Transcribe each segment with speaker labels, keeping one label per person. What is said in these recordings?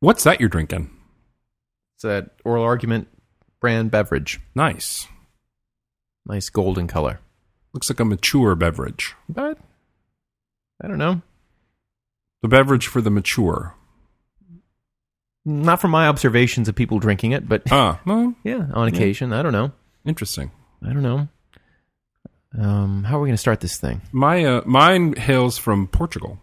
Speaker 1: What's that you're drinking?
Speaker 2: It's an oral argument brand beverage.
Speaker 1: Nice.
Speaker 2: Nice golden color.
Speaker 1: Looks like a mature beverage.
Speaker 2: But I don't know.
Speaker 1: The beverage for the mature.
Speaker 2: Not from my observations of people drinking it, but
Speaker 1: Ah, well,
Speaker 2: yeah, on occasion. I don't know.
Speaker 1: interesting.
Speaker 2: I don't know. Um, how are we going to start this thing?
Speaker 1: My uh, mine hails from Portugal.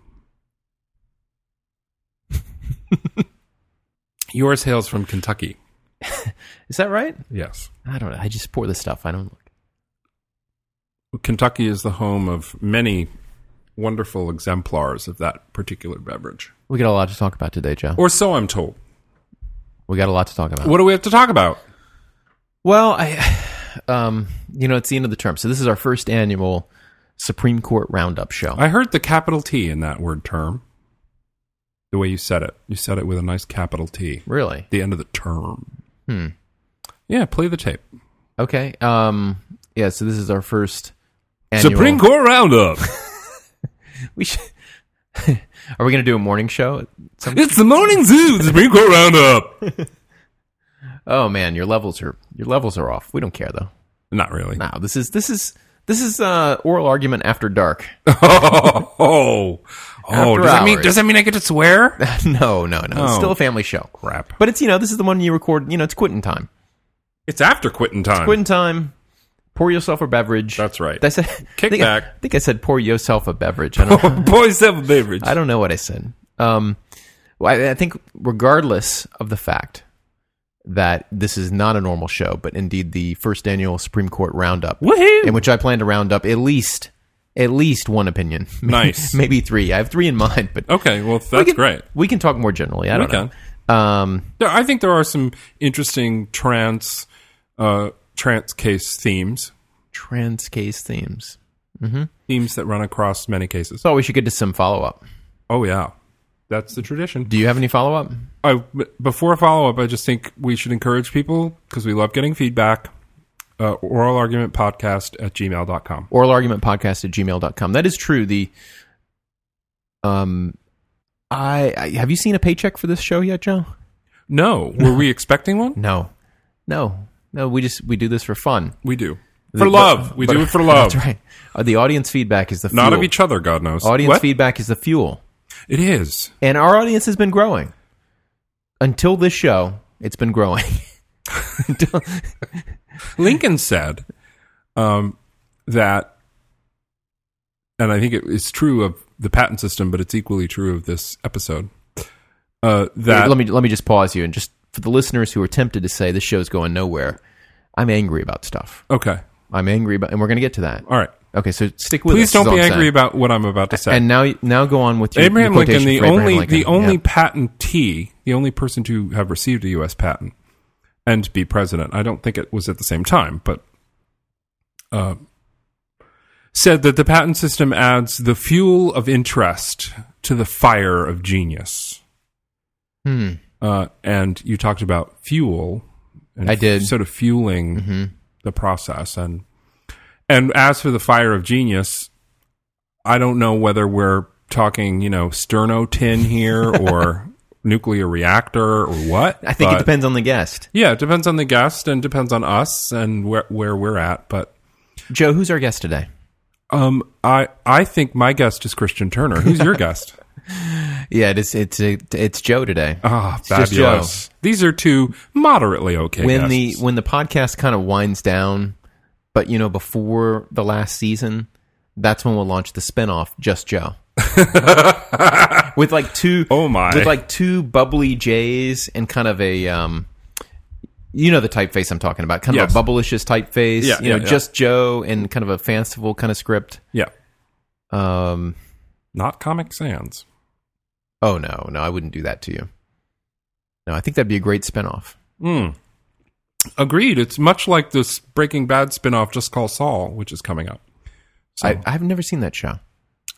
Speaker 1: Yours hails from Kentucky.
Speaker 2: Is that right?
Speaker 1: Yes.
Speaker 2: I don't know. I just pour the stuff. I don't look.
Speaker 1: Kentucky is the home of many wonderful exemplars of that particular beverage.
Speaker 2: We got a lot to talk about today, Joe.
Speaker 1: Or so I'm told.
Speaker 2: We got a lot to talk about.
Speaker 1: What do we have to talk about?
Speaker 2: Well, I, um, you know, it's the end of the term, so this is our first annual Supreme Court roundup show.
Speaker 1: I heard the capital T in that word term. The way you said it. You said it with a nice capital T.
Speaker 2: really?
Speaker 1: The end of the term.
Speaker 2: Hmm.
Speaker 1: Yeah, play the tape.
Speaker 2: Okay. Um. Yeah. So this is our first annual.
Speaker 1: Supreme Court Roundup.
Speaker 2: We should. Are we going to do a morning show? Some-
Speaker 1: it's the morning zoo, the Supreme Court Roundup.
Speaker 2: oh man, your levels are your levels are off. We don't care though.
Speaker 1: Not really.
Speaker 2: No, this is this is this is uh oral argument after dark.
Speaker 1: Oh, oh, oh.
Speaker 2: After
Speaker 1: Does that, mean,
Speaker 2: hours.
Speaker 1: does that mean I get to swear?
Speaker 2: no, no, no. It's still a family show.
Speaker 1: Oh. Crap.
Speaker 2: But it's you know this is the one you record. You know it's quitting time.
Speaker 1: It's after quitting time.
Speaker 2: Quitting time. Pour yourself a beverage.
Speaker 1: That's right.
Speaker 2: I said
Speaker 1: Kick
Speaker 2: I think I-
Speaker 1: back.
Speaker 2: I think I said pour yourself a beverage. I don't,
Speaker 1: Boys have a beverage.
Speaker 2: I don't know what I said. Um, well, I, I think regardless of the fact that this is not a normal show, but indeed the first annual Supreme Court roundup,
Speaker 1: Woohoo!
Speaker 2: in which I plan to round up at least at least one opinion. Maybe-
Speaker 1: Nice.
Speaker 2: maybe three. I have three in mind, but
Speaker 1: Okay, well, that's
Speaker 2: we can-
Speaker 1: great.
Speaker 2: We can talk more generally. I
Speaker 1: We
Speaker 2: don't know. Um,
Speaker 1: There, I think there are some interesting trance, uh, trance case themes,
Speaker 2: trans case themes.
Speaker 1: themes that run across many cases.
Speaker 2: So we should get to some follow up.
Speaker 1: Oh yeah, that's the tradition.
Speaker 2: Do you have any follow up?
Speaker 1: I, b- before follow up, I just think we should encourage people because we love getting feedback. Uh, oral argument podcast at gmail.com.
Speaker 2: oral argument podcast at gmail.com that is true the um I, I have you seen a paycheck for this show yet joe
Speaker 1: No, were we expecting one?
Speaker 2: no no no we just we do this for fun
Speaker 1: We do
Speaker 2: But-
Speaker 1: for love. We
Speaker 2: but-
Speaker 1: do it for love,
Speaker 2: that's right Uh, the audience feedback is the fuel
Speaker 1: not of each other. God knows.
Speaker 2: audience
Speaker 1: What?
Speaker 2: feedback is the fuel
Speaker 1: It is.
Speaker 2: and our audience has been growing until this show it's been growing Until-
Speaker 1: Lincoln said um, that, and I think it is true of the patent system, but it's equally true of this episode. Uh, that
Speaker 2: let me let me just pause you and just for the listeners who are tempted to say this show's going nowhere i'm angry about stuff
Speaker 1: okay,
Speaker 2: i'm angry about and we're going to get to that
Speaker 1: all right.
Speaker 2: Okay, so stick with.
Speaker 1: Please
Speaker 2: us, is
Speaker 1: don't be
Speaker 2: all I'm
Speaker 1: angry
Speaker 2: saying.
Speaker 1: about what I'm about to say.
Speaker 2: And now, now go on with your
Speaker 1: Abraham
Speaker 2: your
Speaker 1: Lincoln,
Speaker 2: quotation
Speaker 1: the
Speaker 2: for Abraham
Speaker 1: only
Speaker 2: Lincoln.
Speaker 1: the only
Speaker 2: Yeah.
Speaker 1: patentee, the only person to have received a U.S. patent and be president. I don't think it was at the same time, but uh, said that the patent system adds the fuel of interest to the fire of genius.
Speaker 2: Hmm.
Speaker 1: Uh, and you talked about fuel. And
Speaker 2: I did. Mm-hmm.
Speaker 1: Sort of fueling the process, and and as for the fire of genius, I don't know whether we're talking, you know, sterno tin here or nuclear reactor or what.
Speaker 2: I think
Speaker 1: but-
Speaker 2: it depends on the guest.
Speaker 1: Yeah, it depends on the guest and depends on us and where where we're at. But
Speaker 2: Joe, who's our guest today?
Speaker 1: um, I I think my guest is Christian Turner. Who's your guest?
Speaker 2: Yeah, it's it's it's Joe today.
Speaker 1: Ah,
Speaker 2: just Joe.
Speaker 1: fabulous. These are two moderately okay.
Speaker 2: when the
Speaker 1: guests.
Speaker 2: when the podcast kind of winds down, but you know before the last season, that's when we'll launch the spinoff, Just Joe, with like two
Speaker 1: Oh, my.
Speaker 2: with like two bubbly J's and kind of a um, you know the typeface I'm talking about, kind
Speaker 1: Yes.
Speaker 2: of a bubblicious typeface,
Speaker 1: Yeah,
Speaker 2: you know,
Speaker 1: yeah, yeah.
Speaker 2: Just Joe and kind of a fanciful kind of script.
Speaker 1: yeah,
Speaker 2: Um,
Speaker 1: not Comic Sans.
Speaker 2: oh no, no, I wouldn't do that to you. No, I think that'd be a great spinoff.
Speaker 1: Mm. Agreed. It's much like this Breaking Bad spinoff, Just Call Saul, which is coming up. So
Speaker 2: I, I've never seen that show.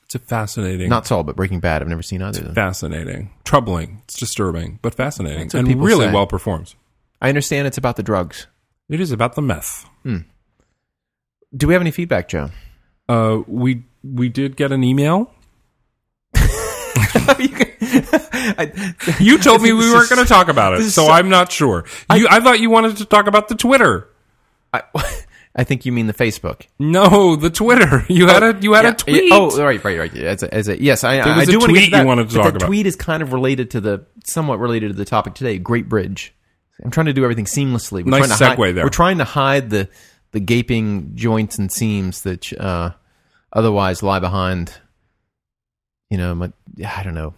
Speaker 1: it's a fascinating,
Speaker 2: Not Saul, but Breaking Bad. I've never seen either. of them.
Speaker 1: fascinating, troubling. It's disturbing, but fascinating,
Speaker 2: what
Speaker 1: and
Speaker 2: people
Speaker 1: really
Speaker 2: say.
Speaker 1: well performs.
Speaker 2: I understand it's about the drugs.
Speaker 1: It is about the meth.
Speaker 2: Do we have any feedback, Joe?
Speaker 1: Uh, we we did get an email You told me we
Speaker 2: This
Speaker 1: weren't
Speaker 2: is-
Speaker 1: going to talk about it,
Speaker 2: this is
Speaker 1: so
Speaker 2: so-
Speaker 1: I'm not sure. You, I thought you wanted to talk about the Twitter.
Speaker 2: I, I think you mean the Facebook.
Speaker 1: No, the Twitter. You had a you had a
Speaker 2: Yeah, yeah,
Speaker 1: tweet.
Speaker 2: oh, right, right, right. As a, as a, yes, I, I
Speaker 1: was a
Speaker 2: do want
Speaker 1: tweet
Speaker 2: to get to that.
Speaker 1: you wanted to
Speaker 2: but
Speaker 1: talk
Speaker 2: the
Speaker 1: about.
Speaker 2: tweet is kind of related to the somewhat related to the topic today. Great bridge. I'm trying to do everything seamlessly. We're
Speaker 1: Nice
Speaker 2: trying to hide-
Speaker 1: segue there.
Speaker 2: We're trying to hide the the gaping joints and seams that uh, otherwise lie behind. You know, my, I don't know.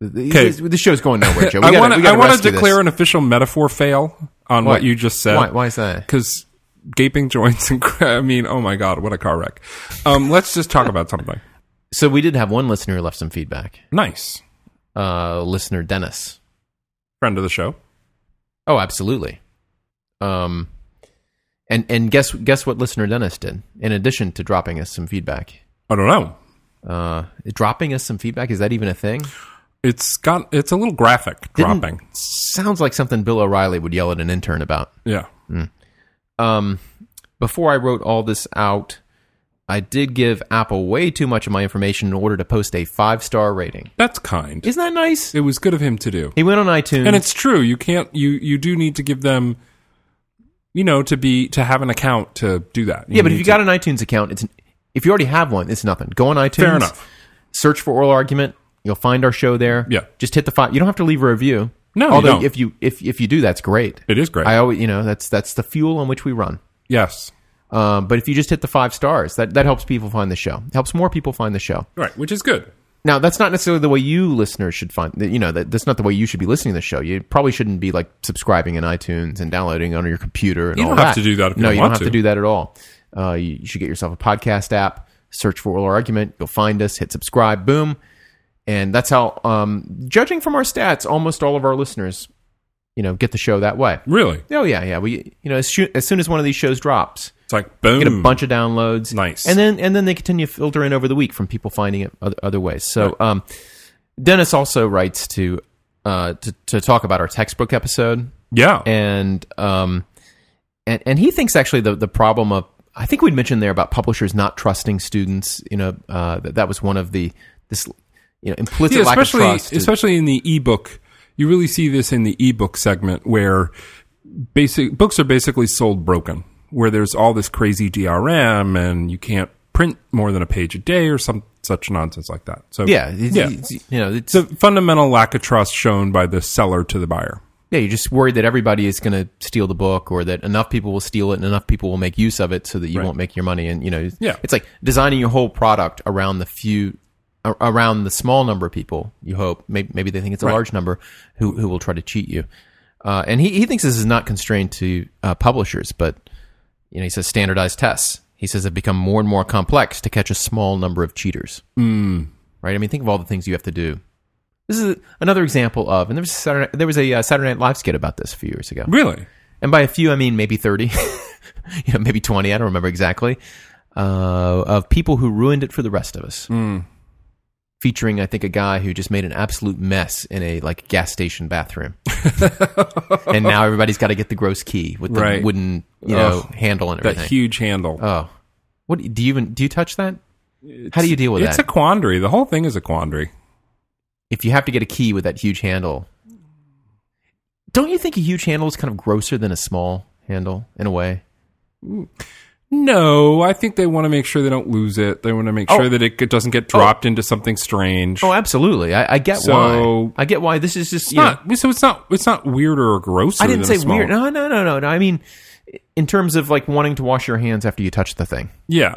Speaker 1: Okay.
Speaker 2: This, this show's going nowhere, Joe. We
Speaker 1: I
Speaker 2: gotta-
Speaker 1: want
Speaker 2: we
Speaker 1: to
Speaker 2: gotta
Speaker 1: I want to
Speaker 2: rescue this.
Speaker 1: declare an official metaphor fail on
Speaker 2: Why?
Speaker 1: what you just said.
Speaker 2: Why, why is that?
Speaker 1: because gaping joints and cra- I mean, oh my god, what a car wreck. Um, let's just talk about something
Speaker 2: So we did have one listener who left some feedback.
Speaker 1: nice.
Speaker 2: Uh, listener Dennis.
Speaker 1: Friend of the show,
Speaker 2: Oh, absolutely. Um, and and guess guess what listener Dennis did in addition to dropping us some feedback.
Speaker 1: I don't know.
Speaker 2: Uh, dropping us some feedback is that even a thing?
Speaker 1: It's got it's a little graphic
Speaker 2: Didn't-
Speaker 1: dropping.
Speaker 2: Sounds like something Bill O'Reilly would yell at an intern about.
Speaker 1: Yeah,
Speaker 2: Um, before I wrote all this out, I did give Apple way too much of my information in order to post a five star rating.
Speaker 1: that's kind.
Speaker 2: Isn't that nice?
Speaker 1: It was good of him to do,
Speaker 2: He went on iTunes.
Speaker 1: and it's true. You can't you you do need to give them, you know, to be to have an account to do that.
Speaker 2: yeah, but if
Speaker 1: need
Speaker 2: you
Speaker 1: to-
Speaker 2: got an iTunes account, it's if you already have one, it's nothing. Go on iTunes.
Speaker 1: fair enough.
Speaker 2: search for oral argument you'll find our show there
Speaker 1: Yeah.
Speaker 2: just hit the five you don't have to leave a review
Speaker 1: No, you
Speaker 2: although
Speaker 1: don't.
Speaker 2: if you if if you do that's great
Speaker 1: It is great.
Speaker 2: i always you know that's that's the fuel on which we run
Speaker 1: yes,
Speaker 2: um, but if you just hit the five stars that that helps people find the show It helps more people find the show
Speaker 1: right, which is good.
Speaker 2: now that's not necessarily the way you listeners should find you know that, that's not the way you should be listening to the show you probably shouldn't be like subscribing in itunes and downloading it on your computer and
Speaker 1: You
Speaker 2: all
Speaker 1: don't
Speaker 2: that
Speaker 1: have to do that if you
Speaker 2: no
Speaker 1: don't
Speaker 2: you
Speaker 1: want
Speaker 2: don't have to.
Speaker 1: to.
Speaker 2: do that at all uh, you, you should get yourself a podcast app search for oral argument you'll find us hit subscribe boom and that's how um, judging from our stats almost all of our listeners you know get the show that way
Speaker 1: Really,
Speaker 2: oh yeah yeah we you know as, shoo- as soon as one of these shows drops
Speaker 1: it's like boom.
Speaker 2: get a bunch of downloads.
Speaker 1: Hmm. Nice.
Speaker 2: And then and then they continue to filter in over the week from people finding it other, other ways. So um, Dennis also writes to uh to, to talk about our textbook episode
Speaker 1: yeah,
Speaker 2: and um and and he thinks actually the the problem of I think we'd mentioned there about publishers not trusting students. You know uh, that that was one of the this you know implicit
Speaker 1: yeah,
Speaker 2: lack of
Speaker 1: especially
Speaker 2: trust. is-
Speaker 1: especially in the ebook. You really see this in the ebook segment where basic books are basically sold broken, where there's all this crazy DRM and you can't print more than a page a day or some such nonsense like that. So
Speaker 2: yeah, it's-
Speaker 1: yeah.
Speaker 2: it's- you know it's
Speaker 1: It's a fundamental lack of trust shown by the seller to the buyer.
Speaker 2: Yeah, you're just worried that everybody is going to steal the book, or that enough people will steal it, and enough people will make use of it, so that you won't make your money. And you know,
Speaker 1: Yeah.
Speaker 2: it's like designing your whole product around the few, ar- around the small number of people. You hope maybe, maybe they think it's a large number who who will try to cheat you. Uh, and he, he thinks this is not constrained to uh, publishers, but you know, he says standardized tests. He says have become more and more complex to catch a small number of cheaters. Mm. Right? I mean, think of all the things you have to do. This is another example of, and there was a Saturday, there was a uh, Saturday Night Live skit about this a few years ago.
Speaker 1: Really?
Speaker 2: And by a few, I mean maybe thirty, you know, maybe twenty. I don't remember exactly. Uh, of people who ruined it for the rest of us,
Speaker 1: Hmm.
Speaker 2: featuring I think a guy who just made an absolute mess in a like gas station bathroom, and now everybody's got to get the gross key with the
Speaker 1: Right.
Speaker 2: wooden you know
Speaker 1: Ugh.
Speaker 2: handle and
Speaker 1: That
Speaker 2: everything.
Speaker 1: huge handle.
Speaker 2: oh, what do you even do? You touch that? How do you deal with
Speaker 1: it's
Speaker 2: that?
Speaker 1: a quandary. The whole thing is a quandary.
Speaker 2: if you have to get a key with that huge handle, don't you think a huge handle is kind of grosser than a small handle in a way?
Speaker 1: No, I think they want to make sure they don't lose it. They want to make
Speaker 2: Oh.
Speaker 1: sure that it doesn't get dropped into something strange.
Speaker 2: Oh, absolutely. I, I get
Speaker 1: So-
Speaker 2: why. I get why this is just
Speaker 1: It's
Speaker 2: you know,
Speaker 1: not so it's not it's not weirder or grosser.
Speaker 2: I didn't
Speaker 1: than
Speaker 2: say
Speaker 1: a small-
Speaker 2: weird. No, no, no, no, no. I mean, in terms of like wanting to wash your hands after you touch the thing,
Speaker 1: Yeah,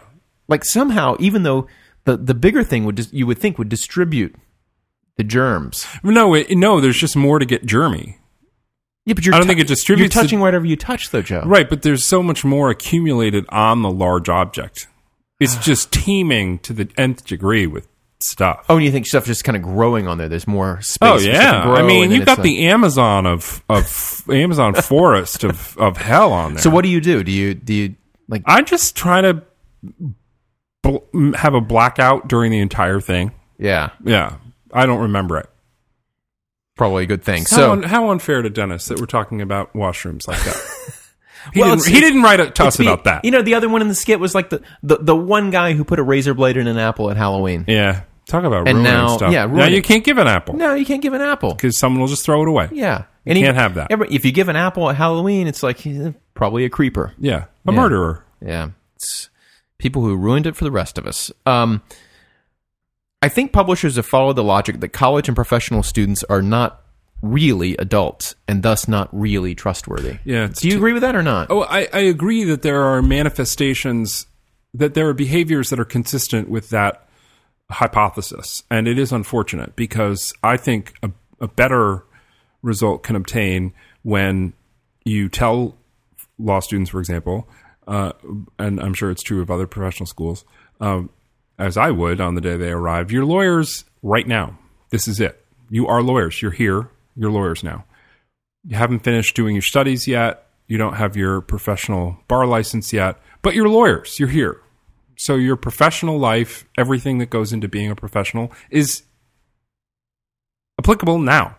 Speaker 2: like somehow, even though the the bigger thing would dis- you would think would distribute the germs.
Speaker 1: no, it, no. There's just more to get germy,
Speaker 2: Yeah, but you're
Speaker 1: I don't think it distributes the-
Speaker 2: You're touching whatever you touch, though, Joe.
Speaker 1: right? But there's so much more accumulated on the large object. It's just teeming to the nth degree with stuff.
Speaker 2: Oh, and you think stuff just kind of growing on there? There's more space.
Speaker 1: Oh
Speaker 2: for stuff to
Speaker 1: yeah,
Speaker 2: grow,
Speaker 1: I mean
Speaker 2: and then
Speaker 1: you've
Speaker 2: it's
Speaker 1: got
Speaker 2: like-
Speaker 1: the Amazon of of Amazon forest of of hell on there.
Speaker 2: So what do you do? Do you do you like?
Speaker 1: I just try to bl- have a blackout during the entire thing.
Speaker 2: Yeah,
Speaker 1: Yeah, I don't remember it.
Speaker 2: probably a good thing.
Speaker 1: how,
Speaker 2: So
Speaker 1: un- how unfair to Dennis that we're talking about washrooms like that. He,
Speaker 2: Well,
Speaker 1: didn't,
Speaker 2: it's-
Speaker 1: he didn't write a to us
Speaker 2: It's me-
Speaker 1: about that.
Speaker 2: You know, the other one in the skit was like the, the the one guy who put a razor blade in an apple at Halloween.
Speaker 1: yeah, Talk about
Speaker 2: And
Speaker 1: ruining
Speaker 2: now-
Speaker 1: stuff.
Speaker 2: yeah,
Speaker 1: now
Speaker 2: ruining-
Speaker 1: you can't give an apple
Speaker 2: No, you can't give an apple.
Speaker 1: because someone will just throw it away.
Speaker 2: Yeah, and
Speaker 1: can't have that.
Speaker 2: every- if you give an apple at Halloween, it's like eh, probably a creeper.
Speaker 1: Yeah, a
Speaker 2: Yeah.
Speaker 1: murderer.
Speaker 2: Yeah, it's people who ruined it for the rest of us. Um, I think publishers have followed the logic that college and professional students are not really adults and thus not really trustworthy.
Speaker 1: Yeah, it's
Speaker 2: Do you agree with that or not?
Speaker 1: Oh, I, I agree that there are manifestations, that there are behaviors that are consistent with that hypothesis. And it is unfortunate because I think a, a better result can obtain when you tell law students, for example, uh, and I'm sure it's true of other professional schools, um, as I would on the day they arrive, you're lawyers right now. This is it. You are lawyers. You're here. You're lawyers now you haven't finished doing your studies yet, you don't have your professional bar license yet, but you're lawyers, you're here. So your professional life, everything that goes into being a professional is applicable now.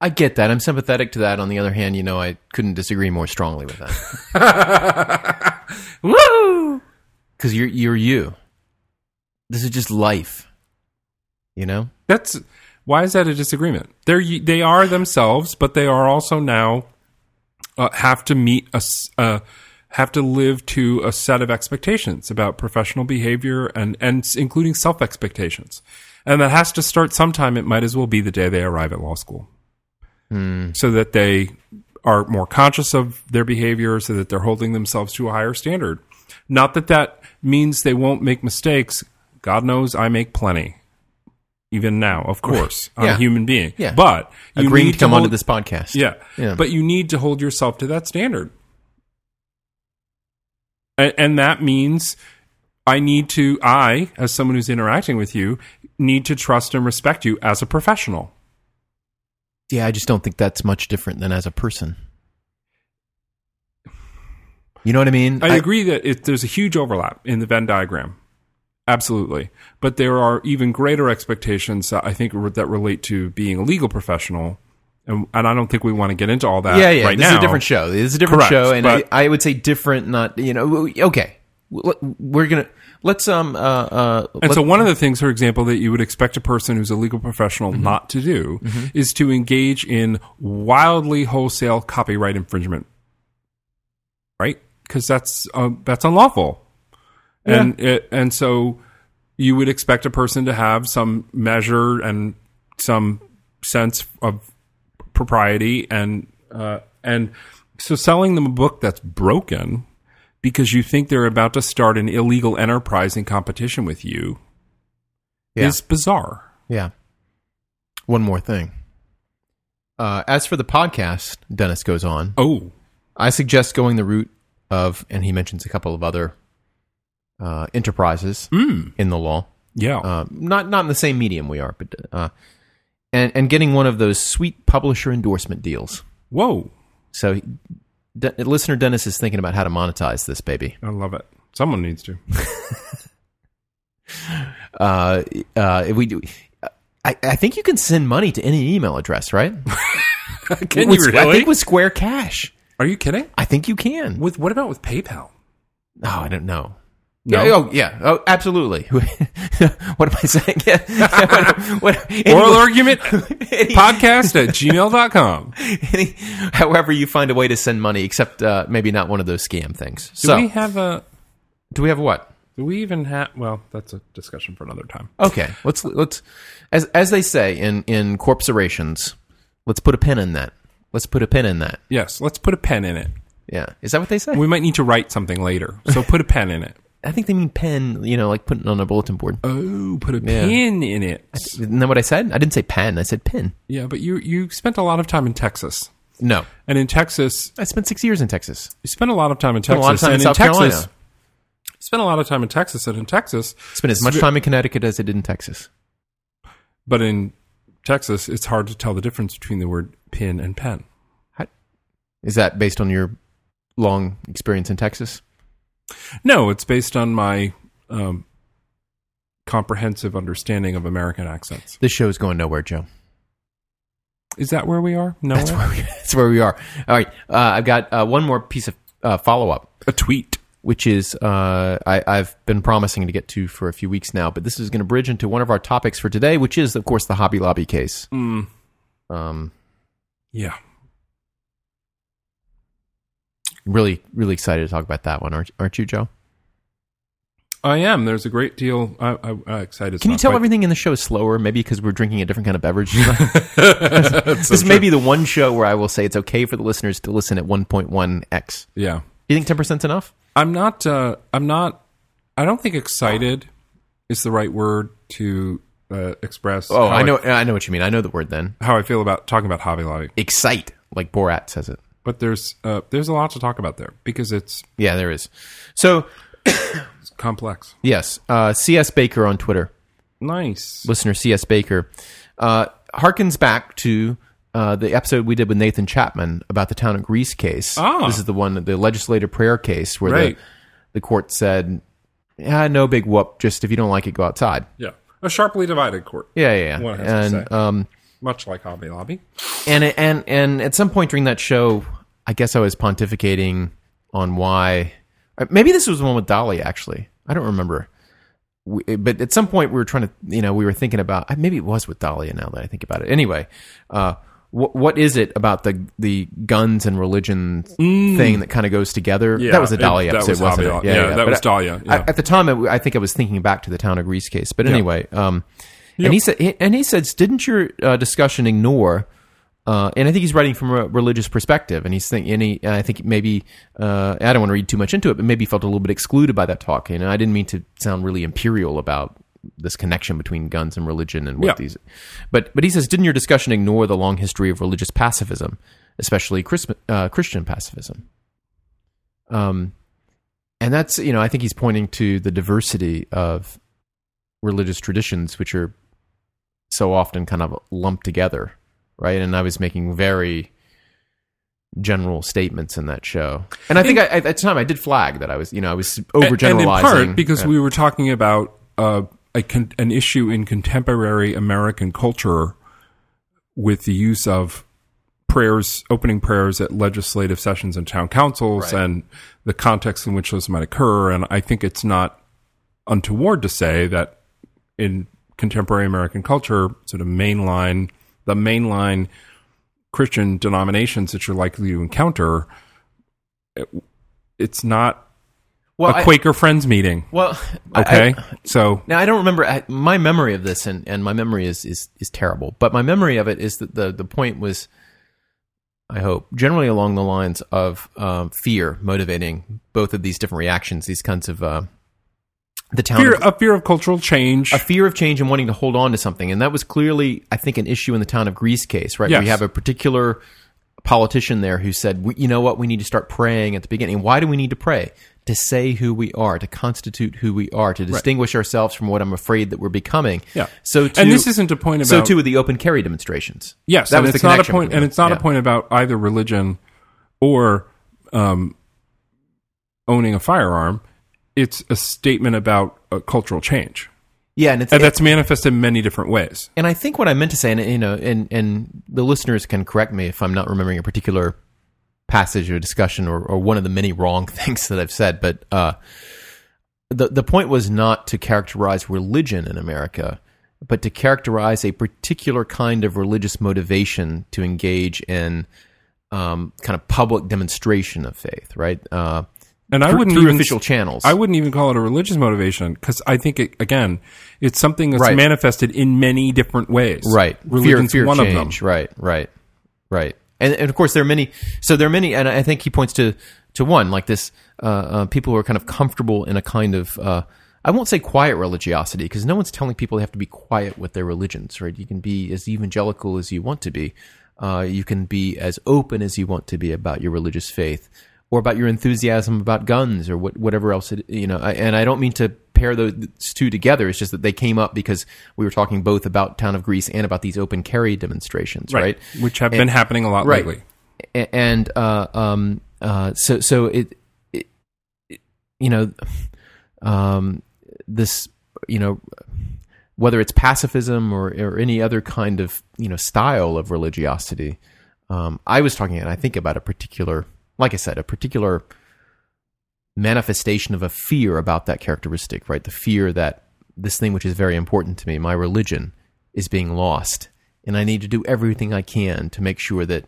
Speaker 2: I get that. I'm sympathetic to that. On the other hand, you know, I couldn't disagree more strongly with that.
Speaker 1: Woo!
Speaker 2: because you're you're you. This is just life, you know.
Speaker 1: That's why is that a disagreement? They're y- they are themselves, but they are also now uh, have to meet a s- uh, have to live to a set of expectations about professional behavior and and s- including self expectations, and that has to start sometime. It might as well be the day they arrive at law school,
Speaker 2: Hmm.
Speaker 1: so that they are more conscious of their behavior, so that they're holding themselves to a higher standard. Not that that means they won't make mistakes. God knows I make plenty, even now. Of course, I'm
Speaker 2: Yeah.
Speaker 1: a human being.
Speaker 2: Yeah.
Speaker 1: But you
Speaker 2: Agreeing
Speaker 1: need
Speaker 2: to come
Speaker 1: hold-
Speaker 2: onto this podcast,
Speaker 1: yeah.
Speaker 2: Yeah.
Speaker 1: But you need to hold yourself to that standard. And, and that means I need to, I, as someone who's interacting with you, need to trust and respect you as a professional.
Speaker 2: yeah. I just don't think that's much different than as a person. You know what I mean?
Speaker 1: I, agree that it, there's a huge overlap in the Venn diagram. Absolutely. But there are even greater expectations, that I think, re- that relate to being a legal professional. And, and I don't think we want to get into all that
Speaker 2: yeah, yeah.
Speaker 1: right
Speaker 2: this
Speaker 1: now.
Speaker 2: is a different show. This is a different
Speaker 1: Correct,
Speaker 2: show, and
Speaker 1: but-
Speaker 2: I, I would say different. Not you know. w- Okay, W- we're gonna let's um uh uh.
Speaker 1: And
Speaker 2: let-
Speaker 1: so, one of the things, for example, that you would expect a person who's a legal professional not to do is to engage in wildly wholesale copyright infringement, right? Because that's uh, that's unlawful, and it, and so you would expect a person to have some measure and some sense of propriety and uh, and so selling them a book that's broken because you think they're about to start an illegal enterprise in competition with you
Speaker 2: Yeah.
Speaker 1: is bizarre.
Speaker 2: Yeah. One more thing. Uh, as for the podcast, Dennis goes on.
Speaker 1: Oh,
Speaker 2: I suggest going the route of, and he mentions a couple of other uh, enterprises in the law.
Speaker 1: yeah.
Speaker 2: Uh, not not in the same medium we are, but uh, and and getting one of those sweet publisher endorsement deals.
Speaker 1: Whoa,
Speaker 2: So, he- De- listener Dennis is thinking about how to monetize this baby.
Speaker 1: I love it. Someone needs to.
Speaker 2: Uh, uh, if we do. I, I think you can send money to any email address, right?
Speaker 1: Can
Speaker 2: With- I think with Square Cash.
Speaker 1: Are you kidding?
Speaker 2: I think you can.
Speaker 1: With what about with PayPal?
Speaker 2: Oh, I don't know.
Speaker 1: No.
Speaker 2: Yeah, oh, yeah. Oh, absolutely. what am I saying? Yeah. what, what-
Speaker 1: Oral
Speaker 2: any-
Speaker 1: argument podcast at gmail.com. Do
Speaker 2: any- however, you find a way to send money, except uh, maybe not one of those scam things. so,
Speaker 1: we have a?
Speaker 2: do we have what?
Speaker 1: Do we even have? Well, that's a discussion for another time.
Speaker 2: Okay, let's let's as as they say in in corporations, let's put a pin in that. Let's put a pin in that.
Speaker 1: Yes, let's put a pen in it.
Speaker 2: Yeah, is that what they say?
Speaker 1: We might need to write something later, so put a pen in it.
Speaker 2: I think they mean pen. You know, like putting on a bulletin board.
Speaker 1: Oh, put a pin in it.
Speaker 2: Isn't that what I said? I didn't say pen. I said pin.
Speaker 1: Yeah, but you you spent a lot of time in Texas,
Speaker 2: No,
Speaker 1: and in Texas,
Speaker 2: I spent six years in Texas.
Speaker 1: you spent a lot of time in
Speaker 2: Spent
Speaker 1: Texas,
Speaker 2: a lot of time in
Speaker 1: and
Speaker 2: South
Speaker 1: in Texas,
Speaker 2: Carolina.
Speaker 1: spent a lot of time in Texas, and in Texas,
Speaker 2: Spent as much time in Connecticut as I did in Texas.
Speaker 1: but in Texas, it's hard to tell the difference between the word pin and pen.
Speaker 2: How- Is that based on your long experience in Texas?
Speaker 1: No, it's based on my um, comprehensive understanding of American accents.
Speaker 2: This show is going nowhere, Joe.
Speaker 1: Is that where we are? No,
Speaker 2: That's where we, that's where we are. All right, uh, I've got uh, one more piece of uh, follow up.
Speaker 1: a tweet.
Speaker 2: which is uh, I, I've been promising to get to for a few weeks now. But this is going to bridge into one of our topics for today, which is, of course, the Hobby Lobby case.
Speaker 1: Mm,
Speaker 2: Um,
Speaker 1: yeah.
Speaker 2: really, really excited to talk about that one, aren't, aren't you, Joe?
Speaker 1: I am. There's a great deal. I, I, I'm excited.
Speaker 2: Can you tell everything in the show is slower? Maybe because we're drinking a different kind of beverage. this may be the one show where I will say it's okay for the listeners to listen at 1.1x.
Speaker 1: Yeah.
Speaker 2: Do you think 10% is enough?
Speaker 1: I'm not. Uh, I'm not. I don't think excited is the right word to uh, express.
Speaker 2: Oh,
Speaker 1: how
Speaker 2: I know, I know what you mean. I know the word then.
Speaker 1: how I feel about talking about Hobby Lobby.
Speaker 2: Excite, like Borat says it.
Speaker 1: But there's uh, there's a lot to talk about there because it's,
Speaker 2: Yeah, there is. So,
Speaker 1: it's complex.
Speaker 2: yes, uh, CS Baker on Twitter,
Speaker 1: Nice.
Speaker 2: listener CS Baker, uh, harkens back to uh, the episode we did with Nathan Chapman about the town of Greece case.
Speaker 1: Ah.
Speaker 2: This is the one, the legislator prayer case, where
Speaker 1: Right.
Speaker 2: the, the court said, yeah, no big whoop, just if you don't like it, go outside.
Speaker 1: Yeah. A sharply divided court,
Speaker 2: Yeah, yeah, yeah.
Speaker 1: One has to
Speaker 2: And,
Speaker 1: say.
Speaker 2: um,
Speaker 1: much like Hobby Lobby.
Speaker 2: and and and at some point during that show, I guess I was pontificating on why. uh, Maybe this was the one with Dolly. Actually, I don't remember. We, but at some point, we were trying to, you know, we were thinking about. uh, Maybe it was with Dahlia. Now that I think about it, anyway, uh, what what is it about the the guns and religion thing that kind of goes together?
Speaker 1: Mm. Yeah,
Speaker 2: that was a
Speaker 1: it-
Speaker 2: Dahlia
Speaker 1: that
Speaker 2: episode,
Speaker 1: was
Speaker 2: wasn't
Speaker 1: Dahlia.
Speaker 2: it?
Speaker 1: Yeah, that
Speaker 2: But
Speaker 1: was
Speaker 2: I-
Speaker 1: Dahlia,
Speaker 2: I-
Speaker 1: yeah.
Speaker 2: at the time, I, I think I was thinking back to the town of Greece case. But anyway, um, and he said, and he says, didn't your uh, discussion ignore? Uh, and I think he's writing from a religious perspective, and he's thinking. And, he, and I think maybe uh, I don't want to read too much into it, but maybe he felt a little bit excluded by that talk. And I didn't mean to sound really imperial about this connection between guns and religion and what
Speaker 1: Yeah.
Speaker 2: these. But but he says, didn't your discussion ignore the long history of religious pacifism, especially Chris, uh, Christian pacifism? Um, and that's you know I think he's pointing to the diversity of religious traditions, which are so often kind of lumped together, right? And I was making very general statements in that show, and I think I, at the time I did flag that I was, you know, I was
Speaker 1: And-
Speaker 2: overgeneralizing.
Speaker 1: And in part because
Speaker 2: Yeah.
Speaker 1: we were talking about uh, a con- an issue in contemporary American culture with the use of prayers, opening prayers at legislative sessions and town councils, and the context in which those might occur. And I think it's not untoward to say that in contemporary American culture, sort of mainline, the mainline Christian denominations that you're likely to encounter, it- it's not
Speaker 2: well,
Speaker 1: a
Speaker 2: I-
Speaker 1: Quaker Friends meeting.
Speaker 2: well, I-
Speaker 1: Okay,
Speaker 2: I-
Speaker 1: so
Speaker 2: Now I don't remember I, my memory of this, and, and my memory is, is is terrible. But my memory of it is that the the point was, I hope, generally along the lines of um, fear motivating both of these different reactions, these kinds of uh, the town
Speaker 1: fear
Speaker 2: of,
Speaker 1: a fear of cultural change.
Speaker 2: a fear of change and wanting to hold on to something, and that was clearly, I think, an issue in the town of Greece case, right?
Speaker 1: Yes.
Speaker 2: We have a particular politician there who said, we, "You know what? We need to start praying at the beginning. Why do we need to pray? To say who we are, to constitute who we are, to distinguish ourselves from what I'm afraid that we're becoming."
Speaker 1: yeah.
Speaker 2: So, to,
Speaker 1: and this isn't a point about
Speaker 2: so too with the open carry demonstrations.
Speaker 1: yes,
Speaker 2: that
Speaker 1: and
Speaker 2: was
Speaker 1: it's
Speaker 2: the
Speaker 1: not a
Speaker 2: connection
Speaker 1: point,
Speaker 2: between
Speaker 1: and
Speaker 2: them.
Speaker 1: it's not
Speaker 2: Yeah.
Speaker 1: a point about either religion or um, owning a firearm. It's a statement about uh, cultural change,
Speaker 2: Yeah, and it's
Speaker 1: and that's manifested in many different ways.
Speaker 2: and I think what I meant to say, and you know, and and the listeners can correct me if I'm not remembering a particular passage of a discussion or, or one of the many wrong things that I've said, but uh, the the point was not to characterize religion in America, but to characterize a particular kind of religious motivation to engage in um, kind of public demonstration of faith, right? Uh,
Speaker 1: And I
Speaker 2: through-
Speaker 1: wouldn't
Speaker 2: through
Speaker 1: even
Speaker 2: official channels.
Speaker 1: I wouldn't even call it a religious motivation because I think it, again, it's something that's
Speaker 2: Right.
Speaker 1: manifested in many different ways.
Speaker 2: right
Speaker 1: religion's
Speaker 2: fear, fear
Speaker 1: one of them.
Speaker 2: change. right right right and, and of course there are many so there are many and i think he points to to one like this uh, uh, people who are kind of comfortable in a kind of uh, i won't say quiet religiosity because no one's telling people they have to be quiet with their religions right you can be as evangelical as you want to be uh, you can be as open as you want to be about your religious faith or about your enthusiasm about guns or what, whatever else it, you know I, and i don't mean to pair those two together it's just that they came up because we were talking both about town of greece and about these open carry demonstrations right,
Speaker 1: Which have been happening a lot lately.
Speaker 2: A- and uh, um, uh, so so it, it, it- you know um, this you know whether it's pacifism or, or any other kind of you know style of religiosity um, i was talking and i think about a particular like i said a particular manifestation of a fear about that characteristic, right? The fear that this thing which is very important to me, my religion, is being lost. And I need to do everything I can to make sure that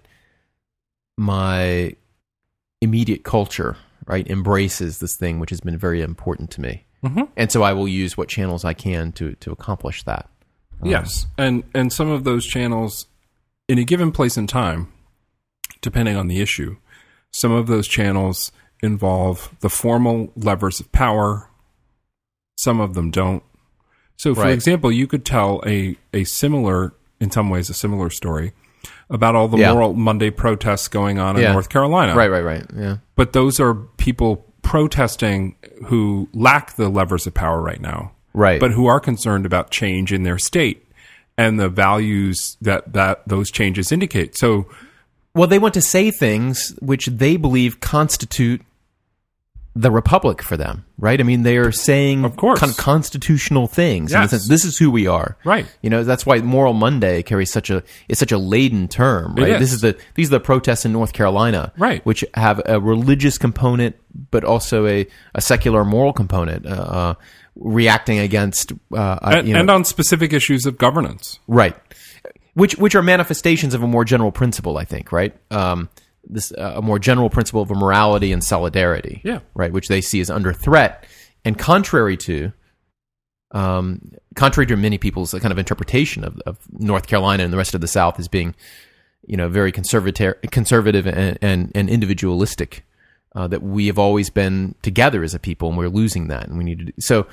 Speaker 2: my immediate culture, right, embraces this thing which has been very important to me.
Speaker 1: Mm-hmm.
Speaker 2: And so I will use what channels I can to, to accomplish that. Um,
Speaker 1: Yes, and and some of those channels, in a given place and time, depending on the issue, some of those channels involve the formal levers of power. Some of them don't. So, for
Speaker 2: Right.
Speaker 1: example, you could tell a a similar, in some ways, a similar story about all the
Speaker 2: Yeah.
Speaker 1: moral Monday protests going on
Speaker 2: Yeah.
Speaker 1: in North Carolina,
Speaker 2: Um, Right, right, right. Yeah.
Speaker 1: But those are people protesting who lack the levers of power right now
Speaker 2: Right.
Speaker 1: but who are concerned about change in their state and the values that, that those changes indicate. So,
Speaker 2: Well, they want to say things which they believe constitute the republic for them, right? I mean, they are saying
Speaker 1: Of course.
Speaker 2: kind of constitutional things. In the
Speaker 1: Yes.
Speaker 2: sense, this is who we are,
Speaker 1: Right.
Speaker 2: You know, that's why Moral Monday carries such a is such a laden term, right?
Speaker 1: is.
Speaker 2: This is the these are the protests in North Carolina,
Speaker 1: Right.
Speaker 2: which have a religious component, but also a a secular moral component, uh, uh, reacting against uh, uh,
Speaker 1: and,
Speaker 2: you know,
Speaker 1: and on specific issues of governance.
Speaker 2: Right. Which which are manifestations of a more general principle, I think, right? Um, this uh, a more general principle of a morality and solidarity.
Speaker 1: Yeah.
Speaker 2: Right, which they see as under threat and contrary to um, contrary to many people's kind of interpretation of, of North Carolina and the rest of the South as being, you know, very conservative, conservative and, and, and individualistic. Uh, that we have always been together as a people, and we're losing that, and we need to. Do, so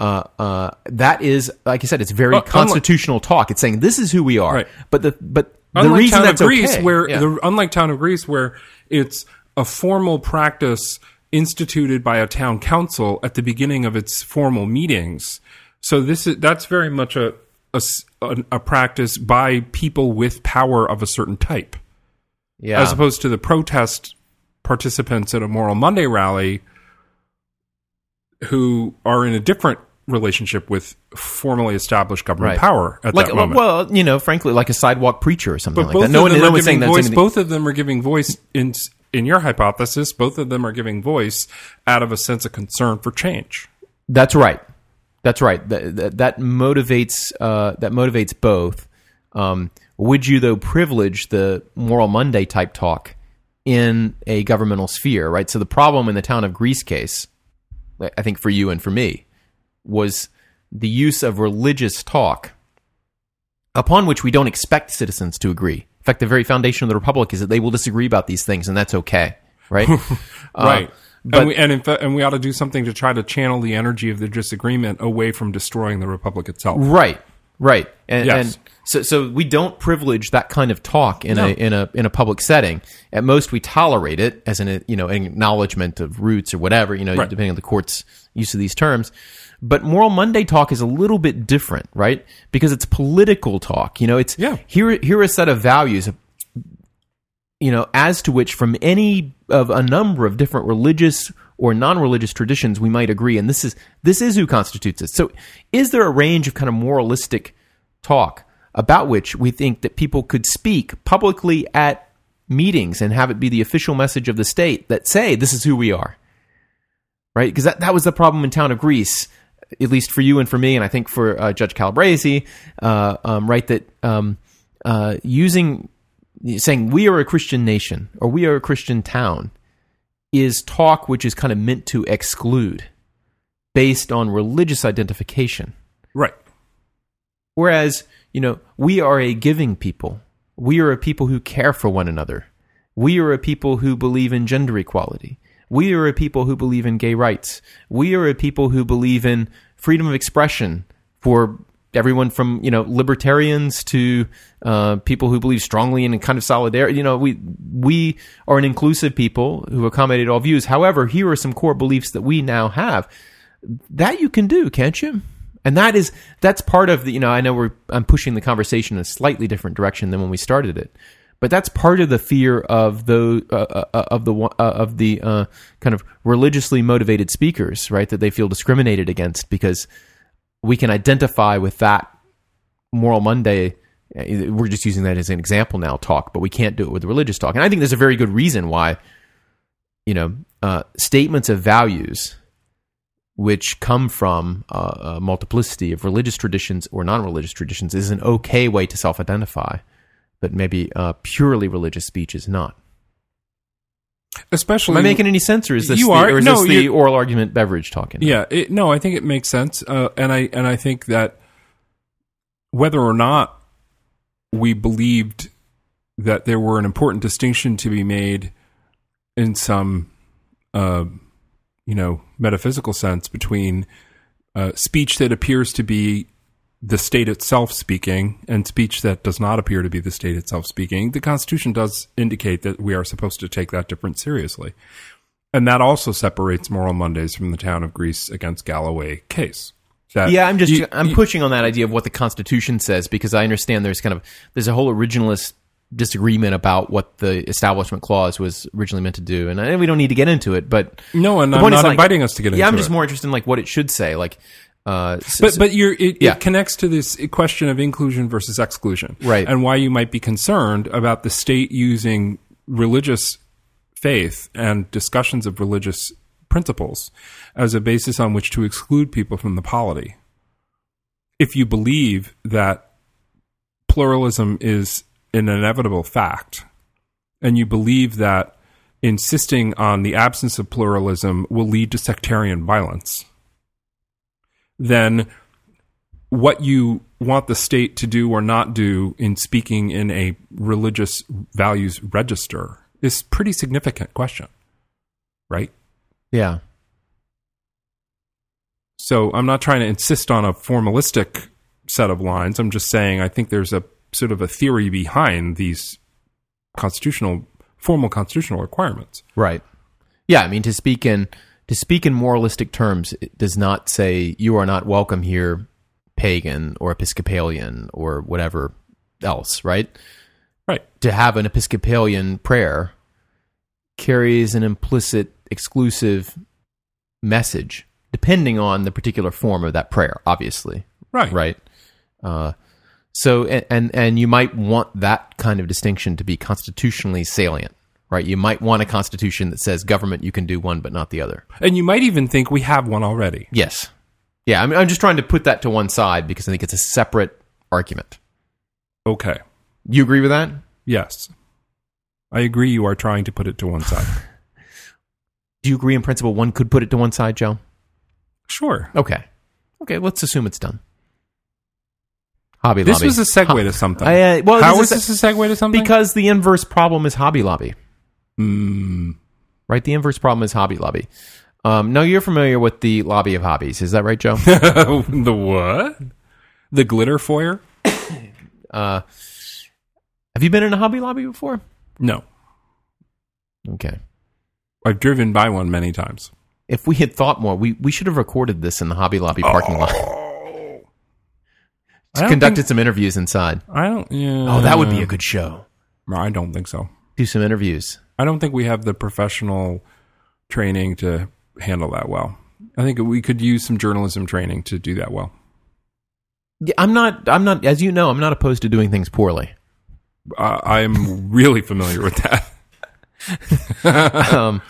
Speaker 2: uh, uh, that is, like I said, it's very
Speaker 1: Uh, unlike-
Speaker 2: constitutional talk. It's saying this is who we are,
Speaker 1: Right.
Speaker 2: but the but the
Speaker 1: Unlike
Speaker 2: reason
Speaker 1: town
Speaker 2: that's
Speaker 1: of Greece,
Speaker 2: okay,
Speaker 1: where
Speaker 2: yeah.
Speaker 1: the, unlike town of Greece, where it's a formal practice instituted by a town council at the beginning of its formal meetings. So this is that's very much a a s- an- a practice by people with power of a certain type.
Speaker 2: yeah.
Speaker 1: as opposed to the protest participants at a Moral Monday rally who are in a different relationship with formally established government
Speaker 2: Right.
Speaker 1: power at
Speaker 2: like uh,
Speaker 1: that moment.
Speaker 2: well, you know, frankly, like a sidewalk preacher or something
Speaker 1: but
Speaker 2: like
Speaker 1: both
Speaker 2: that. No
Speaker 1: of
Speaker 2: one,
Speaker 1: them
Speaker 2: no
Speaker 1: are
Speaker 2: one's saying
Speaker 1: giving
Speaker 2: that's
Speaker 1: voice.
Speaker 2: anything-
Speaker 1: Both of them are giving voice in in your hypothesis. Both of them are giving voice out of a sense of concern for change.
Speaker 2: That's right. That's right. That that, that motivates uh, that motivates both. Um, would you though privilege the moral Monday type talk in a governmental sphere? Right. So the problem in the town of Greece case, I think for you and for me, was the use of religious talk upon which we don't expect citizens to agree. In fact, the very foundation of the republic is that they will disagree about these things, and that's okay. Right. Uh,
Speaker 1: right.
Speaker 2: but-
Speaker 1: and we, and, in fa- and we ought to do something to try to channel the energy of the disagreement away from destroying the republic itself.
Speaker 2: Right. Right. And,
Speaker 1: Yes.
Speaker 2: and so, so we don't privilege that kind of talk in
Speaker 1: No.
Speaker 2: a in a in a public setting. At most, we tolerate it as an you know an acknowledgement of roots or whatever you know,
Speaker 1: Right.
Speaker 2: depending on the court's use of these terms. But moral Monday talk is a little bit different, right? Because it's political talk. You know, it's
Speaker 1: Yeah.
Speaker 2: here here are a set of values, you know, as to which from any of a number of different religious or non-religious traditions we might agree, and this is this is who constitutes it. So, is there a range of kind of moralistic talk about which we think that people could speak publicly at meetings and have it be the official message of the state that say this is who we are, right? Because that that was the problem in town of Greece, at least for you and for me, and I think for uh, Judge Calabresi, uh, um, right? That um, uh, using saying we are a Christian nation or we are a Christian town is talk which is kind of meant to exclude based on religious identification.
Speaker 1: Right.
Speaker 2: Whereas, you know, we are a giving people. We are a people who care for one another. We are a people who believe in gender equality. We are a people who believe in gay rights. We are a people who believe in freedom of expression for everyone from, you know, libertarians to uh, people who believe strongly in a kind of solidarity. You know, we, we are an inclusive people who accommodate all views. However, here are some core beliefs that we now have that you can do, can't you? And that is that's part of the you know I know we're I'm pushing the conversation in a slightly different direction than when we started it, but that's part of the fear of the uh, uh, uh, of the one- uh, of the uh, kind of religiously motivated speakers, right? That they feel discriminated against because we can identify with that moral Monday. uh, We're just using that as an example now, talk, but we can't do it with religious talk. And I think there's a very good reason why you know, uh, statements of values which come from uh, a multiplicity of religious traditions or non-religious traditions is an okay way to self-identify, but maybe uh, purely religious speech is not.
Speaker 1: Especially
Speaker 2: Am I making any sense, or is this
Speaker 1: You
Speaker 2: the,
Speaker 1: are-
Speaker 2: or is
Speaker 1: no,
Speaker 2: this the
Speaker 1: you-
Speaker 2: oral argument beverage talking?
Speaker 1: Yeah, it, no, I think it makes sense, uh, and I and I think that whether or not we believed that there were an important distinction to be made in some, uh, you know, metaphysical sense between uh, speech that appears to be the state itself speaking and speech that does not appear to be the state itself speaking, the Constitution does indicate that we are supposed to take that difference seriously. And that also separates Moral Mondays from the Town of Greece against Galloway case. That
Speaker 2: Yeah, I'm just
Speaker 1: you-
Speaker 2: I'm
Speaker 1: you-
Speaker 2: pushing on that idea of what the Constitution says because I understand there's kind of there's a whole originalist disagreement about what the Establishment Clause was originally meant to do, and I, we don't need to get into it. But
Speaker 1: No, and
Speaker 2: the
Speaker 1: I'm
Speaker 2: point
Speaker 1: not
Speaker 2: is, like,
Speaker 1: inviting us to get
Speaker 2: yeah, I'm
Speaker 1: into
Speaker 2: just
Speaker 1: it.
Speaker 2: more interested in like what it should say, like. Uh, s-
Speaker 1: But but you're, it,
Speaker 2: Yeah.
Speaker 1: it connects to this question of inclusion versus exclusion,
Speaker 2: Right.
Speaker 1: And why you might be concerned about the state using religious faith and discussions of religious principles as a basis on which to exclude people from the polity. If you believe that pluralism is an inevitable fact, and you believe that insisting on the absence of pluralism will lead to sectarian violence, then what you want the state to do or not do in speaking in a religious values register is pretty significant question, right?
Speaker 2: yeah,
Speaker 1: So I'm not trying to insist on a formalistic set of lines. I'm just saying I think there's a sort of a theory behind these constitutional formal constitutional requirements.
Speaker 2: right, yeah. I mean, to speak in to speak in moralistic terms, it does not say you are not welcome here, pagan or Episcopalian or whatever else, right?
Speaker 1: Right.
Speaker 2: to have an Episcopalian prayer carries an implicit exclusive message, depending on the particular form of that prayer, obviously,
Speaker 1: Right.
Speaker 2: right? Uh, so, and, and and you might want that kind of distinction to be constitutionally salient, right? You might want a constitution that says government you can do one but not the other.
Speaker 1: And you might even think we have one already.
Speaker 2: Yes, yeah. I mean, I'm just trying to put that to one side because I think it's a separate argument.
Speaker 1: Okay.
Speaker 2: You agree with that?
Speaker 1: Yes. I agree you are trying to put it to one side.
Speaker 2: Do you agree in principle one could put it to one side, Joe?
Speaker 1: sure.
Speaker 2: Okay. Okay, let's assume it's done. Hobby
Speaker 1: This
Speaker 2: Lobby.
Speaker 1: was a segue
Speaker 2: Huh.
Speaker 1: to something.
Speaker 2: I, uh, well,
Speaker 1: How
Speaker 2: this
Speaker 1: is
Speaker 2: is a-
Speaker 1: this a segue to something?
Speaker 2: Because the inverse problem is Hobby Lobby,
Speaker 1: Mm,
Speaker 2: right? The inverse problem is Hobby Lobby. Um, no, you're familiar with the lobby of hobbies. Is that right, Joe?
Speaker 1: the what? The glitter foyer?
Speaker 2: uh, have you been in a Hobby Lobby before?
Speaker 1: No.
Speaker 2: Okay.
Speaker 1: I've driven by one many times.
Speaker 2: If we had thought more, we, we should have recorded this in the Hobby Lobby parking lot.
Speaker 1: Oh.
Speaker 2: Oh.
Speaker 1: I don't
Speaker 2: Conducted
Speaker 1: think-
Speaker 2: some interviews inside.
Speaker 1: I don't. Yeah.
Speaker 2: Oh, that would be a good show.
Speaker 1: I don't think so.
Speaker 2: Do some interviews.
Speaker 1: I don't think we have the professional training to handle that well. I think we could use some journalism training to do that well.
Speaker 2: Yeah, I'm not. I'm not. As you know, I'm not opposed to doing things poorly.
Speaker 1: Uh, I'm really familiar with that.
Speaker 2: um,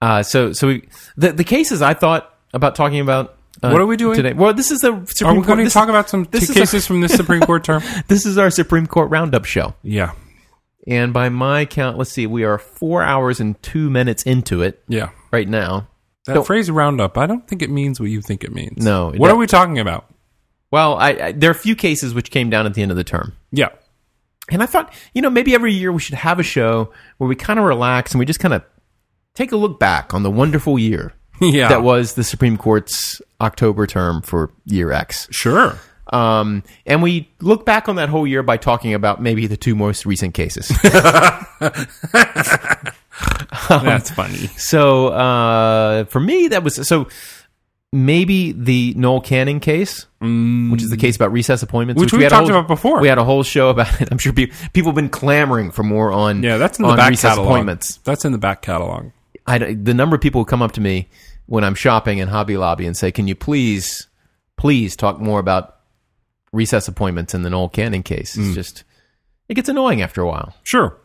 Speaker 2: uh, so so we, the the cases I thought about talking about. Uh,
Speaker 1: What are we doing?
Speaker 2: today? Well, this is the Supreme
Speaker 1: Are we
Speaker 2: Court.
Speaker 1: going to
Speaker 2: this,
Speaker 1: talk about some
Speaker 2: this
Speaker 1: t-
Speaker 2: is a-
Speaker 1: cases from this Supreme Court term?
Speaker 2: this is our Supreme Court roundup show,
Speaker 1: Yeah.
Speaker 2: and by my count, let's see, we are four hours and two minutes into it
Speaker 1: Yeah.
Speaker 2: right now.
Speaker 1: That
Speaker 2: Don't-
Speaker 1: phrase roundup, I don't think it means what you think it means.
Speaker 2: No, it
Speaker 1: What are
Speaker 2: don't.
Speaker 1: we talking about?
Speaker 2: Well, I, I there are a few cases which came down at the end of the term.
Speaker 1: Yeah.
Speaker 2: And I thought, you know, maybe every year we should have a show where we kind of relax and we just kind of take a look back on the wonderful year
Speaker 1: yeah.
Speaker 2: that was the Supreme Court's October term for year X.
Speaker 1: Sure.
Speaker 2: Um, and we look back on that whole year by talking about maybe the two most recent cases.
Speaker 1: That's funny.
Speaker 2: so uh, for me, that was so maybe the Noel Canning case, which is the case about recess appointments,
Speaker 1: Mm. Which we've
Speaker 2: had a
Speaker 1: talked
Speaker 2: whole-
Speaker 1: about before.
Speaker 2: We had a whole show about it. I'm sure pe- people have been clamoring for more on
Speaker 1: Yeah, that's in the
Speaker 2: on
Speaker 1: back
Speaker 2: recess
Speaker 1: catalog.
Speaker 2: appointments.
Speaker 1: That's in the back catalog.
Speaker 2: I don't- the number of people who come up to me when I'm shopping in Hobby Lobby and say, "Can you please, please talk more about recess appointments in the Noel Canning case?"
Speaker 1: Mm.
Speaker 2: It's just it gets annoying after a while,
Speaker 1: Sure.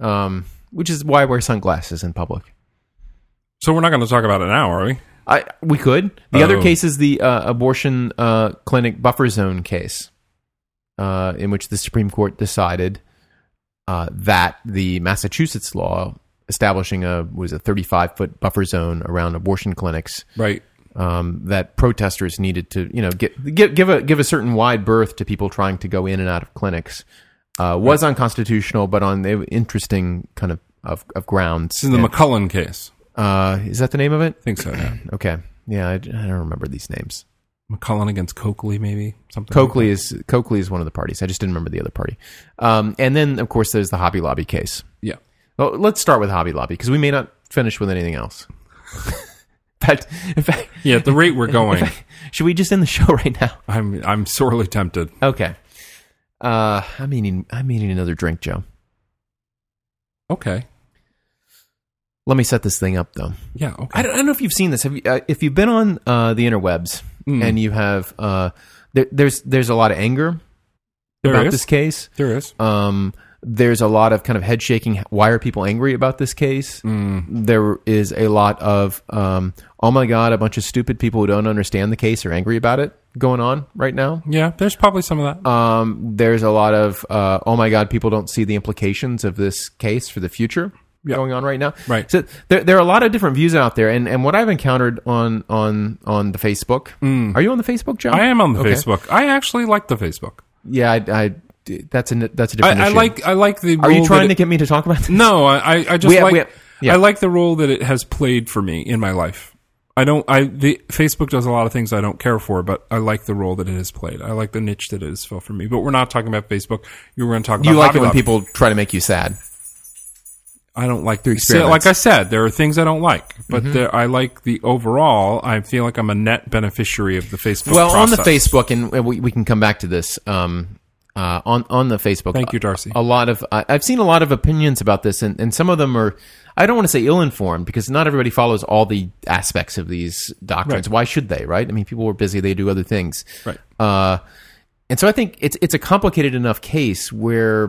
Speaker 2: um, which is why I wear sunglasses in public.
Speaker 1: So we're not going to talk about it now, are we?
Speaker 2: I, we could. The
Speaker 1: Oh.
Speaker 2: other case is the uh, abortion uh, clinic buffer zone case, uh, in which the Supreme Court decided uh, that the Massachusetts law establishing a was a 35 foot buffer zone around abortion clinics
Speaker 1: Right.
Speaker 2: um, that protesters needed to you know get, give give a give a certain wide berth to people trying to go in and out of clinics uh, was unconstitutional, but on the interesting kind of of, of grounds.
Speaker 1: This is the McCullen case.
Speaker 2: uh, is that the name of it?
Speaker 1: I think so. Yeah.
Speaker 2: Okay. Yeah, I, I don't remember these names.
Speaker 1: McCullen against Coakley, maybe something. like
Speaker 2: Coakley is Coakley is one of the parties. I just didn't remember the other party. Um, and then, of course, there's the Hobby Lobby case.
Speaker 1: that. yeah.
Speaker 2: Well, let's start with Hobby Lobby because we may not finish with anything else. in fact, in fact,
Speaker 1: Yeah. At the rate we're going,
Speaker 2: should we just end the show right now?
Speaker 1: I'm I'm sorely tempted.
Speaker 2: Okay. Uh, I'm eating. I'm eating another drink, Joe.
Speaker 1: Okay.
Speaker 2: Let me set this thing up, though.
Speaker 1: Yeah.
Speaker 2: I
Speaker 1: Okay.
Speaker 2: don't, I don't know if you've seen this. Have you, uh, if you've been on uh, the interwebs and you have, uh, there, there's there's a lot of anger
Speaker 1: There
Speaker 2: about
Speaker 1: is.
Speaker 2: this case.
Speaker 1: There is.
Speaker 2: Um, there's a lot of kind of head shaking. Why are people angry about this case?
Speaker 1: Mm.
Speaker 2: There is a lot of, um, oh my God, a bunch of stupid people who don't understand the case are angry about it going on right now.
Speaker 1: Yeah. There's probably some of that.
Speaker 2: Um, there's a lot of, uh, oh my God, people don't see the implications of this case for the future going on right now.
Speaker 1: Right.
Speaker 2: So there, there are a lot of different views out there. And, and what I've encountered on, on, on the Facebook, are you on the Facebook, John?
Speaker 1: Mm. I am on the
Speaker 2: Okay.
Speaker 1: Facebook. I actually like the Facebook.
Speaker 2: Yeah. I, I, that's a, that's a different
Speaker 1: I, I
Speaker 2: issue.
Speaker 1: like. I like the.
Speaker 2: are
Speaker 1: role
Speaker 2: you
Speaker 1: that
Speaker 2: trying
Speaker 1: it-
Speaker 2: to get me to talk about this?
Speaker 1: No, I, I I just
Speaker 2: We have-
Speaker 1: like
Speaker 2: we have- yeah.
Speaker 1: I like the role that it has played for me in my life. I don't I the Facebook does a lot of things I don't care for, but I like the role that it has played. I like the niche that it has filled for me. But we're not talking about Facebook. You were going to talk about
Speaker 2: You like
Speaker 1: Hobby
Speaker 2: it when
Speaker 1: Lobby.
Speaker 2: people try to make you sad.
Speaker 1: I don't like the
Speaker 2: experiments.
Speaker 1: Like I said, there are things I don't like,
Speaker 2: Mm-hmm.
Speaker 1: but there, I like the overall. I feel like I'm a net beneficiary of the Facebook.
Speaker 2: Well, on the
Speaker 1: process.
Speaker 2: Facebook, and and we, we can come back to this. Um, uh, on on the Facebook,
Speaker 1: Thank you, Darcy.
Speaker 2: A, a lot of uh, I I've seen a lot of opinions about this, and, and some of them are I don't want to say ill informed because not everybody follows all the aspects of these doctrines. Why should they? Right? I mean, people were busy; they do other things.
Speaker 1: Right.
Speaker 2: Uh, and so I think it's it's a complicated enough case where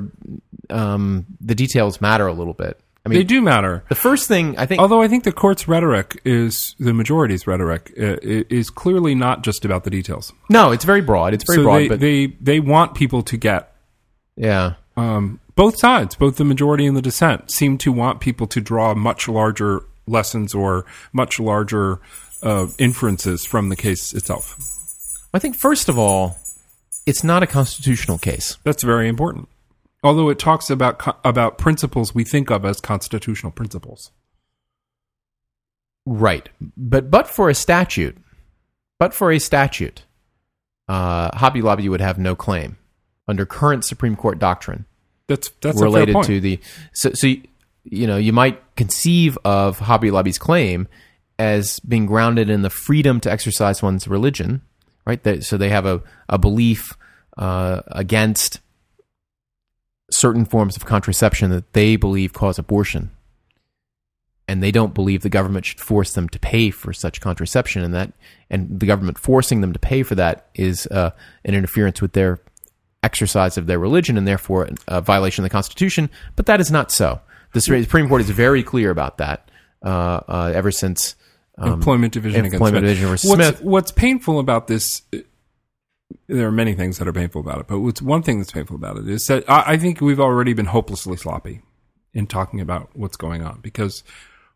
Speaker 2: um, the details matter a little bit. I mean,
Speaker 1: they do matter.
Speaker 2: the first thing I think
Speaker 1: Although I think the court's rhetoric is the majority's rhetoric uh, i- is clearly not just about the details.
Speaker 2: no, it's very broad. It's very
Speaker 1: so
Speaker 2: broad,
Speaker 1: they,
Speaker 2: but
Speaker 1: they they want people to get
Speaker 2: yeah.
Speaker 1: um, both sides, both the majority and the dissent, seem to want people to draw much larger lessons or much larger uh, inferences from the case itself.
Speaker 2: I think first of all, it's not a constitutional case.
Speaker 1: That's very important. Although it talks about co- about principles we think of as constitutional principles.
Speaker 2: Right. But but for a statute, but for a statute, uh, Hobby Lobby would have no claim under current Supreme Court doctrine
Speaker 1: That's that's a fair
Speaker 2: related
Speaker 1: point.
Speaker 2: to the so so you, you know, you might conceive of Hobby Lobby's claim as being grounded in the freedom to exercise one's religion, right? They, so they have a, a belief uh, against certain forms of contraception that they believe cause abortion. and they don't believe the government should force them to pay for such contraception, and that and the government forcing them to pay for that is uh, an interference with their exercise of their religion and therefore a violation of the Constitution. But that is not so. The Supreme Supreme Court is very clear about that. Uh, uh, ever since
Speaker 1: Employment Division
Speaker 2: Um, Employment
Speaker 1: against
Speaker 2: Division versus
Speaker 1: what's,
Speaker 2: Smith.
Speaker 1: What's painful about this? uh, There are many things that are painful about it, but what's one thing that's painful about it is that I, I think we've already been hopelessly sloppy in talking about what's going on because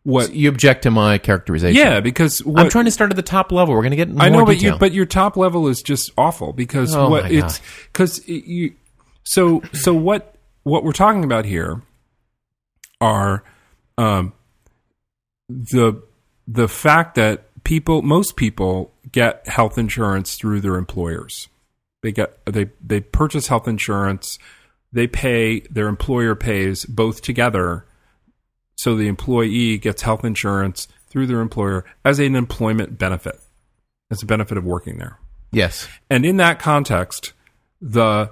Speaker 1: what?
Speaker 2: you object to my characterization.
Speaker 1: Yeah, because what,
Speaker 2: I'm trying to start at the top level. We're going to get. More
Speaker 1: I know, but
Speaker 2: detail.
Speaker 1: you, but your top level is just awful because
Speaker 2: Oh my
Speaker 1: what
Speaker 2: God.
Speaker 1: it's because you. So so what what we're talking about here are um, the the fact that people most people get health insurance through their employers. They get they they purchase health insurance. They pay their employer pays both together so the employee gets health insurance through their employer as an employment benefit, as a benefit of working there.
Speaker 2: yes,
Speaker 1: And in that context, the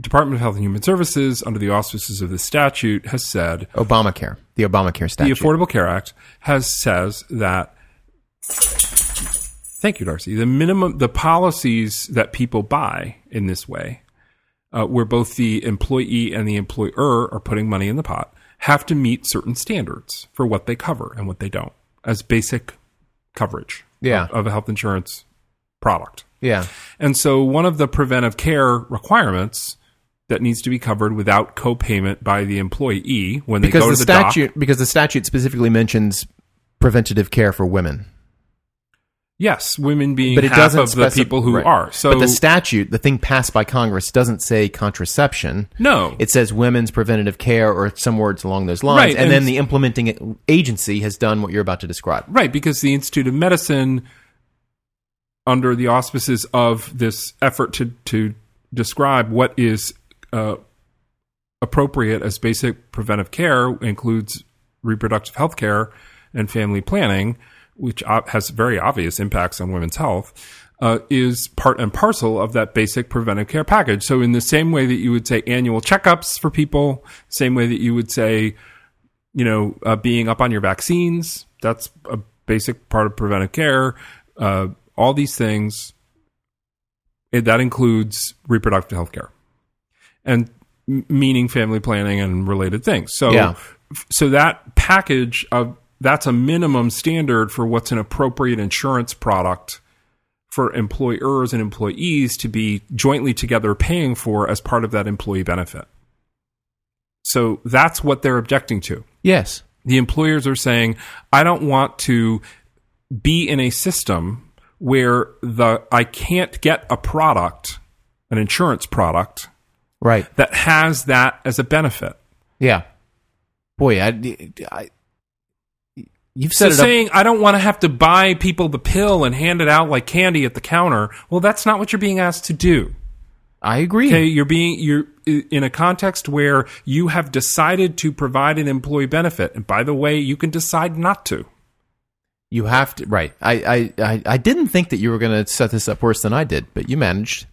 Speaker 1: Department of Health and Human Services, under the auspices of this statute, has said
Speaker 2: Obamacare, the Obamacare statute.
Speaker 1: the Affordable Care Act has says that. Thank you, Darcy. The minimum, the policies that people buy in this way uh, where both the employee and the employer are putting money in the pot, have to meet certain standards for what they cover and what they don't as basic coverage
Speaker 2: Yeah.
Speaker 1: of a health insurance product.
Speaker 2: Yeah.
Speaker 1: And so one of the preventive care requirements that needs to be covered without copayment by the employee when they
Speaker 2: Because
Speaker 1: go
Speaker 2: the
Speaker 1: to the doc-
Speaker 2: statute because the statute specifically mentions preventative care for women.
Speaker 1: yes, women being
Speaker 2: But it
Speaker 1: half
Speaker 2: doesn't
Speaker 1: of the
Speaker 2: specif-
Speaker 1: people who
Speaker 2: right.
Speaker 1: are. So
Speaker 2: but the statute, the thing passed by Congress doesn't say contraception.
Speaker 1: no,
Speaker 2: It says women's preventative care or some words along those lines.
Speaker 1: Right,
Speaker 2: and,
Speaker 1: and
Speaker 2: then
Speaker 1: s-
Speaker 2: the implementing agency has done what you're about to describe.
Speaker 1: Right, because the Institute of Medicine, under the auspices of this effort to to describe what is uh, appropriate as basic preventive care, includes reproductive health care and family planning, which ob- has very obvious impacts on women's health. Uh, is part and parcel of that basic preventive care package. So, in the same way that you would say annual checkups for people, same way that you would say you know, uh, being up on your vaccines. That's a basic part of preventive care. Uh, all these things. It, that includes reproductive health care and m- meaning family planning and related things. So,
Speaker 2: Yeah.
Speaker 1: f- so that package of that's a minimum standard for what's an appropriate insurance product for employers and employees to be jointly together paying for as part of that employee benefit. So that's what they're objecting to
Speaker 2: Yes.
Speaker 1: the employers are saying, I don't want to be in a system where the I can't get a product, an insurance product
Speaker 2: Right.
Speaker 1: that has that as a benefit.
Speaker 2: Yeah. Boy, I, I you've set
Speaker 1: so
Speaker 2: it up.
Speaker 1: saying I don't want to have to buy people the pill and hand it out like candy at the counter. Well, that's not what you're being asked to do.
Speaker 2: I agree.
Speaker 1: Okay, you're being you're i- in a context where you have decided to provide an employee benefit, and by the way, you can decide not to.
Speaker 2: You have to right. I I I, I didn't think that you were going to set this up worse than I did, but you managed.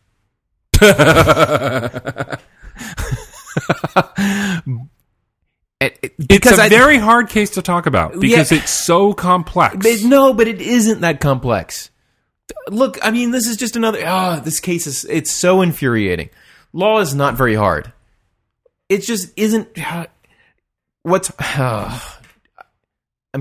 Speaker 2: It- it- because
Speaker 1: it's a
Speaker 2: I-
Speaker 1: very hard case to talk about because
Speaker 2: Yeah.
Speaker 1: it's so complex.
Speaker 2: but no, but it isn't that complex. Look, I mean, this is just another. Ah, this case is it's so infuriating. Law is not very hard. It just isn't. What's I'm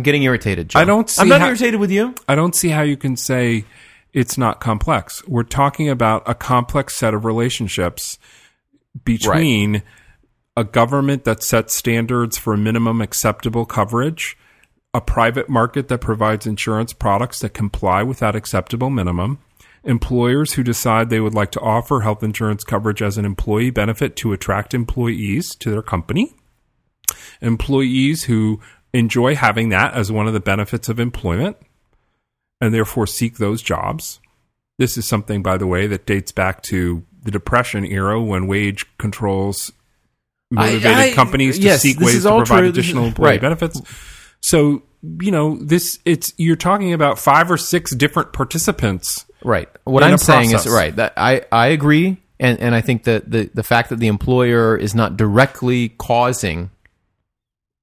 Speaker 2: getting irritated. John.
Speaker 1: I don't see
Speaker 2: I'm not
Speaker 1: how-
Speaker 2: irritated with you.
Speaker 1: I don't see how you can say it's not complex. We're talking about a complex set of relationships between a government that sets standards for minimum acceptable coverage, a private market that provides insurance products that comply with that acceptable minimum. Employers who decide they would like to offer health insurance coverage as an employee benefit to attract employees to their company employees who enjoy having that as one of the benefits of employment and therefore seek those jobs. This is something, by the way, that dates back to the Depression era when wage controls motivated
Speaker 2: I- I-
Speaker 1: companies to
Speaker 2: yes,
Speaker 1: seek
Speaker 2: this
Speaker 1: ways
Speaker 2: is
Speaker 1: to
Speaker 2: all
Speaker 1: provide
Speaker 2: true. This
Speaker 1: additional
Speaker 2: is-
Speaker 1: employee
Speaker 2: right.
Speaker 1: benefits. So, you know, this it's you're talking about five or six different participants.
Speaker 2: Right. What
Speaker 1: in
Speaker 2: I'm
Speaker 1: a
Speaker 2: saying
Speaker 1: process.
Speaker 2: is right. That I, I agree, and and I think that the the fact that the employer is not directly causing,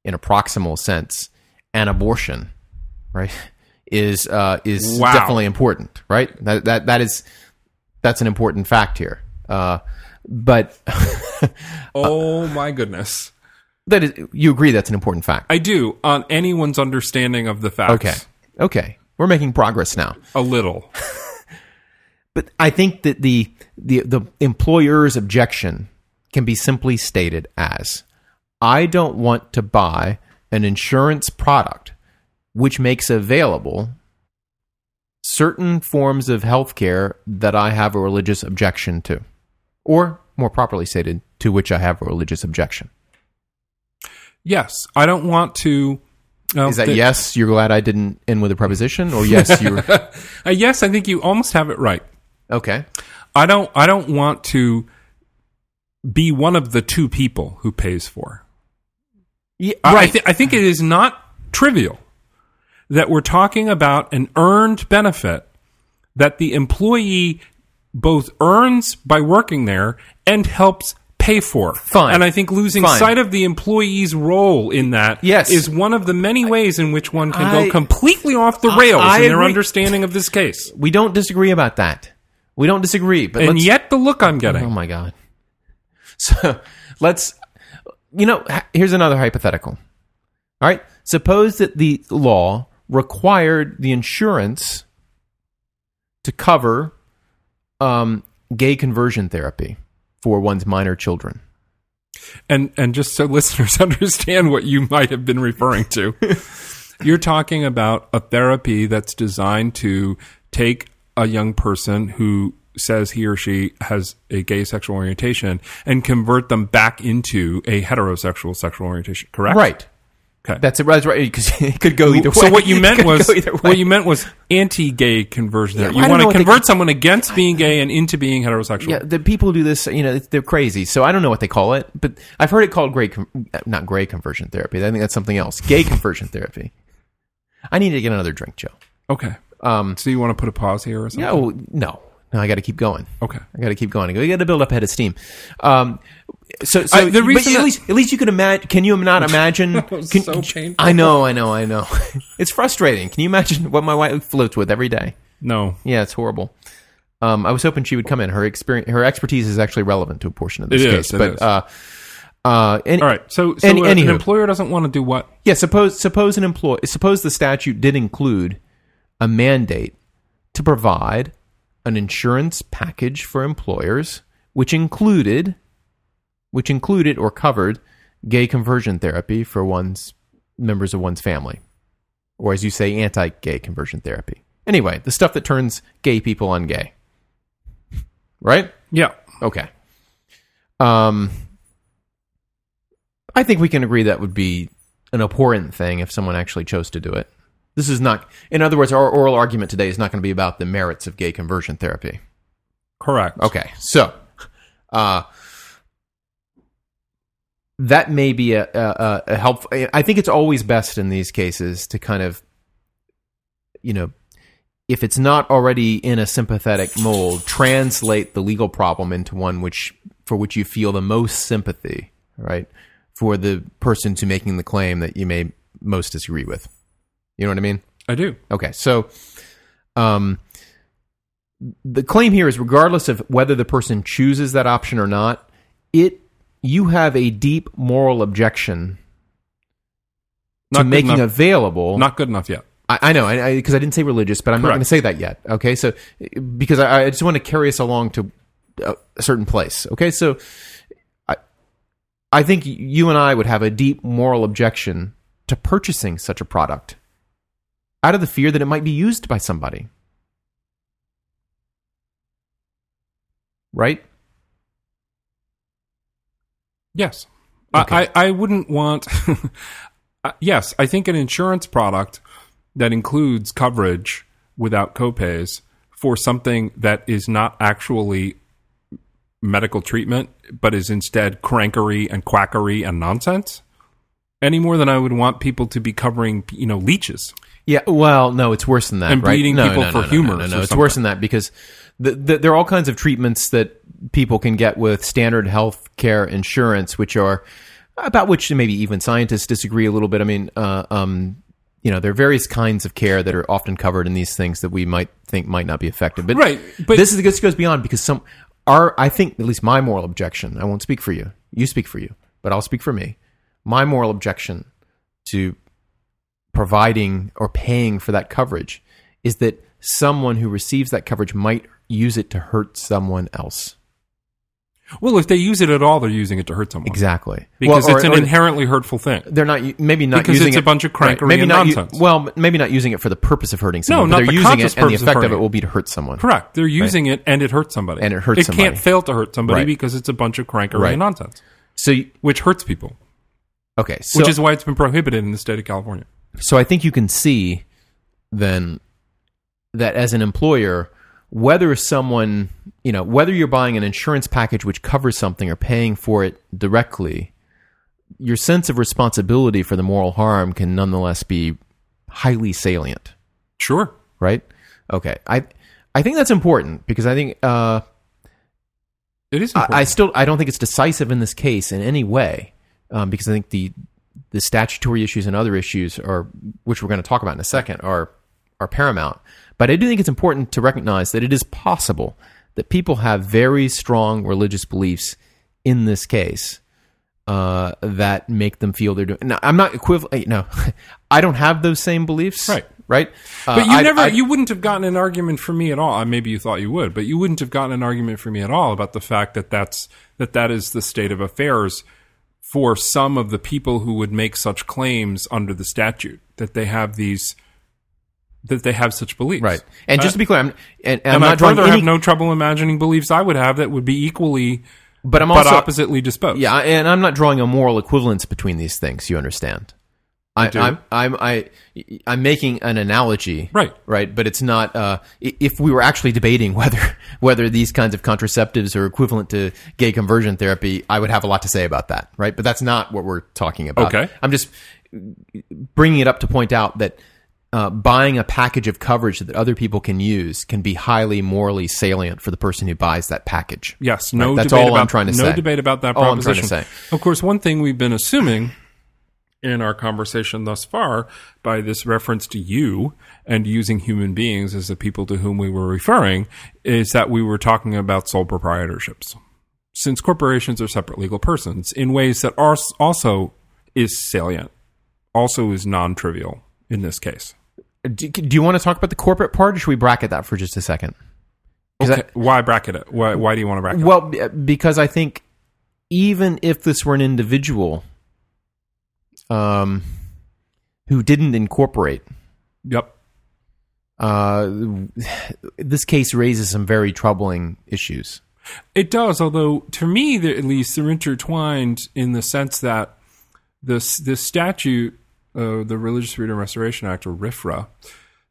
Speaker 2: in a proximal sense, an abortion, right, is uh, is
Speaker 1: Wow.
Speaker 2: definitely important. Right. That that that is that's an important fact here. Uh, but
Speaker 1: Oh my goodness.
Speaker 2: that is, you agree that's an important fact.
Speaker 1: I do on anyone's understanding of the facts.
Speaker 2: Okay. Okay. We're making progress now.
Speaker 1: A little.
Speaker 2: But I think that the the the employer's objection can be simply stated as I don't want to buy an insurance product which makes available certain forms of healthcare that I have a religious objection to or more properly stated to which I have a religious objection.
Speaker 1: Yes, I don't want to. well,
Speaker 2: Is that
Speaker 1: the-
Speaker 2: yes, you're glad I didn't end with a preposition or yes you're
Speaker 1: Uh, yes, I think you almost have it right.
Speaker 2: Okay.
Speaker 1: I don't. I don't want to be one of the two people who pays for. I- I, thi- I think it is not trivial that we're talking about an earned benefit that the employee both earns by working there and helps pay for.
Speaker 2: Fine.
Speaker 1: And I think losing
Speaker 2: Fine.
Speaker 1: sight of the employee's role in that is
Speaker 2: Yes.
Speaker 1: one of the many ways in which one can
Speaker 2: I-
Speaker 1: go completely off the rails
Speaker 2: I
Speaker 1: in their
Speaker 2: agree.
Speaker 1: understanding of this case.
Speaker 2: We don't disagree about that. We don't disagree, but
Speaker 1: And
Speaker 2: let's
Speaker 1: yet the look I'm
Speaker 2: Oh
Speaker 1: getting.
Speaker 2: my god. So let's, you know, h- here's another hypothetical. All right. Suppose that the law required the insurance to cover um, gay conversion therapy for one's minor children.
Speaker 1: And and just so listeners understand what you might have been referring to, you're talking about a therapy that's designed to take a young person who says he or she has a gay sexual orientation and convert them back into a heterosexual sexual orientation, correct?
Speaker 2: Right.
Speaker 1: Okay.
Speaker 2: That's it. That's right. Because it could go either way.
Speaker 1: So what you meant
Speaker 2: It could
Speaker 1: was
Speaker 2: go either way.
Speaker 1: what you meant was anti-gay conversion.
Speaker 2: Yeah,
Speaker 1: therapy.
Speaker 2: I
Speaker 1: you
Speaker 2: don't
Speaker 1: want
Speaker 2: know
Speaker 1: to
Speaker 2: what they-
Speaker 1: convert someone against being gay and into being heterosexual.
Speaker 2: Yeah, the people who do this, you know, they're crazy. So I don't know what they call it, but I've heard it called gray, con- uh, not gray conversion therapy. I think that's something else. Gay conversion therapy. I need to get another drink, Joe.
Speaker 1: Okay.
Speaker 2: Um,
Speaker 1: So you want to put a pause here or something?
Speaker 2: no, no, no. I got to keep going.
Speaker 1: Okay.
Speaker 2: I got to keep going. I got to build up head of steam. Um, so, so
Speaker 1: I- the
Speaker 2: but
Speaker 1: reason
Speaker 2: at
Speaker 1: that-
Speaker 2: least, at least you can imagine. Can you not imagine?
Speaker 1: was
Speaker 2: can-
Speaker 1: so painful.
Speaker 2: I know, I know, I know. it's frustrating. Can you imagine what my wife floats with every day?
Speaker 1: No.
Speaker 2: Yeah, it's horrible. Um, I was hoping she would come in. Her experience, her expertise is actually relevant to a portion of this
Speaker 1: It is,
Speaker 2: case.
Speaker 1: it
Speaker 2: but
Speaker 1: is.
Speaker 2: uh, uh, and,
Speaker 1: All right. So, so
Speaker 2: Any-
Speaker 1: a- an
Speaker 2: anywho.
Speaker 1: employer doesn't want to do what?
Speaker 2: yeah. Suppose suppose an employee suppose the statute did include a mandate to provide an insurance package for employers, which included, which included or covered gay conversion therapy for one's members of one's family, or as you say, anti-gay conversion therapy. Anyway, the stuff that turns gay people on gay. Right?
Speaker 1: Yeah.
Speaker 2: Okay. Um, I think we can agree that would be an abhorrent thing if someone actually chose to do it. This is not, in other words, our oral argument today is not going to be about the merits of gay conversion therapy.
Speaker 1: Correct.
Speaker 2: Okay, so uh, that may be a, a, a helpful. I think it's always best in these cases to kind of, you know, if it's not already in a sympathetic mold, translate the legal problem into one which for which you feel the most sympathy, right? For the person to making the claim that you may most disagree with. You know what I mean?
Speaker 1: I do.
Speaker 2: Okay, so um, the claim here is regardless of whether the person chooses that option or not, it you have a deep moral objection
Speaker 1: Not
Speaker 2: to
Speaker 1: good
Speaker 2: making
Speaker 1: enough,
Speaker 2: available.
Speaker 1: not good enough yet.
Speaker 2: I, I know, I because I, didn't say religious, but I'm not
Speaker 1: Correct.
Speaker 2: going to say that yet. Okay, so because I, I just want to carry us along to a a certain place. Okay, so I, I think you and I would have a deep moral objection to purchasing such a product out of the fear that it might be used by somebody. Right?
Speaker 1: Yes.
Speaker 2: Okay.
Speaker 1: I, I, I wouldn't want. Uh, yes, I think an insurance product that includes coverage without copays for something that is not actually medical treatment, but is instead crankery and quackery and nonsense, any more than I would want people to be covering, you know, leeches.
Speaker 2: Yeah, well, no, it's worse than that.
Speaker 1: And
Speaker 2: right?
Speaker 1: bleeding
Speaker 2: No,
Speaker 1: people
Speaker 2: no, no,
Speaker 1: for
Speaker 2: no,
Speaker 1: humors
Speaker 2: No, no,
Speaker 1: or
Speaker 2: no. it's worse than that because the, the, there are all kinds of treatments that people can get with standard health care insurance, which are about which maybe even scientists disagree a little bit. I mean, uh, um, you know, there are various kinds of care that are often covered in these things that we might think might not be effective. But
Speaker 1: Right, but-
Speaker 2: this is this goes beyond because some our I think at least my moral objection. I won't speak for you. You speak for you, but I'll speak for me. My moral objection to providing or paying for that coverage is that someone who receives that coverage might use it to hurt someone else.
Speaker 1: Well, if they use it at all, they're using it to hurt someone.
Speaker 2: Exactly.
Speaker 1: Because
Speaker 2: Well,
Speaker 1: it's
Speaker 2: or-
Speaker 1: an
Speaker 2: or
Speaker 1: inherently hurtful thing.
Speaker 2: they're not u- maybe not
Speaker 1: Because
Speaker 2: using
Speaker 1: it's a
Speaker 2: it-
Speaker 1: bunch of crankery
Speaker 2: maybe
Speaker 1: and
Speaker 2: not u-
Speaker 1: nonsense.
Speaker 2: well, maybe not using it for the purpose of hurting someone.
Speaker 1: not
Speaker 2: but they're
Speaker 1: the
Speaker 2: using
Speaker 1: conscious
Speaker 2: it, and the
Speaker 1: purpose of
Speaker 2: effect of,
Speaker 1: hurting.
Speaker 2: it will be to hurt someone.
Speaker 1: Correct. They're using it and it hurts somebody.
Speaker 2: And it hurts
Speaker 1: It
Speaker 2: somebody.
Speaker 1: can't fail to hurt somebody
Speaker 2: Right.
Speaker 1: because it's a bunch of crankery
Speaker 2: Right.
Speaker 1: and nonsense,
Speaker 2: So you-
Speaker 1: which hurts people,
Speaker 2: okay, so
Speaker 1: which is why it's been prohibited in the state of California.
Speaker 2: So I think you can see then that as an employer, whether someone, you know, whether you're buying an insurance package which covers something or paying for it directly, your sense of responsibility for the moral harm can nonetheless be highly salient
Speaker 1: Sure.
Speaker 2: right? Okay, I I think that's important because I think uh,
Speaker 1: It is
Speaker 2: I,
Speaker 1: important.
Speaker 2: I still I don't think it's decisive in this case in any way um, because I think the the statutory issues and other issues are which we're going to talk about in a second are are paramount. But I do think it's important to recognize that it is possible that people have very strong religious beliefs in this case uh, that make them feel they're doing. Now, I'm not equivalent. No, I don't have those same beliefs.
Speaker 1: Right.
Speaker 2: Right. Uh,
Speaker 1: But you
Speaker 2: I-
Speaker 1: never,
Speaker 2: I-
Speaker 1: you wouldn't have gotten an argument from me at all. Uh, Maybe you thought you would, but you wouldn't have gotten an argument from me at all about the fact that that's that that is the state of affairs for some of the people who would make such claims under the statute that they have these that they have such beliefs,
Speaker 2: right. And just to be clear, I'm, and, and I'm
Speaker 1: And I
Speaker 2: not drawing
Speaker 1: further
Speaker 2: any,
Speaker 1: have no trouble imagining beliefs I would have that would be equally
Speaker 2: but I'm
Speaker 1: but
Speaker 2: also
Speaker 1: oppositely disposed.
Speaker 2: yeah, and I'm not drawing a moral equivalence between these things. You understand? I,
Speaker 1: do.
Speaker 2: I'm I'm I, I'm making an analogy,
Speaker 1: Right.
Speaker 2: Right, but it's not. Uh, i- if we were actually debating whether whether these kinds of contraceptives are equivalent to gay conversion therapy, I would have a lot to say about that, right? But that's not what we're talking about.
Speaker 1: Okay.
Speaker 2: I'm just bringing it up to point out that uh, buying a package of coverage that other people can use can be highly morally salient for the person who buys that package.
Speaker 1: Yes, no.
Speaker 2: Right, that's
Speaker 1: debate
Speaker 2: all I'm
Speaker 1: about,
Speaker 2: trying to
Speaker 1: no
Speaker 2: say.
Speaker 1: debate about that
Speaker 2: All I'm trying
Speaker 1: proposition.
Speaker 2: to
Speaker 1: Of course, one thing we've been assuming in our conversation thus far by this reference to you and using human beings as the people to whom we were referring is that we were talking about sole proprietorships. Since corporations are separate legal persons in ways that are s- also is salient, also is non-trivial in this case.
Speaker 2: Do, do you want to talk about the corporate part, or should we bracket that for just a second? 'Cause
Speaker 1: Okay, why bracket it? Why, why do you want to bracket
Speaker 2: I-
Speaker 1: it?
Speaker 2: well, b- uh, because I think even if this were an individual um, who didn't incorporate, Mm-hmm.
Speaker 1: Yep.
Speaker 2: uh, this case raises some very troubling issues.
Speaker 1: It does, although to me, they're- at least, they're intertwined in the sense that this this statute, uh, the Religious Freedom Restoration Act, or RFRA,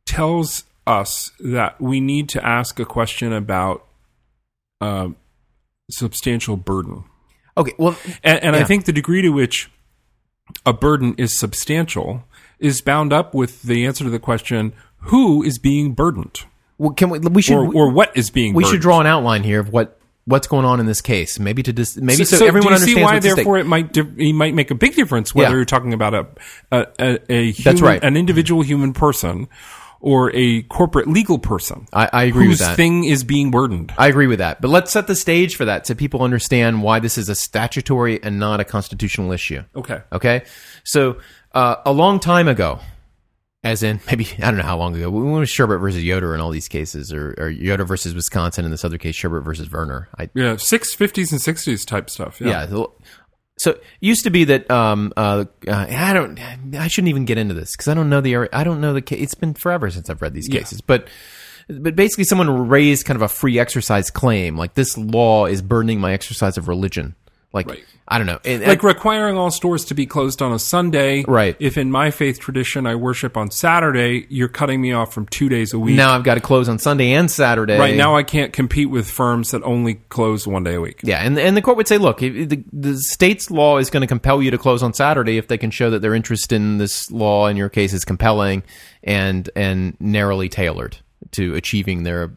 Speaker 1: tells us that we need to ask a question about um, substantial burden,
Speaker 2: Okay, well,
Speaker 1: and, and I
Speaker 2: Yeah.
Speaker 1: think the degree to which a burden is substantial is bound up with the answer to the question: Who is being burdened,
Speaker 2: well, can we? We should
Speaker 1: or, or what is being?
Speaker 2: we
Speaker 1: burdened?
Speaker 2: should draw an outline here of what what's going on in this case. Maybe to dis- maybe so,
Speaker 1: do
Speaker 2: everyone
Speaker 1: you
Speaker 2: understands
Speaker 1: see why,
Speaker 2: what's at stake.
Speaker 1: therefore, it might di- it might make a big difference whether
Speaker 2: Yeah.
Speaker 1: you're talking about a a, a, a human,
Speaker 2: right.
Speaker 1: an individual human person or a corporate legal person
Speaker 2: I, I agree
Speaker 1: whose
Speaker 2: with that.
Speaker 1: thing is being burdened.
Speaker 2: I agree with that. But let's set the stage for that so people understand why this is a statutory and not a constitutional issue.
Speaker 1: Okay,
Speaker 2: Okay? So, uh, a long time ago, as in maybe, I don't know how long ago, when it was Sherbert versus Yoder in all these cases, or, or Yoder versus Wisconsin in this other case, Sherbert versus Werner. I,
Speaker 1: yeah, six fifties and sixties type stuff. Yeah.
Speaker 2: yeah. the- So it used to be that um, uh, uh, I don't I shouldn't even get into this because I don't know the area- I don't know the case. It's been forever since I've read these
Speaker 1: Yeah.
Speaker 2: cases, but but basically someone raised kind of a free exercise claim like this law is burdening my exercise of religion. Like
Speaker 1: Right.
Speaker 2: I don't know. And-
Speaker 1: Like requiring all stores to be closed on a Sunday.
Speaker 2: Right.
Speaker 1: If in my faith tradition I worship on Saturday, you're cutting me off from two days a week.
Speaker 2: now I've got to close on Sunday and Saturday.
Speaker 1: right now, I can't compete with firms that only close one day a week.
Speaker 2: Yeah, and and the court would say, look, if- if the, the state's law is going to compel you to close on Saturday if they can show that their interest in this law in your case is compelling and and narrowly tailored to achieving their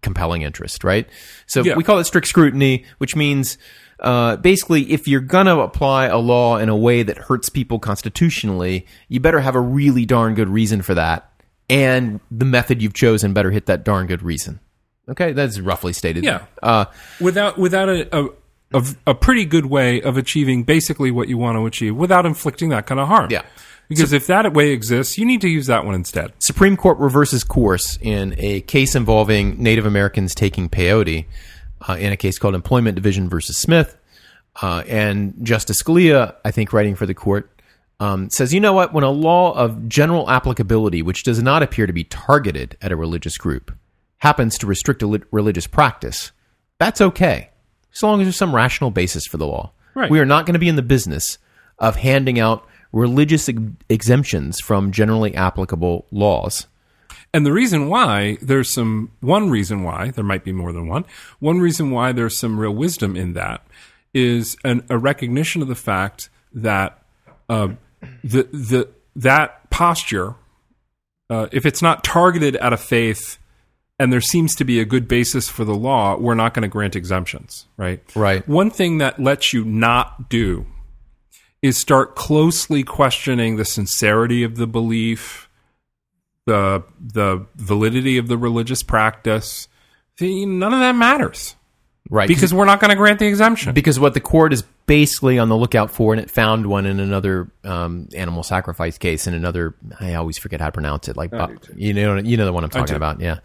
Speaker 2: compelling interest, right? So
Speaker 1: Yeah.
Speaker 2: we call it strict scrutiny, which means uh, basically if you're going to apply a law in a way that hurts people constitutionally, you better have a really darn good reason for that, and the method you've chosen better hit that darn good reason. Okay, that's roughly stated.
Speaker 1: Yeah.
Speaker 2: Uh,
Speaker 1: without without a, a a a pretty good way of achieving basically what you want to achieve without inflicting that kind of harm.
Speaker 2: Yeah.
Speaker 1: Because if that way exists, you need to use that one instead.
Speaker 2: Supreme Court reverses course in a case involving Native Americans taking peyote uh, in a case called Employment Division versus Smith. Uh, and Justice Scalia, I think, writing for the court, um, says, you know what? When a law of general applicability, which does not appear to be targeted at a religious group, happens to restrict a li- religious practice, that's okay, as long as there's some rational basis for the law.
Speaker 1: Right.
Speaker 2: We are not going to be in the business of handing out religious ex- exemptions from generally applicable laws.
Speaker 1: And the reason why there's some one reason why there might be more than one. One reason why there's some real wisdom in that is an, a recognition of the fact that um, the the that posture, uh, if it's not targeted at a faith, and there seems to be a good basis for the law, we're not going to grant exemptions, right?
Speaker 2: Right.
Speaker 1: One thing that lets you not do is start closely questioning the sincerity of the belief, the the validity of the religious practice. See, none of that matters.
Speaker 2: right?
Speaker 1: because we're not going to grant the exemption.
Speaker 2: because what the court is basically on the lookout for, and it found one in another um, animal sacrifice case, in another I always forget how to pronounce it, like Bo- you know you know the one I'm talking
Speaker 1: do.
Speaker 2: about. Yeah,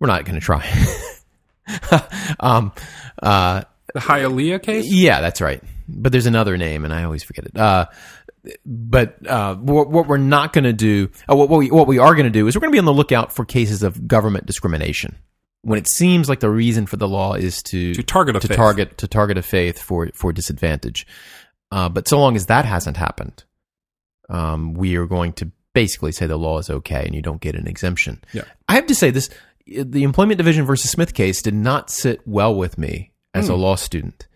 Speaker 2: we're not going to try. um, uh,
Speaker 1: the Hialeah case?
Speaker 2: yeah, that's right. But there's another name, and I always forget it. Uh, but uh, what, what we're not going to do, uh, what, what, we, what we are going to do, is we're going to be on the lookout for cases of government discrimination when it seems like the reason for the law is to
Speaker 1: To target a
Speaker 2: to
Speaker 1: faith.
Speaker 2: target to target a faith for for disadvantage. Uh, but so long as that hasn't happened, um, we are going to basically say the law is okay and you don't get an exemption.
Speaker 1: Yeah.
Speaker 2: I have to say this: the Employment Division versus Smith case did not sit well with me as a law student,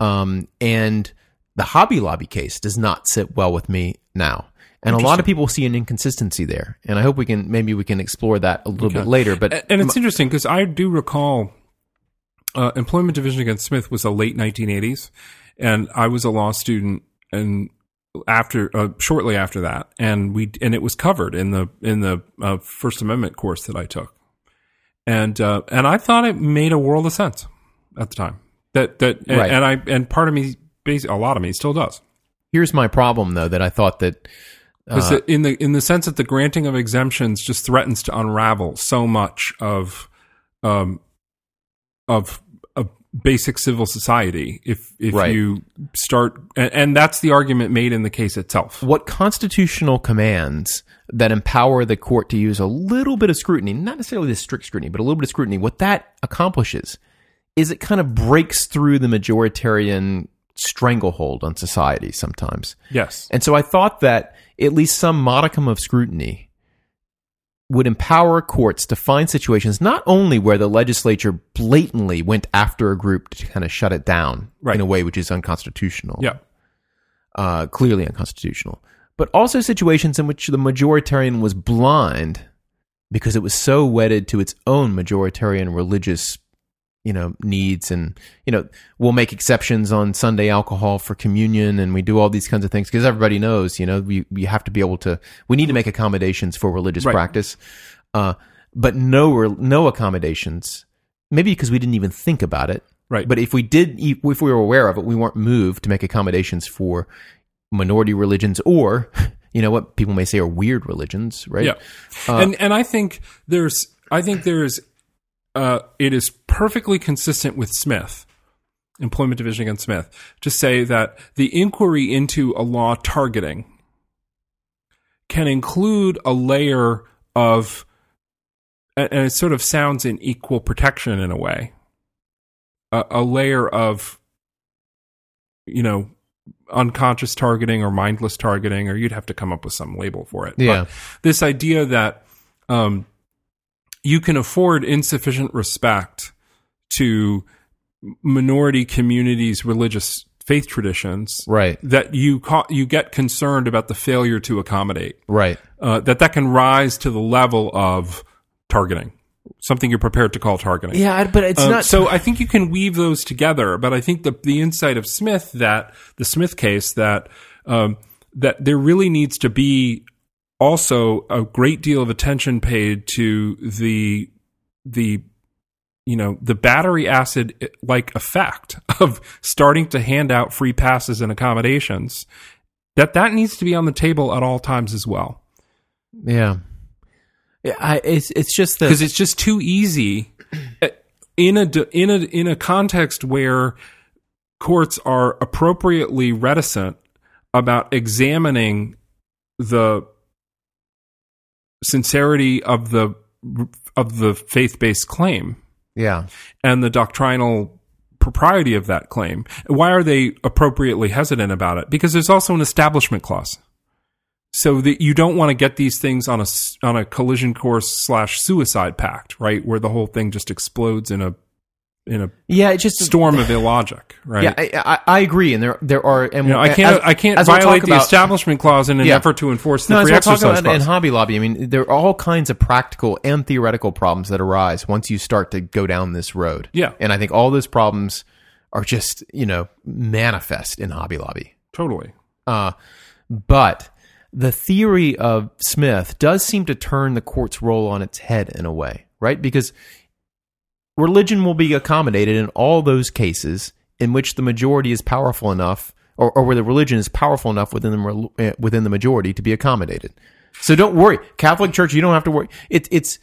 Speaker 2: um, and the Hobby Lobby case does not sit well with me now. And a lot of people see an inconsistency there, and I hope we can maybe we can explore that a little bit later. But
Speaker 1: A- And it's interesting because I do recall uh, Employment Division against Smith was the late 1980s, and I was a law student and after uh, shortly after that, and we and it was covered in the in the uh, First Amendment course that I took, and uh, and I thought it made a world of sense at the time. That that and,
Speaker 2: Right.
Speaker 1: and I and part of me, basi- a lot of me, still does.
Speaker 2: here's my problem, though, that I thought that
Speaker 1: Because in the in the sense that the granting of exemptions just threatens to unravel so much of um of a basic civil society if if
Speaker 2: Right.
Speaker 1: you start and, and that's the argument made in the case itself.
Speaker 2: what constitutional commands that empower the court to use a little bit of scrutiny, not necessarily the strict scrutiny, but a little bit of scrutiny, what that accomplishes is it kind of breaks through the majoritarian stranglehold on society sometimes.
Speaker 1: Yes.
Speaker 2: And so I thought that at least some modicum of scrutiny would empower courts to find situations not only where the legislature blatantly went after a group to kind of shut it down
Speaker 1: Right.
Speaker 2: in a way which is unconstitutional
Speaker 1: Yeah.
Speaker 2: uh, clearly unconstitutional, but also situations in which the majoritarian was blind because it was so wedded to its own majoritarian religious, you know, needs, and you know, we'll make exceptions on Sunday alcohol for communion, and we do all these kinds of things because everybody knows, you know, we we have to be able to, we need to make accommodations for religious
Speaker 1: Right.
Speaker 2: practice, uh, but no re- no accommodations, maybe because we didn't even think about it,
Speaker 1: Right.
Speaker 2: but if we did, e, if we were aware of it, we weren't moved to make accommodations for minority religions or, you know, what people may say are weird religions, right? Uh,
Speaker 1: Yeah. and and I think there's I think there's uh it is perfectly consistent with Smith, Employment Division against Smith, to say that the inquiry into a law targeting can include a layer of a- and it sort of sounds in equal protection in a way. A, a layer of you know unconscious targeting or mindless targeting or you'd have to come up with some label for it.
Speaker 2: Yeah.
Speaker 1: But this idea that um, you can afford insufficient respect to minority communities' religious faith traditions
Speaker 2: Right.
Speaker 1: that you ca- you get concerned about the failure to accommodate
Speaker 2: Right.
Speaker 1: uh, that that can rise to the level of targeting, something you're prepared to call targeting.
Speaker 2: Yeah. I- But it's
Speaker 1: Um,
Speaker 2: not
Speaker 1: so I think you can weave those together, but I think the the insight of Smith that the Smith case that um, that there really needs to be also a great deal of attention paid to the the you know the battery acid eh, like effect of starting to hand out free passes and accommodations that that needs to be on the table at all times as well
Speaker 2: Yeah. Yeah, I, it's it's just that
Speaker 1: because it's just too easy uh, in a d- in a in a context where courts are appropriately reticent about examining the sincerity of the of the faith-based claim
Speaker 2: yeah
Speaker 1: and the doctrinal propriety of that claim. Why are they appropriately hesitant about it? Because there's also an establishment clause. So that you don't want to get these things on a s- on a collision course slash suicide pact, right? Where the whole thing just explodes in a in a
Speaker 2: yeah it's just
Speaker 1: storm of illogic, right?
Speaker 2: yeah I, I, I agree and there there are and
Speaker 1: you know, I can't
Speaker 2: as-
Speaker 1: I can't
Speaker 2: as we'll talk
Speaker 1: violate the
Speaker 2: about-
Speaker 1: establishment clause in an
Speaker 2: Yeah.
Speaker 1: effort to enforce the
Speaker 2: No, as
Speaker 1: free
Speaker 2: we'll talk
Speaker 1: exercise
Speaker 2: about in
Speaker 1: clause.
Speaker 2: Hobby Lobby, I mean, there are all kinds of practical and theoretical problems that arise once you start to go down this road.
Speaker 1: Yeah.
Speaker 2: And I think all those problems are just, you know, manifest in Hobby Lobby.
Speaker 1: totally.
Speaker 2: Uh, but the theory of Smith does seem to turn the court's role on its head in a way, right? Because religion will be accommodated in all those cases in which the majority is powerful enough, or, or where the religion is powerful enough within the rel- eh, within the majority to be accommodated. So don't worry, Catholic Church. You don't have to worry. It, it's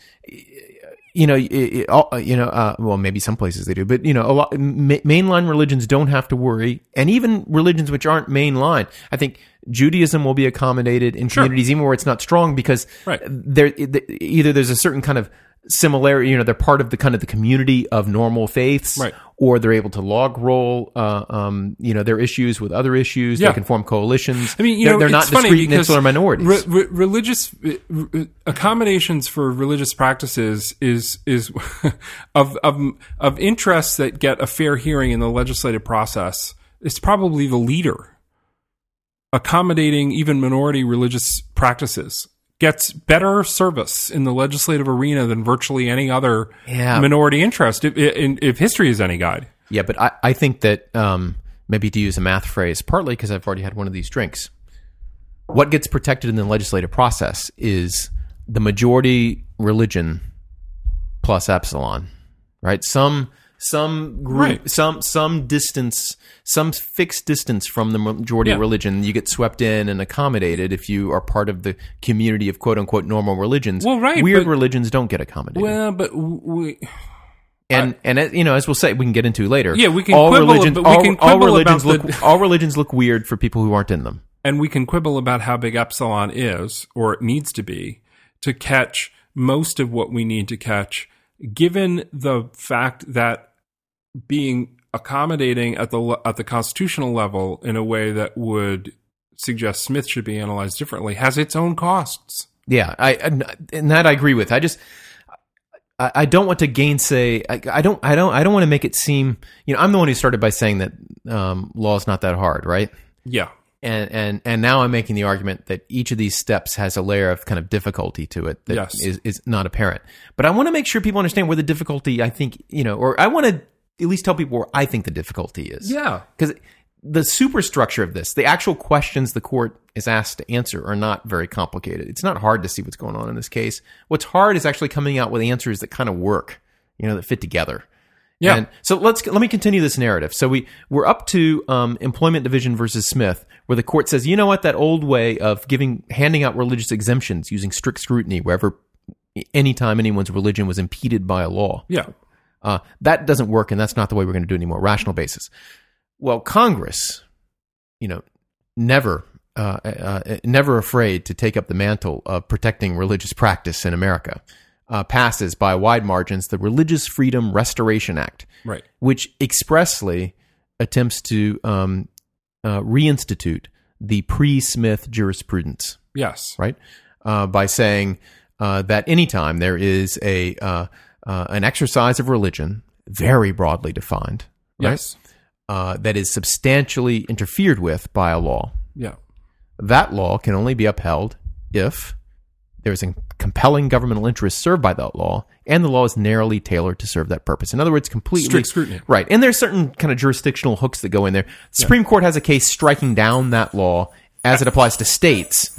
Speaker 2: you know, it, it, all- you know, uh, well, maybe some places they do, but you know, a lot ma- mainline religions don't have to worry, and even religions which aren't mainline, I think Judaism will be accommodated in communities even where it's not strong because
Speaker 1: Right.
Speaker 2: there either there's a certain kind of similarity, you know, they're part of the kind of the community of normal faiths,
Speaker 1: Right.
Speaker 2: or they're able to log roll, uh, um, you know, their issues with other issues.
Speaker 1: Yeah.
Speaker 2: They can form coalitions.
Speaker 1: I mean, you
Speaker 2: they're,
Speaker 1: know,
Speaker 2: they're
Speaker 1: it's
Speaker 2: not
Speaker 1: funny
Speaker 2: discrete
Speaker 1: because
Speaker 2: insular minorities.
Speaker 1: re- re- religious re- re- accommodations for religious practices is is of of of interests that get a fair hearing in the legislative process. It's probably the leader accommodating even minority religious practices gets better service in the legislative arena than virtually any other
Speaker 2: Yeah.
Speaker 1: minority interest. If, if, if history is any guide,
Speaker 2: Yeah, but I, I think that um, maybe to use a math phrase, partly because I've already had one of these drinks. What gets protected in the legislative process is the majority religion plus epsilon, right? Some some group,
Speaker 1: Right.
Speaker 2: some some distance, some fixed distance from the majority
Speaker 1: Yeah.
Speaker 2: religion. You get swept in and accommodated if you are part of the community of quote unquote normal religions.
Speaker 1: Well, right,
Speaker 2: Weird
Speaker 1: but-
Speaker 2: religions don't get accommodated
Speaker 1: well, but we,
Speaker 2: and and as, you know, as we'll say, we can get into later.
Speaker 1: Yeah, we can quibble, but we
Speaker 2: all,
Speaker 1: can
Speaker 2: all
Speaker 1: quibble
Speaker 2: religions
Speaker 1: about
Speaker 2: look
Speaker 1: the-
Speaker 2: all religions look weird for people who aren't in them.
Speaker 1: and we can quibble about how big epsilon is or it needs to be to catch most of what we need to catch given the fact that being accommodating at the le- at the constitutional level in a way that would suggest Smith should be analyzed differently has its own costs
Speaker 2: Yeah, I and, and that I agree with. I just I, I don't want to gainsay. I, I don't I don't I don't want to make it seem. You know, I'm the one who started by saying that um, law's not that hard, right?
Speaker 1: yeah
Speaker 2: And and and now I'm making the argument that each of these steps has a layer of kind of difficulty to it that is
Speaker 1: Yes.
Speaker 2: is not apparent. But I want to make sure people understand where the difficulty I think you know, or I want to at least tell people where I think the difficulty is.
Speaker 1: yeah
Speaker 2: because the superstructure of this, the actual questions the court is asked to answer, are not very complicated. It's not hard to see what's going on in this case. What's hard is actually coming out with answers that kind of work, you know, that fit together.
Speaker 1: Yeah.
Speaker 2: And so let's let me continue this narrative. So we we're up to um, employment division versus Smith, where the court says, you know what, that old way of giving handing out religious exemptions using strict scrutiny wherever anytime anyone's religion was impeded by a law.
Speaker 1: yeah
Speaker 2: Uh, that doesn't work, and that's not the way we're going to do it anymore. Rational basis. Well, Congress, you know, never, uh, uh, uh, never afraid to take up the mantle of protecting religious practice in America, uh, passes by wide margins the Religious Freedom Restoration Act,
Speaker 1: right
Speaker 2: which expressly attempts to um, uh, reinstitute the pre-Smith jurisprudence
Speaker 1: yes
Speaker 2: right? Uh, by saying uh, that anytime there is a uh, uh, an exercise of religion, very broadly defined, right?
Speaker 1: yes
Speaker 2: Uh, that is substantially interfered with by a law,
Speaker 1: yeah
Speaker 2: that law can only be upheld if there is a compelling governmental interest served by that law, and the law is narrowly tailored to serve that purpose. In other words, completely
Speaker 1: Strict scrutiny.
Speaker 2: right? And there's certain kind of jurisdictional hooks that go in there. The Supreme Court has a case striking down that law as it applies to states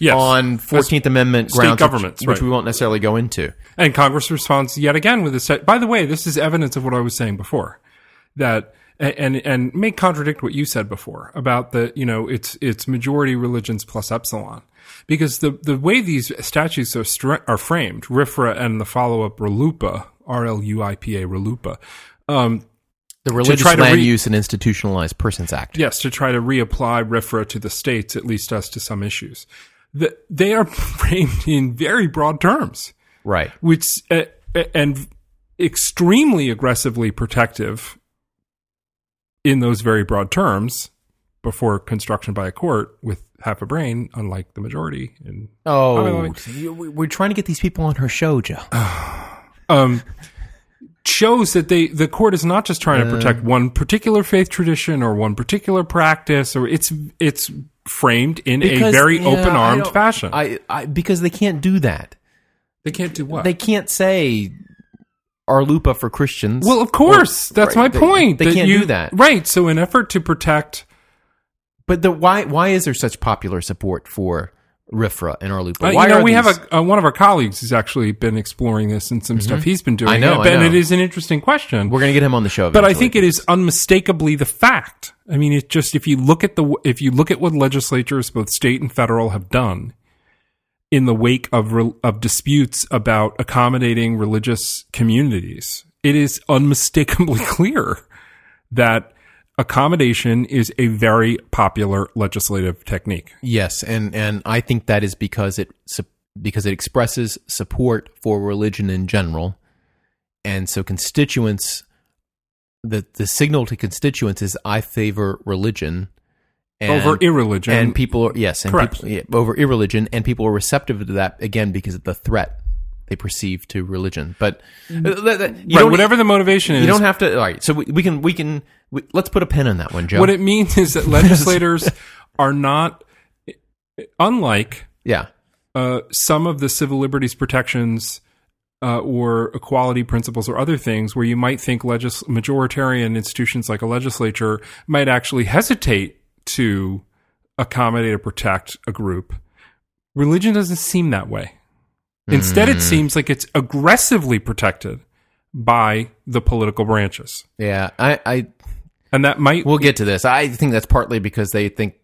Speaker 1: yes
Speaker 2: on Fourteenth Amendment
Speaker 1: state
Speaker 2: grounds, which-
Speaker 1: governments,
Speaker 2: which,
Speaker 1: right.
Speaker 2: we won't necessarily go into.
Speaker 1: And Congress responds yet again with a set. By the way, this is evidence of what I was saying before, that and and may contradict what you said before about the you know it's it's majority religions plus epsilon, because the the way these statutes are str- are framed, RIFRA and the follow up RLUIPA, R L U I P A RLUIPA, um,
Speaker 2: The Religious
Speaker 1: try to
Speaker 2: Land
Speaker 1: re-
Speaker 2: Use and Institutionalized Persons Act.
Speaker 1: Yes, to try to reapply RIFRA to the states, at least as to some issues. The, they are framed in very broad terms.
Speaker 2: Right.
Speaker 1: which uh, and extremely aggressively protective in those very broad terms before construction by a court with half a brain unlike the majority and
Speaker 2: Oh, you- we- we're trying to get these people on her show, Joe.
Speaker 1: um shows that they the court is not just
Speaker 2: Uh.
Speaker 1: trying to protect one particular faith tradition or one particular practice or it's it's framed in a
Speaker 2: Because,
Speaker 1: very
Speaker 2: yeah, I
Speaker 1: open-armed
Speaker 2: don't-
Speaker 1: fashion
Speaker 2: I, I, because they can't do that.
Speaker 1: they can't do what
Speaker 2: They can't say Arlupa for Christians.
Speaker 1: Well, of course,
Speaker 2: Or-
Speaker 1: that's
Speaker 2: right,
Speaker 1: my
Speaker 2: they-
Speaker 1: point.
Speaker 2: They,
Speaker 1: that
Speaker 2: can't
Speaker 1: you-
Speaker 2: do that.
Speaker 1: right? So, an effort to protect
Speaker 2: But the why why is there such popular support for RIFRA and our loophole?
Speaker 1: Uh,
Speaker 2: Why
Speaker 1: you know,
Speaker 2: are
Speaker 1: we
Speaker 2: these-
Speaker 1: have a, uh, one of our colleagues has actually been exploring this and some stuff he's been doing.
Speaker 2: Mm-hmm. I know,
Speaker 1: and,
Speaker 2: I know.
Speaker 1: it is an interesting question.
Speaker 2: We're going to get him on the show,
Speaker 1: but I
Speaker 2: eventually.
Speaker 1: think it is unmistakably the fact. I mean, it's just if you look at the if you look at what legislatures, both state and federal, have done in the wake of re- of disputes about accommodating religious communities, it is unmistakably clear that accommodation is a very popular legislative technique.
Speaker 2: Yes, and and I think that is because it sup- because it expresses support for religion in general, and so constituents the the signal to constituents is I favor religion and,
Speaker 1: Over irreligion,
Speaker 2: and people are yes and
Speaker 1: Correct.
Speaker 2: people, yeah, over irreligion and people are receptive to that again because of the threat they perceive to religion. But uh, that- that- you
Speaker 1: Mm. right,
Speaker 2: don't-
Speaker 1: whatever the motivation is,
Speaker 2: you don't have to. All right, so we, we can we can we, let's put a pin in that one, Joe.
Speaker 1: what it means is that legislators are not, unlike
Speaker 2: yeah,
Speaker 1: uh, some of the civil liberties protections uh, or equality principles or other things where you might think legis- majoritarian institutions like a legislature might actually hesitate to accommodate or protect a group. Religion doesn't seem that way. Instead, it seems like it's aggressively protected by the political branches.
Speaker 2: yeah. I, I
Speaker 1: And that might
Speaker 2: We'll get to this. I think that's partly because they think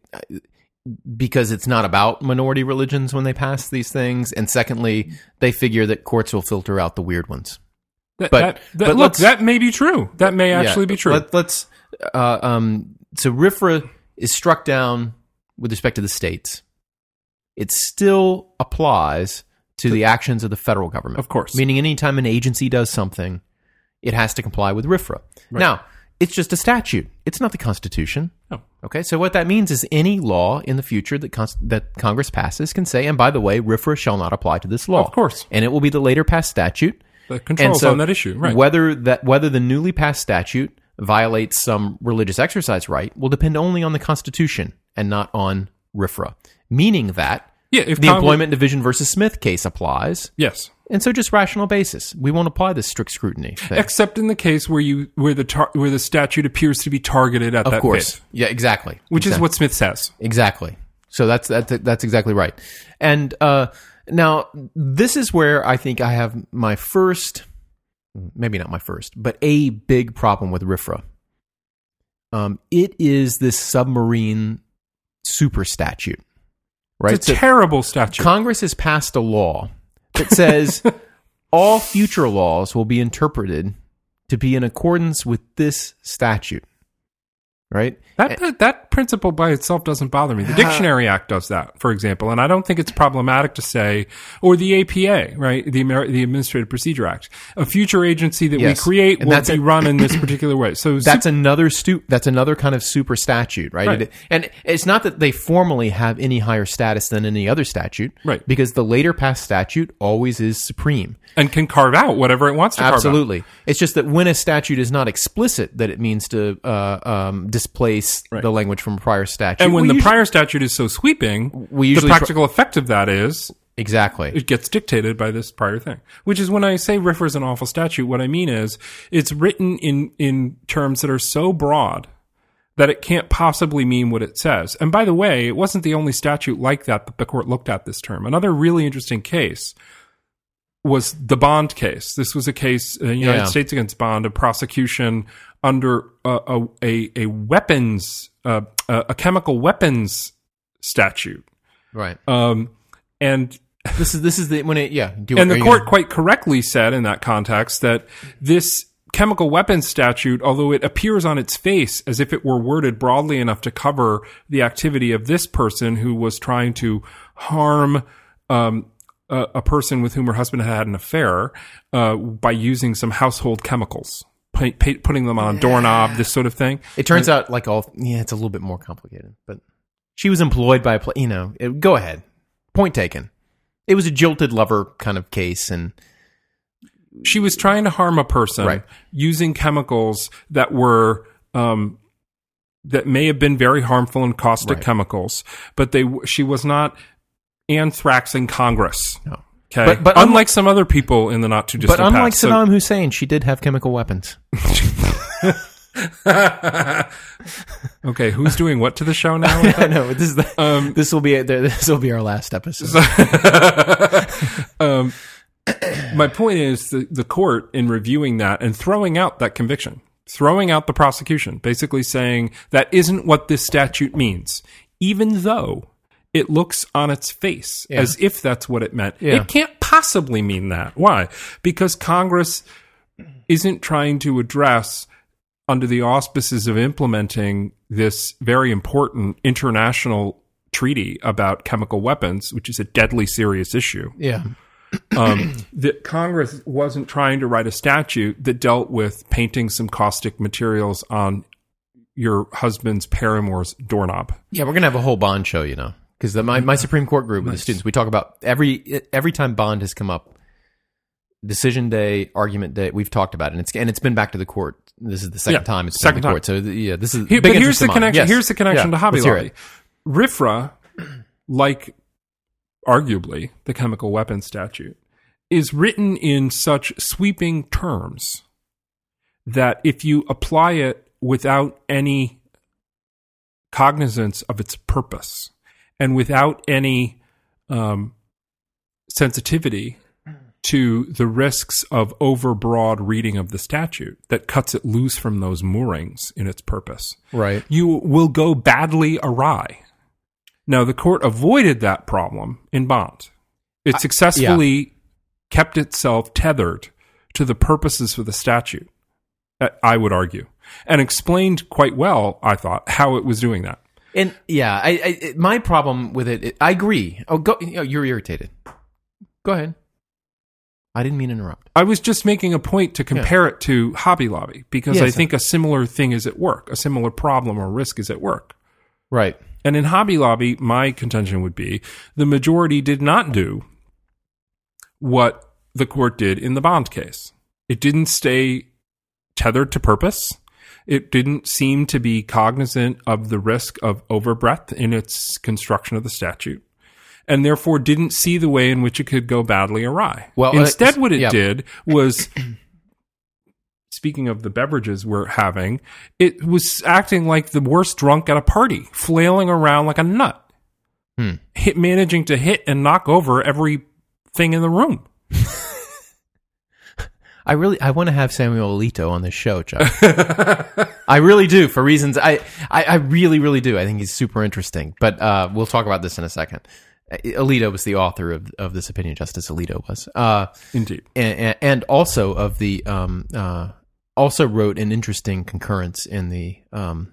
Speaker 2: because it's not about minority religions when they pass these things, and secondly, they figure that courts will filter out the weird ones.
Speaker 1: That,
Speaker 2: But-
Speaker 1: that, that-
Speaker 2: but
Speaker 1: look,
Speaker 2: let's-
Speaker 1: that may be true. That may actually
Speaker 2: Yeah.
Speaker 1: be true.
Speaker 2: Let, us uh, um, so RIFRA is struck down with respect to the states. It still applies to the actions of the federal government,
Speaker 1: Of course.
Speaker 2: Meaning, anytime an agency does something, it has to comply with RIFRA. Now, it's just a statute; it's not the Constitution.
Speaker 1: No.
Speaker 2: Okay, so what that means is any law in the future that cons- that Congress passes can say, and by the way, RIFRA shall not apply to this law.
Speaker 1: Of course.
Speaker 2: and it will be the later passed statute.
Speaker 1: The
Speaker 2: And
Speaker 1: controls
Speaker 2: so
Speaker 1: on that issue, right?
Speaker 2: Whether that whether the newly passed statute violates some religious exercise right will depend only on the Constitution and not on RIFRA. Meaning that
Speaker 1: yeah, if
Speaker 2: the
Speaker 1: Congre-
Speaker 2: Employment Division versus Smith case applies,
Speaker 1: yes,
Speaker 2: and so just rational basis. We won't apply this strict scrutiny. Thing.
Speaker 1: except in the case where you where the tar- where the statute appears to be targeted at
Speaker 2: of
Speaker 1: that
Speaker 2: course,
Speaker 1: bit,
Speaker 2: yeah, exactly.
Speaker 1: which is what Smith says.
Speaker 2: Exactly. So that's that's that's exactly right. And uh, now this is where I think I have my first, maybe not my first, but a big problem with RIFRA. Um, it is this submarine super statute, right?
Speaker 1: It's a terrible statute.
Speaker 2: Congress has passed a law that says all future laws will be interpreted to be in accordance with this statute, right?
Speaker 1: that that principle by itself doesn't bother me. The Dictionary Act does that, for example, and I don't think it's problematic to say, or the APA, right? The Amer- the Administrative Procedure Act, a future agency that
Speaker 2: Yes.
Speaker 1: we create
Speaker 2: And
Speaker 1: will
Speaker 2: that's
Speaker 1: be
Speaker 2: a-
Speaker 1: run in this particular way. So
Speaker 2: that's another stu- that's another kind of super statute right,
Speaker 1: Right.
Speaker 2: It- and it's not that they formally have any higher status than any other statute
Speaker 1: Right.
Speaker 2: because the later passed statute always is supreme
Speaker 1: and can carve out whatever it wants to carve out.
Speaker 2: absolutely it's just that when a statute is not explicit that it means to uh, um, displace the language from a prior statute
Speaker 1: And when
Speaker 2: We
Speaker 1: the
Speaker 2: usually-
Speaker 1: prior statute is so sweeping,
Speaker 2: We usually
Speaker 1: the Uh,
Speaker 2: tr-
Speaker 1: practical effect of that is
Speaker 2: exactly
Speaker 1: it gets dictated by this prior thing. Which is when I say RIFRA is an awful statute, what I mean is it's written in, in terms that are so broad that it can't possibly mean what it says. And by the way, it wasn't the only statute like that that the court looked at this term. Another really interesting case was the Bond case. This was a case, uh, United
Speaker 2: Yeah.
Speaker 1: States against Bond, a prosecution under uh, a, a, a weapons, uh, a a chemical weapons statute.
Speaker 2: right
Speaker 1: Um, and
Speaker 2: this is this is the when it yeah do
Speaker 1: and
Speaker 2: are
Speaker 1: the
Speaker 2: you
Speaker 1: court
Speaker 2: gonna-
Speaker 1: quite correctly said in that context that this chemical weapons statute, although it appears on its face as if it were worded broadly enough to cover the activity of this person who was trying to harm um, a, a person with whom her husband had had an affair uh, by using some household chemicals, pa- pa- putting them on a doorknob, this sort of thing.
Speaker 2: it turns out like all yeah it's a little bit more complicated but she was employed by a pla- you know it, go ahead point taken it was a jilted lover kind of case and
Speaker 1: She was trying to harm a person
Speaker 2: Right.
Speaker 1: using chemicals that were um, that may have been very harmful and caustic
Speaker 2: Right.
Speaker 1: chemicals, but they w- she was not anthraxing Congress.
Speaker 2: no.
Speaker 1: Okay,
Speaker 2: But- but unlike-
Speaker 1: unlike some other people in the not too
Speaker 2: but
Speaker 1: distant
Speaker 2: unlike
Speaker 1: past,
Speaker 2: Saddam Hussein she did have chemical weapons
Speaker 1: okay, who's doing what to the show now?
Speaker 2: I know, but this is the, this will be it. This will be our last episode.
Speaker 1: My point is the, the court, in reviewing that and throwing out that conviction, throwing out the prosecution, basically saying that isn't what this statute means, even though it looks on its face as if that's what it meant. It can't possibly mean that. Why? Because Congress isn't trying to address under the auspices of implementing this very important international treaty about chemical weapons, which is a deadly serious issue,
Speaker 2: yeah,
Speaker 1: that Congress wasn't trying to write a statute that dealt with painting some caustic materials on your husband's paramour's doorknob.
Speaker 2: yeah. We're gonna have a whole Bond show, you know, because my my Supreme Court group with the students, we talk about every every time Bond has come up, decision day, argument day. We've talked about it, and it's and it's been back to the court. This is the second
Speaker 1: Yeah,
Speaker 2: time it's been
Speaker 1: second
Speaker 2: to the
Speaker 1: time.
Speaker 2: court. So th- yeah, this is
Speaker 1: Here-
Speaker 2: big
Speaker 1: but here's
Speaker 2: interest
Speaker 1: the
Speaker 2: of mine.
Speaker 1: connection.
Speaker 2: Yes.
Speaker 1: Here's the connection
Speaker 2: Yeah.
Speaker 1: to Hobby
Speaker 2: Let's hear
Speaker 1: Lobby.
Speaker 2: it.
Speaker 1: RIFRA, like arguably the chemical weapons statute, is written in such sweeping terms that if you apply it without any cognizance of its purpose and without any um, sensitivity to the risks of overbroad reading of the statute that cuts it loose from those moorings in its purpose
Speaker 2: Right.
Speaker 1: you will go badly awry. Now, the court avoided that problem in Bond. It successfully kept itself tethered to the purposes for the statute, I- I would argue, and explained quite well, I thought, how it was doing that.
Speaker 2: And yeah, I, I it- my problem with it, it- I agree. Oh, go. You know, you're irritated. Go ahead. I didn't mean to interrupt.
Speaker 1: I was just making a point to compare it to Hobby Lobby because
Speaker 2: Yes,
Speaker 1: I
Speaker 2: I-
Speaker 1: think a similar thing is at work, a similar problem or risk is at work.
Speaker 2: Right.
Speaker 1: And in Hobby Lobby, my contention would be the majority did not do what the court did in the Bond case. It didn't stay tethered to purpose. It didn't seem to be cognizant of the risk of overbreadth in its construction of the statute, and therefore didn't see the way in which it could go badly awry.
Speaker 2: Well, uh,
Speaker 1: instead, what it
Speaker 2: yeah.
Speaker 1: did was speaking of the beverages we're having, it was acting like the worst drunk at a party, flailing around like a nut,
Speaker 2: Hmm.
Speaker 1: hit managing to hit and knock over everything in the room.
Speaker 2: I really I want to have Samuel Alito on this show, Chuck. I really do for reasons I, I I really really do. I think he's super interesting. But uh, we'll talk about this in a second. Uh, Alito was the author of of this opinion. Justice Alito was, uh,
Speaker 1: Indeed.
Speaker 2: and, and also of the um uh also wrote an interesting concurrence in the um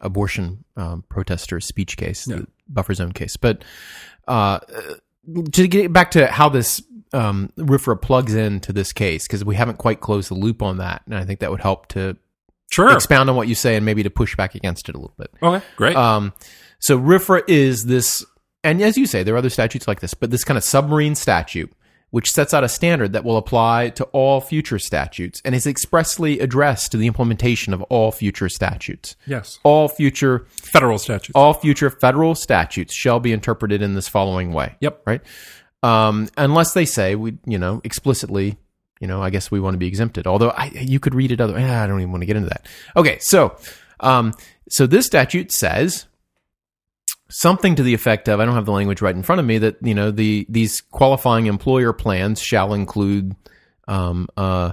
Speaker 2: abortion um, protester speech case, the buffer zone case. But uh, to get back to how this um, RIFRA plugs into this case, because we haven't quite closed the loop on that, and I think that would help to
Speaker 1: Sure.
Speaker 2: expound on what you say and maybe to push back against it a little bit.
Speaker 1: okay. Great.
Speaker 2: Um, so RIFRA is this, and as you say, there are other statutes like this, but this kind of submarine statute, which sets out a standard that will apply to all future statutes and is expressly addressed to the implementation of all future statutes.
Speaker 1: yes.
Speaker 2: All future
Speaker 1: Federal statutes.
Speaker 2: all future federal statutes shall be interpreted in this following way.
Speaker 1: Yep.
Speaker 2: Right. Um, unless they say we, you know, explicitly, you know, I guess we want to be exempted. Although I, you could read it other. eh, I don't even want to get into that. Okay. So, um, so this statute says something to the effect of I don't have the language right in front of me that you know the these qualifying employer plans shall include um, uh,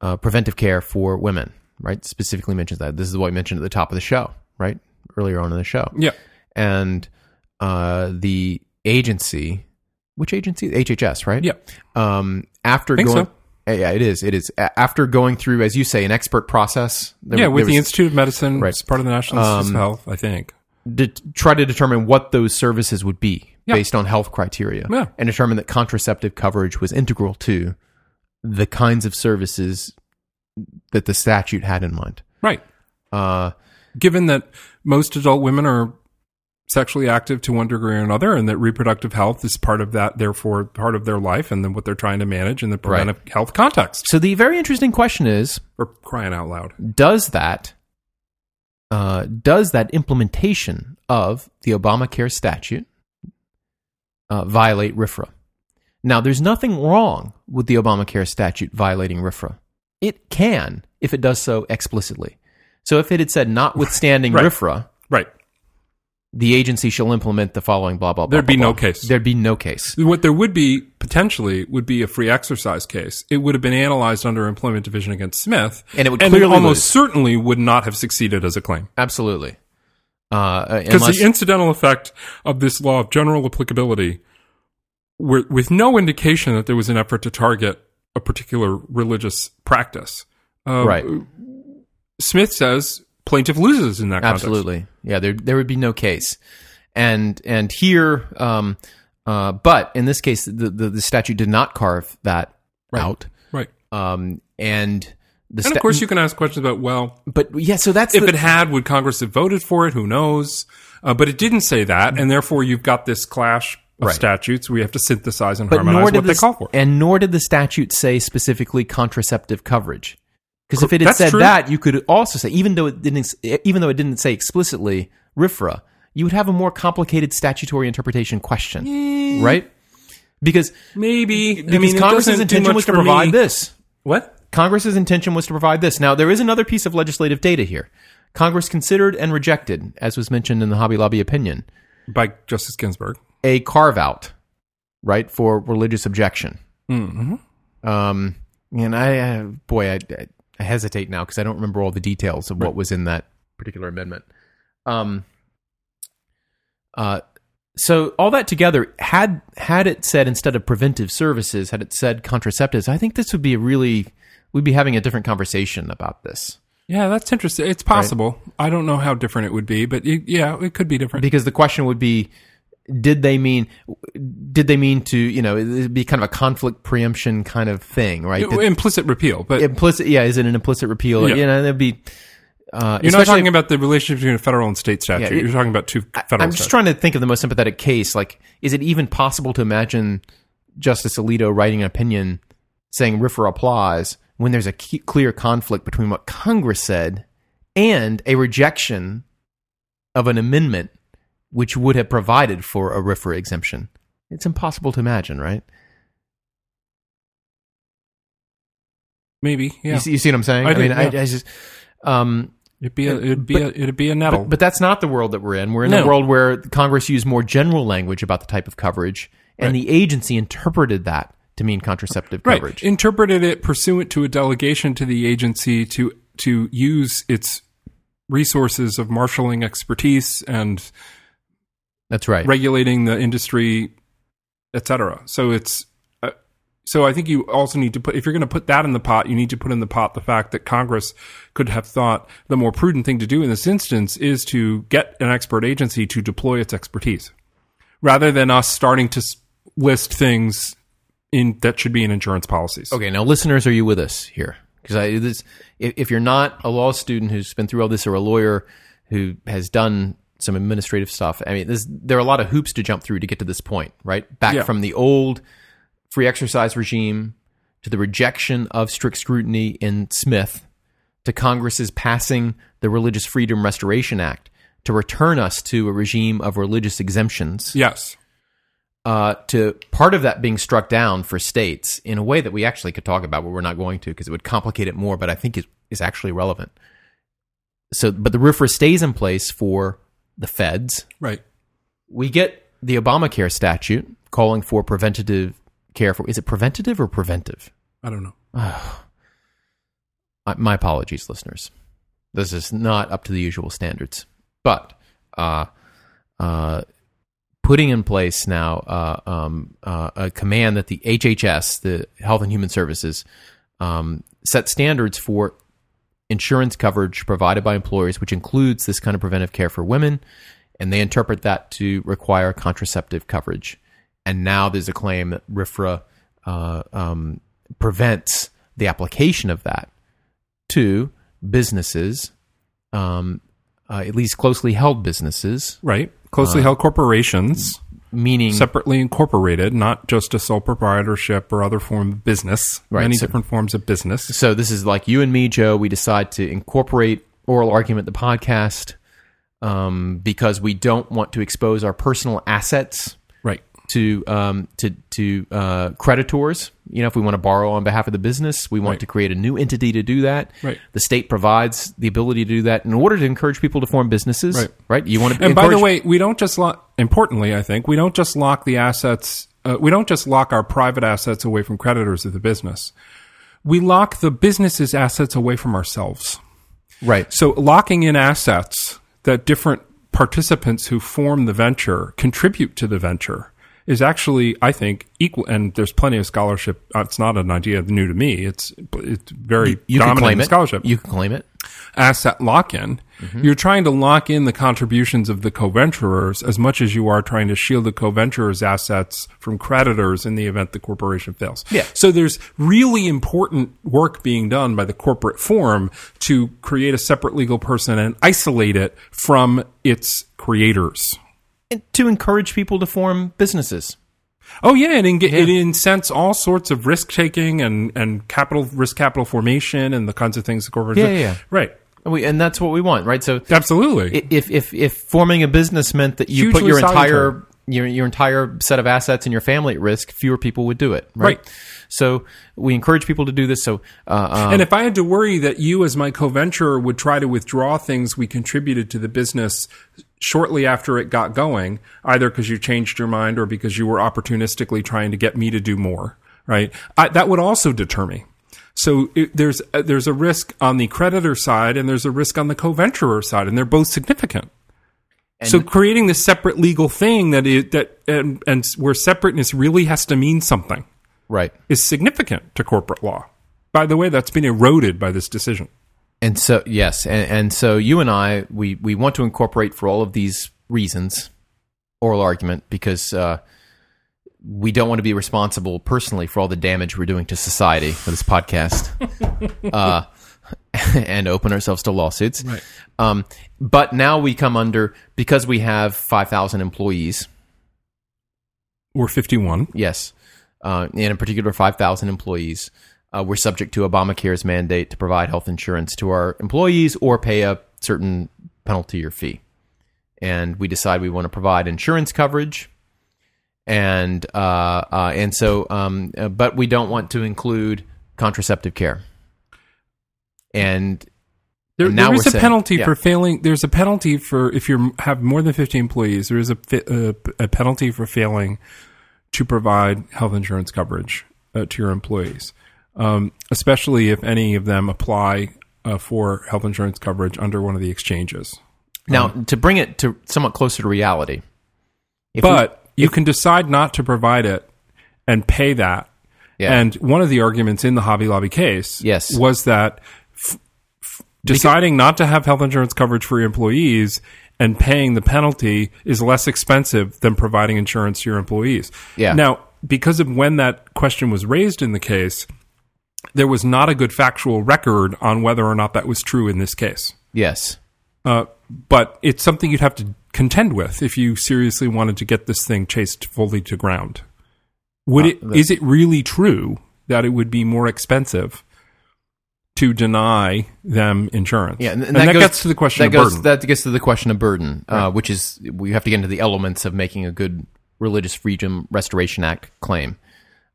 Speaker 2: uh, preventive care for women. Right. Specifically mentions that. This is what I mentioned at the top of the show. Right. Earlier on in the show
Speaker 1: yeah.
Speaker 2: and uh, the agency, which agency? HHS, right?
Speaker 1: Yeah.
Speaker 2: Um, after
Speaker 1: Think
Speaker 2: going,
Speaker 1: so.
Speaker 2: Uh, yeah, it is. It is A- after going through, as you say, an expert process. there-
Speaker 1: Yeah.
Speaker 2: there
Speaker 1: With the
Speaker 2: was-
Speaker 1: Institute of Medicine,
Speaker 2: Right. Um,
Speaker 1: it's part of the National Institutes of Health, I think.
Speaker 2: de- try to determine what those services would be
Speaker 1: Yeah.
Speaker 2: based on health criteria
Speaker 1: Yeah.
Speaker 2: and determine that contraceptive coverage was integral to the kinds of services that the statute had in mind.
Speaker 1: Right.
Speaker 2: Uh,
Speaker 1: Given that most adult women are sexually active to one degree or another, and that reproductive health is part of that, therefore part of their life, and then what they're trying to manage in the preventive health context.
Speaker 2: so the very interesting question is
Speaker 1: Or crying out loud.
Speaker 2: does that uh, does that implementation of the Obamacare statute uh, violate RIFRA? Now, there's nothing wrong with the Obamacare statute violating RIFRA. It can if it does so explicitly. So if it had said notwithstanding
Speaker 1: Right.
Speaker 2: RIFRA,
Speaker 1: Right.
Speaker 2: the agency shall implement the following blah blah blah.
Speaker 1: There'd
Speaker 2: blah,
Speaker 1: be no
Speaker 2: blah.
Speaker 1: case.
Speaker 2: There'd be no case.
Speaker 1: What there would be potentially would be a free exercise case. It would have been analyzed under Employment Division against Smith,
Speaker 2: And it would clearly
Speaker 1: almost
Speaker 2: lose.
Speaker 1: certainly would not have succeeded as a claim
Speaker 2: Absolutely. Uh,
Speaker 1: because
Speaker 2: unless,
Speaker 1: the incidental effect of this law of general applicability, were, with no indication that there was an effort to target a particular religious practice, uh,
Speaker 2: right.
Speaker 1: Smith says plaintiff loses in that context.
Speaker 2: Absolutely. Yeah, there there would be no case. And and here um uh but in this case the the, the statute did not carve that out.
Speaker 1: right?
Speaker 2: Um and the
Speaker 1: And
Speaker 2: sta-
Speaker 1: of course, you can ask questions about well,
Speaker 2: but yeah, so that's
Speaker 1: if
Speaker 2: the,
Speaker 1: it had, would Congress have voted for it? Who knows? Uh, but it didn't say that, and therefore you've got this clash of
Speaker 2: Right.
Speaker 1: statutes. We have to synthesize and
Speaker 2: but
Speaker 1: harmonize
Speaker 2: nor did
Speaker 1: what
Speaker 2: the,
Speaker 1: they call for.
Speaker 2: and nor did the statute say specifically contraceptive coverage. Because if it had
Speaker 1: That's
Speaker 2: said
Speaker 1: true.
Speaker 2: that, you could also say even though it didn't ex- even though it didn't say explicitly RIFRA, you would have a more complicated statutory interpretation question,
Speaker 1: Eh.
Speaker 2: right? Because
Speaker 1: Maybe I
Speaker 2: because
Speaker 1: mean, it
Speaker 2: Congress's
Speaker 1: doesn't do
Speaker 2: intention
Speaker 1: much
Speaker 2: was to
Speaker 1: for
Speaker 2: provide
Speaker 1: me.
Speaker 2: this.
Speaker 1: What?
Speaker 2: Congress's intention was to provide this. Now, there is another piece of legislative data here. Congress considered and rejected, as was mentioned in the Hobby Lobby opinion,
Speaker 1: By Justice Ginsburg.
Speaker 2: a carve out, right, for religious objection. Mm-hmm. Um, and I, uh, boy, I, I hesitate now because I don't remember all the details of what was in that particular amendment. Um, uh, so all that together had had it said instead of preventive services, had it said contraceptives, I think this would be a really we'd be having a different conversation about this
Speaker 1: Yeah, that's interesting. It's possible. I don't know how different it would be, but it, yeah, it could be different.
Speaker 2: because the question would be did they mean did they mean to you know it'd be kind of a conflict preemption kind of thing right Did-
Speaker 1: Implicit repeal, but
Speaker 2: implicit yeah is it an implicit repeal
Speaker 1: Yeah.
Speaker 2: you know that'd be uh,
Speaker 1: you're not
Speaker 2: especially-
Speaker 1: talking about the relationship between a federal and state statute.
Speaker 2: it-
Speaker 1: you're talking about two federal.
Speaker 2: I'm just trying to think of the most sympathetic case. Like, is it even possible to imagine Justice Alito writing an opinion saying RIFRA applies when there's a key, clear conflict between what Congress said and a rejection of an amendment which would have provided for a RIFRA exemption? It's impossible to imagine, right?
Speaker 1: Maybe, yeah.
Speaker 2: You, see, you see what I'm saying?
Speaker 1: I do,
Speaker 2: mean, I,
Speaker 1: yeah.
Speaker 2: I just. Um,
Speaker 1: it'd be a, it'd be a, it'd be a nettle.
Speaker 2: But, but that's not the world that we're in. We're in
Speaker 1: No.
Speaker 2: a world where Congress used more general language about the type of coverage, and the agency interpreted that to mean contraceptive coverage.
Speaker 1: Interpreted it pursuant to a delegation to the agency to to use its resources of marshaling expertise and
Speaker 2: that's right.
Speaker 1: regulating the industry, etc. So it's uh, so I think you also need to put if you're going to put that in the pot, you need to put in the pot the fact that Congress could have thought the more prudent thing to do in this instance is to get an expert agency to deploy its expertise rather than us starting to s- list things in that should be in insurance policies.
Speaker 2: Okay, now listeners, are you with us here? Because I this, if, if you're not a law student who's been through all this, or a lawyer who has done some administrative stuff, I mean, this, there are a lot of hoops to jump through to get to this point, right? Back
Speaker 1: Yeah.
Speaker 2: from the old free exercise regime to the rejection of strict scrutiny in Smith to Congress's passing the Religious Freedom Restoration Act to return us to a regime of religious exemptions
Speaker 1: Yes.
Speaker 2: uh, to part of that being struck down for states in a way that we actually could talk about, but we're not going to because it would complicate it more. But I think it is actually relevant. So, but the RIFRA stays in place for the feds.
Speaker 1: Right.
Speaker 2: We get the Obamacare statute calling for preventative care for. Is it preventative or preventive?
Speaker 1: I don't know.
Speaker 2: Uh, my apologies, listeners. This is not up to the usual standards. But uh, uh, putting in place now uh, um, uh, a command that the HHS, the Health and Human Services, um, set standards for insurance coverage provided by employers, which includes this kind of preventive care for women, and they interpret that to require contraceptive coverage. And now there's a claim that RIFRA uh, um, prevents the application of that to businesses, um, uh, at least closely held businesses,
Speaker 1: Right. Closely held corporations,
Speaker 2: meaning
Speaker 1: separately incorporated, not just a sole proprietorship or other form of business.
Speaker 2: Right,
Speaker 1: Many
Speaker 2: so-
Speaker 1: different forms of business.
Speaker 2: So this is like you and me, Joe. We decide to incorporate oral argument the podcast um, because we don't want to expose our personal assets
Speaker 1: Right.
Speaker 2: to um, to to uh, creditors. You know, if we want to borrow on behalf of the business, we want
Speaker 1: Right.
Speaker 2: to create a new entity to do that.
Speaker 1: Right.
Speaker 2: The state provides the ability to do that in order to encourage people to form businesses.
Speaker 1: Right.
Speaker 2: You want to
Speaker 1: And by the
Speaker 2: encourage-
Speaker 1: way, we don't just lock. Importantly, I think we don't just lock the assets. Uh, we don't just lock our private assets away from creditors of the business. We lock the business's assets away from ourselves.
Speaker 2: right?
Speaker 1: So locking in assets that different participants who form the venture contribute to the venture is actually, I think, equal. And there's plenty of scholarship. uh, It's not an idea new to me. It's it's very
Speaker 2: You can
Speaker 1: dominant
Speaker 2: claim
Speaker 1: in
Speaker 2: it.
Speaker 1: scholarship
Speaker 2: You can claim it.
Speaker 1: asset lock in.
Speaker 2: Mm-hmm.
Speaker 1: You're trying to lock in the contributions of the co venturers as much as you are trying to shield the co venturers' assets from creditors in the event the corporation fails.
Speaker 2: Yeah.
Speaker 1: So there's really important work being done by the corporate form to create a separate legal person and isolate it from its creators.
Speaker 2: And to encourage people to form businesses.
Speaker 1: Oh yeah, and it, enga- it incents all sorts of risk taking and, and capital risk capital formation and the kinds of things the corporation.
Speaker 2: Yeah, yeah, yeah.
Speaker 1: Right.
Speaker 2: And, we, and that's what we want, right? So
Speaker 1: Absolutely.
Speaker 2: i- if if if forming a business meant that you
Speaker 1: Hugely
Speaker 2: put your
Speaker 1: salutary.
Speaker 2: entire your, your entire set of assets and your family at risk, fewer people would do it, right?
Speaker 1: Right.
Speaker 2: So we encourage people to do this. So uh, uh,
Speaker 1: and if I had to worry that you, as my co-venturer, would try to withdraw things we contributed to the business shortly after it got going, either because you changed your mind or because you were opportunistically trying to get me to do more, right? I, that would also deter me. So it, there's uh, there's a risk on the creditor side and there's a risk on the co-venturer side, and they're both significant. so creating this separate legal thing that it, that and, and where separateness really has to mean something
Speaker 2: right.
Speaker 1: is significant to corporate law. By the way, that's been eroded by this decision.
Speaker 2: And so yes, and, and so you and I we we want to incorporate for all of these reasons oral argument because uh, we don't want to be responsible personally for all the damage we're doing to society with this podcast. uh, and open ourselves to lawsuits.
Speaker 1: Right.
Speaker 2: Um, but now we come under because we have 5,000 employees.
Speaker 1: We're 51.
Speaker 2: Yes. Uh, and in particular, 5,000 employees. Uh, we're subject to Obamacare's mandate to provide health insurance to our employees or pay a certain penalty or fee. And we decide we want to provide insurance coverage. And uh, uh, and so, um, uh, but we don't want to include contraceptive care. And
Speaker 1: There,
Speaker 2: And now
Speaker 1: there is
Speaker 2: we're
Speaker 1: a
Speaker 2: saying-
Speaker 1: penalty
Speaker 2: yeah.
Speaker 1: for failing. There's a penalty for if you have more than 50 employees. There is a, fi- a, a penalty for failing to provide health insurance coverage uh, to your employees, um, especially if any of them apply uh, for health insurance coverage under one of the exchanges.
Speaker 2: now,
Speaker 1: Um,
Speaker 2: to bring it to somewhat closer to reality, if we-
Speaker 1: but you can decide not to provide it and pay that.
Speaker 2: Yeah.
Speaker 1: And one of the arguments in the Hobby Lobby case
Speaker 2: Yes.
Speaker 1: was that f- f- deciding not to have health insurance coverage for your employees and paying the penalty is less expensive than providing insurance to your employees.
Speaker 2: Yeah.
Speaker 1: Now, because of when that question was raised in the case, there was not a good factual record on whether or not that was true in this case.
Speaker 2: yes,
Speaker 1: Uh, but it's something you'd have to contend with if you seriously wanted to get this thing chased fully to ground. Would
Speaker 2: Uh,
Speaker 1: it? Is
Speaker 2: the-
Speaker 1: it really true that it would be more expensive to deny them insurance?
Speaker 2: Yeah,
Speaker 1: and, that,
Speaker 2: goes-
Speaker 1: gets to the question
Speaker 2: that
Speaker 1: of
Speaker 2: goes,
Speaker 1: burden.
Speaker 2: That gets to the question of burden, uh, which is we have to get into the elements of making a good religious freedom restoration act claim.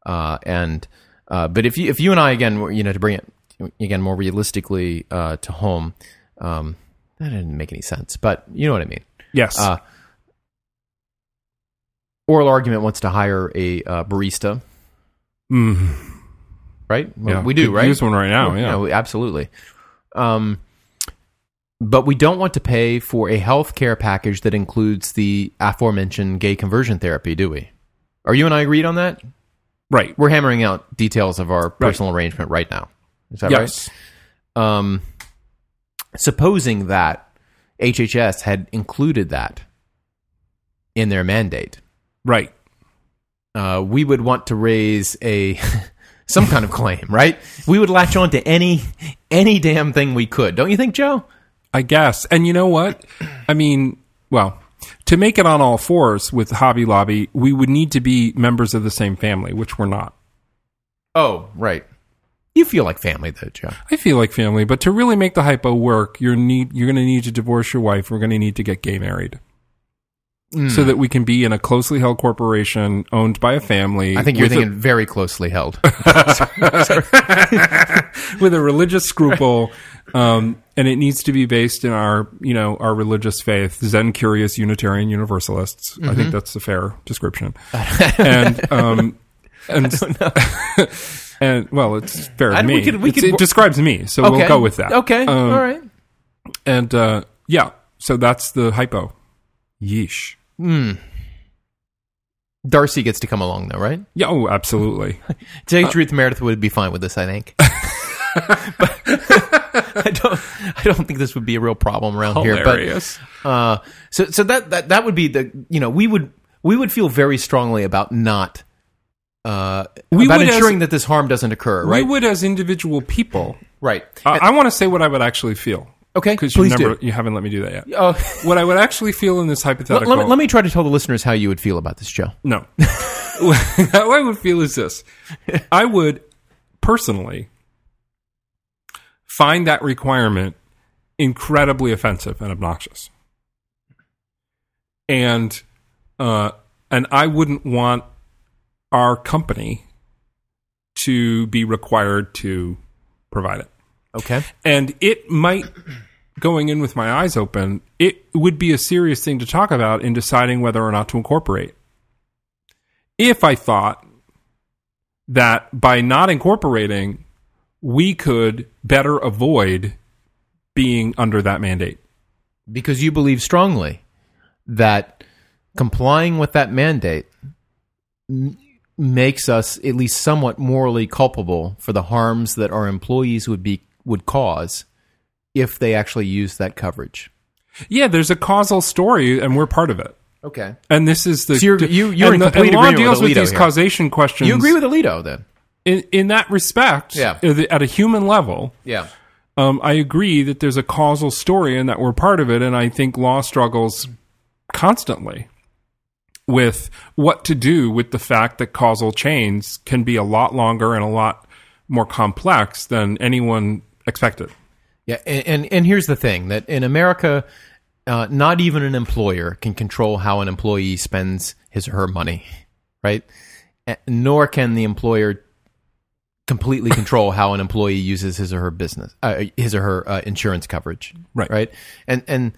Speaker 2: Uh, and uh, but if you if you and I again were, you know to bring it again more realistically uh, to home, um, that didn't make any sense. But you know what I mean.
Speaker 1: yes,
Speaker 2: Uh, Oral argument wants to hire a uh, barista,
Speaker 1: Mm,
Speaker 2: right? Well,
Speaker 1: yeah.
Speaker 2: We do,
Speaker 1: Could
Speaker 2: right?
Speaker 1: Use one right now. Oh, Yeah,
Speaker 2: No, we- Oh, absolutely. Um, but we don't want to pay for a health care package that includes the aforementioned gay conversion therapy, do we? Are you and I agreed on that?
Speaker 1: right.
Speaker 2: We're hammering out details of our personal arrangement right now. Is that
Speaker 1: Yes,
Speaker 2: right? Um, supposing that HHS had included that in their mandate,
Speaker 1: right.
Speaker 2: uh, we would want to raise a some kind of claim, right? We would latch on to any any damn thing we could, don't you think, Joe?
Speaker 1: I guess. And you know what? I mean, well, to make it on all fours with Hobby Lobby, we would need to be members of the same family, which we're not.
Speaker 2: Oh, right. You feel like family though, Joe.
Speaker 1: I feel like family, but to really make the hypo work, you're need you're going to need to divorce your wife. We're going to need to get gay married.
Speaker 2: Hmm.
Speaker 1: so that we can be in a closely held corporation owned by a family.
Speaker 2: I think you're
Speaker 1: with
Speaker 2: thinking very closely held.
Speaker 1: with a religious scruple, um, and it needs to be based in our, you know, our religious faith, Zen curious Unitarian Universalists. I
Speaker 2: Mm-hmm.
Speaker 1: think that's a fair description. and um, and and well, it's fair to
Speaker 2: I- we
Speaker 1: me.
Speaker 2: could- we
Speaker 1: It's-
Speaker 2: could
Speaker 1: it
Speaker 2: wo-
Speaker 1: describes me, so
Speaker 2: Okay.
Speaker 1: we'll go with that.
Speaker 2: Okay.
Speaker 1: Um,
Speaker 2: All right.
Speaker 1: And uh, yeah, so that's the hypo. Yeesh.
Speaker 2: Darcy gets to come along though, right?
Speaker 1: Yeah. Oh, absolutely.
Speaker 2: To tell you the truth, Meredith would be fine with this, I think. but I don't I don't think this would be a real problem around here.
Speaker 1: Hilarious.
Speaker 2: But uh, so so that, that that would be the you know, we would we would feel very strongly about not uh
Speaker 1: We
Speaker 2: about
Speaker 1: would as-
Speaker 2: ensuring that this harm doesn't occur, right?
Speaker 1: We would, as individual people,
Speaker 2: right.
Speaker 1: I, I want to say what I would actually feel.
Speaker 2: Okay,
Speaker 1: because you
Speaker 2: please
Speaker 1: never,
Speaker 2: do.
Speaker 1: you haven't let me do that yet.
Speaker 2: Oh,
Speaker 1: What I would actually feel in this hypothetical.
Speaker 2: let, me, let me try to tell the listeners how you would feel about this, Joe.
Speaker 1: no. How I would feel is this: I would personally find that requirement incredibly offensive and obnoxious, and uh, and I wouldn't want our company to be required to provide it.
Speaker 2: Okay.
Speaker 1: and it might going in with my eyes open it would be a serious thing to talk about in deciding whether or not to incorporate if i thought that by not incorporating we could better avoid being under that mandate
Speaker 2: because you believe strongly that complying with that mandate m- makes us at least somewhat morally culpable for the harms that our employees would be would cause if they actually use that coverage.
Speaker 1: yeah there's a causal story and we're part of it
Speaker 2: Okay.
Speaker 1: and this is the
Speaker 2: So you're- you- you're
Speaker 1: and
Speaker 2: in
Speaker 1: the,
Speaker 2: complete
Speaker 1: and law
Speaker 2: agreement with
Speaker 1: deals with,
Speaker 2: Alito
Speaker 1: these
Speaker 2: here.
Speaker 1: causation questions
Speaker 2: You agree with Alito then?
Speaker 1: in, in that respect
Speaker 2: Yeah.
Speaker 1: at a human level
Speaker 2: Yeah.
Speaker 1: um, I agree that there's a causal story and that we're part of it. And I think law struggles constantly with what to do with the fact that causal chains can be a lot longer and a lot more complex than anyone expected.
Speaker 2: Yeah, and, and and here's the thing that in America, uh, not even an employer can control how an employee spends his or her money, right? A- Nor can the employer completely control how an employee uses his or her business, uh, his or her uh, insurance coverage,
Speaker 1: Right.
Speaker 2: Right, and and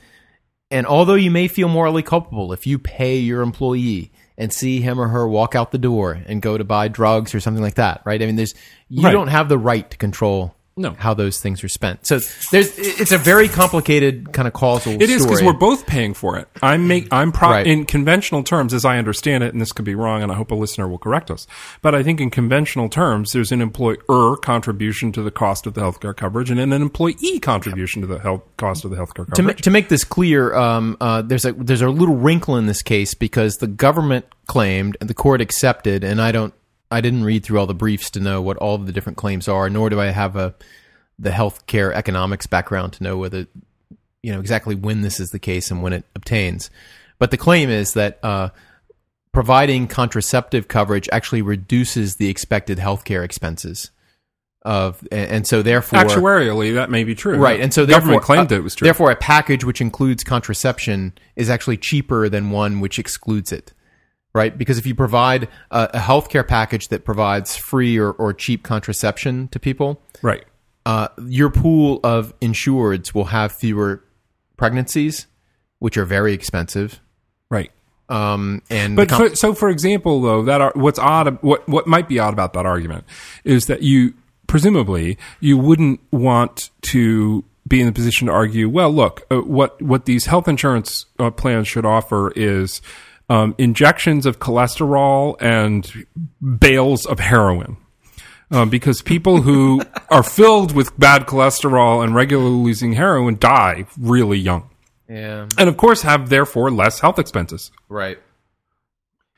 Speaker 2: and although you may feel morally culpable if you pay your employee and see him or her walk out the door and go to buy drugs or something like that, right? I mean, there's you
Speaker 1: Right.
Speaker 2: don't have the right to control
Speaker 1: No.
Speaker 2: how those things are spent. So there's it's a very complicated kind of causal.
Speaker 1: It is because we're both paying for it. I'm make I'm pro-
Speaker 2: Right.
Speaker 1: in conventional terms, as I understand it, and this could be wrong, and I hope a listener will correct us. But I think in conventional terms, there's an employer contribution to the cost of the healthcare coverage, and an employee contribution to the health cost of the healthcare coverage.
Speaker 2: to, ma- to make this clear, um, uh, there's a there's a little wrinkle in this case because the government claimed and the court accepted, and I don't I didn't read through all the briefs to know what all of the different claims are, nor do I have a the healthcare economics background to know whether you know exactly when this is the case and when it obtains. But the claim is that uh, providing contraceptive coverage actually reduces the expected healthcare expenses of, and, and so therefore
Speaker 1: actuarially that may be true
Speaker 2: Right, and so
Speaker 1: the government
Speaker 2: therefore-
Speaker 1: claimed
Speaker 2: uh,
Speaker 1: it was true
Speaker 2: Therefore, a package which includes contraception is actually cheaper than one which excludes it. Right, because if you provide a, a healthcare package that provides free or, or cheap contraception to people,
Speaker 1: right
Speaker 2: uh, your pool of insureds will have fewer pregnancies, which are very expensive.
Speaker 1: right
Speaker 2: Um, and
Speaker 1: but
Speaker 2: com-
Speaker 1: for, so for example though that ar- what's odd what what might be odd about that argument is that you presumably you wouldn't want to be in the position to argue well look uh, what what these health insurance uh, plans should offer is um, injections of cholesterol and bales of heroin um, because people who are filled with bad cholesterol and regularly using heroin die really young
Speaker 2: yeah,
Speaker 1: and of course have therefore less health expenses.
Speaker 2: right.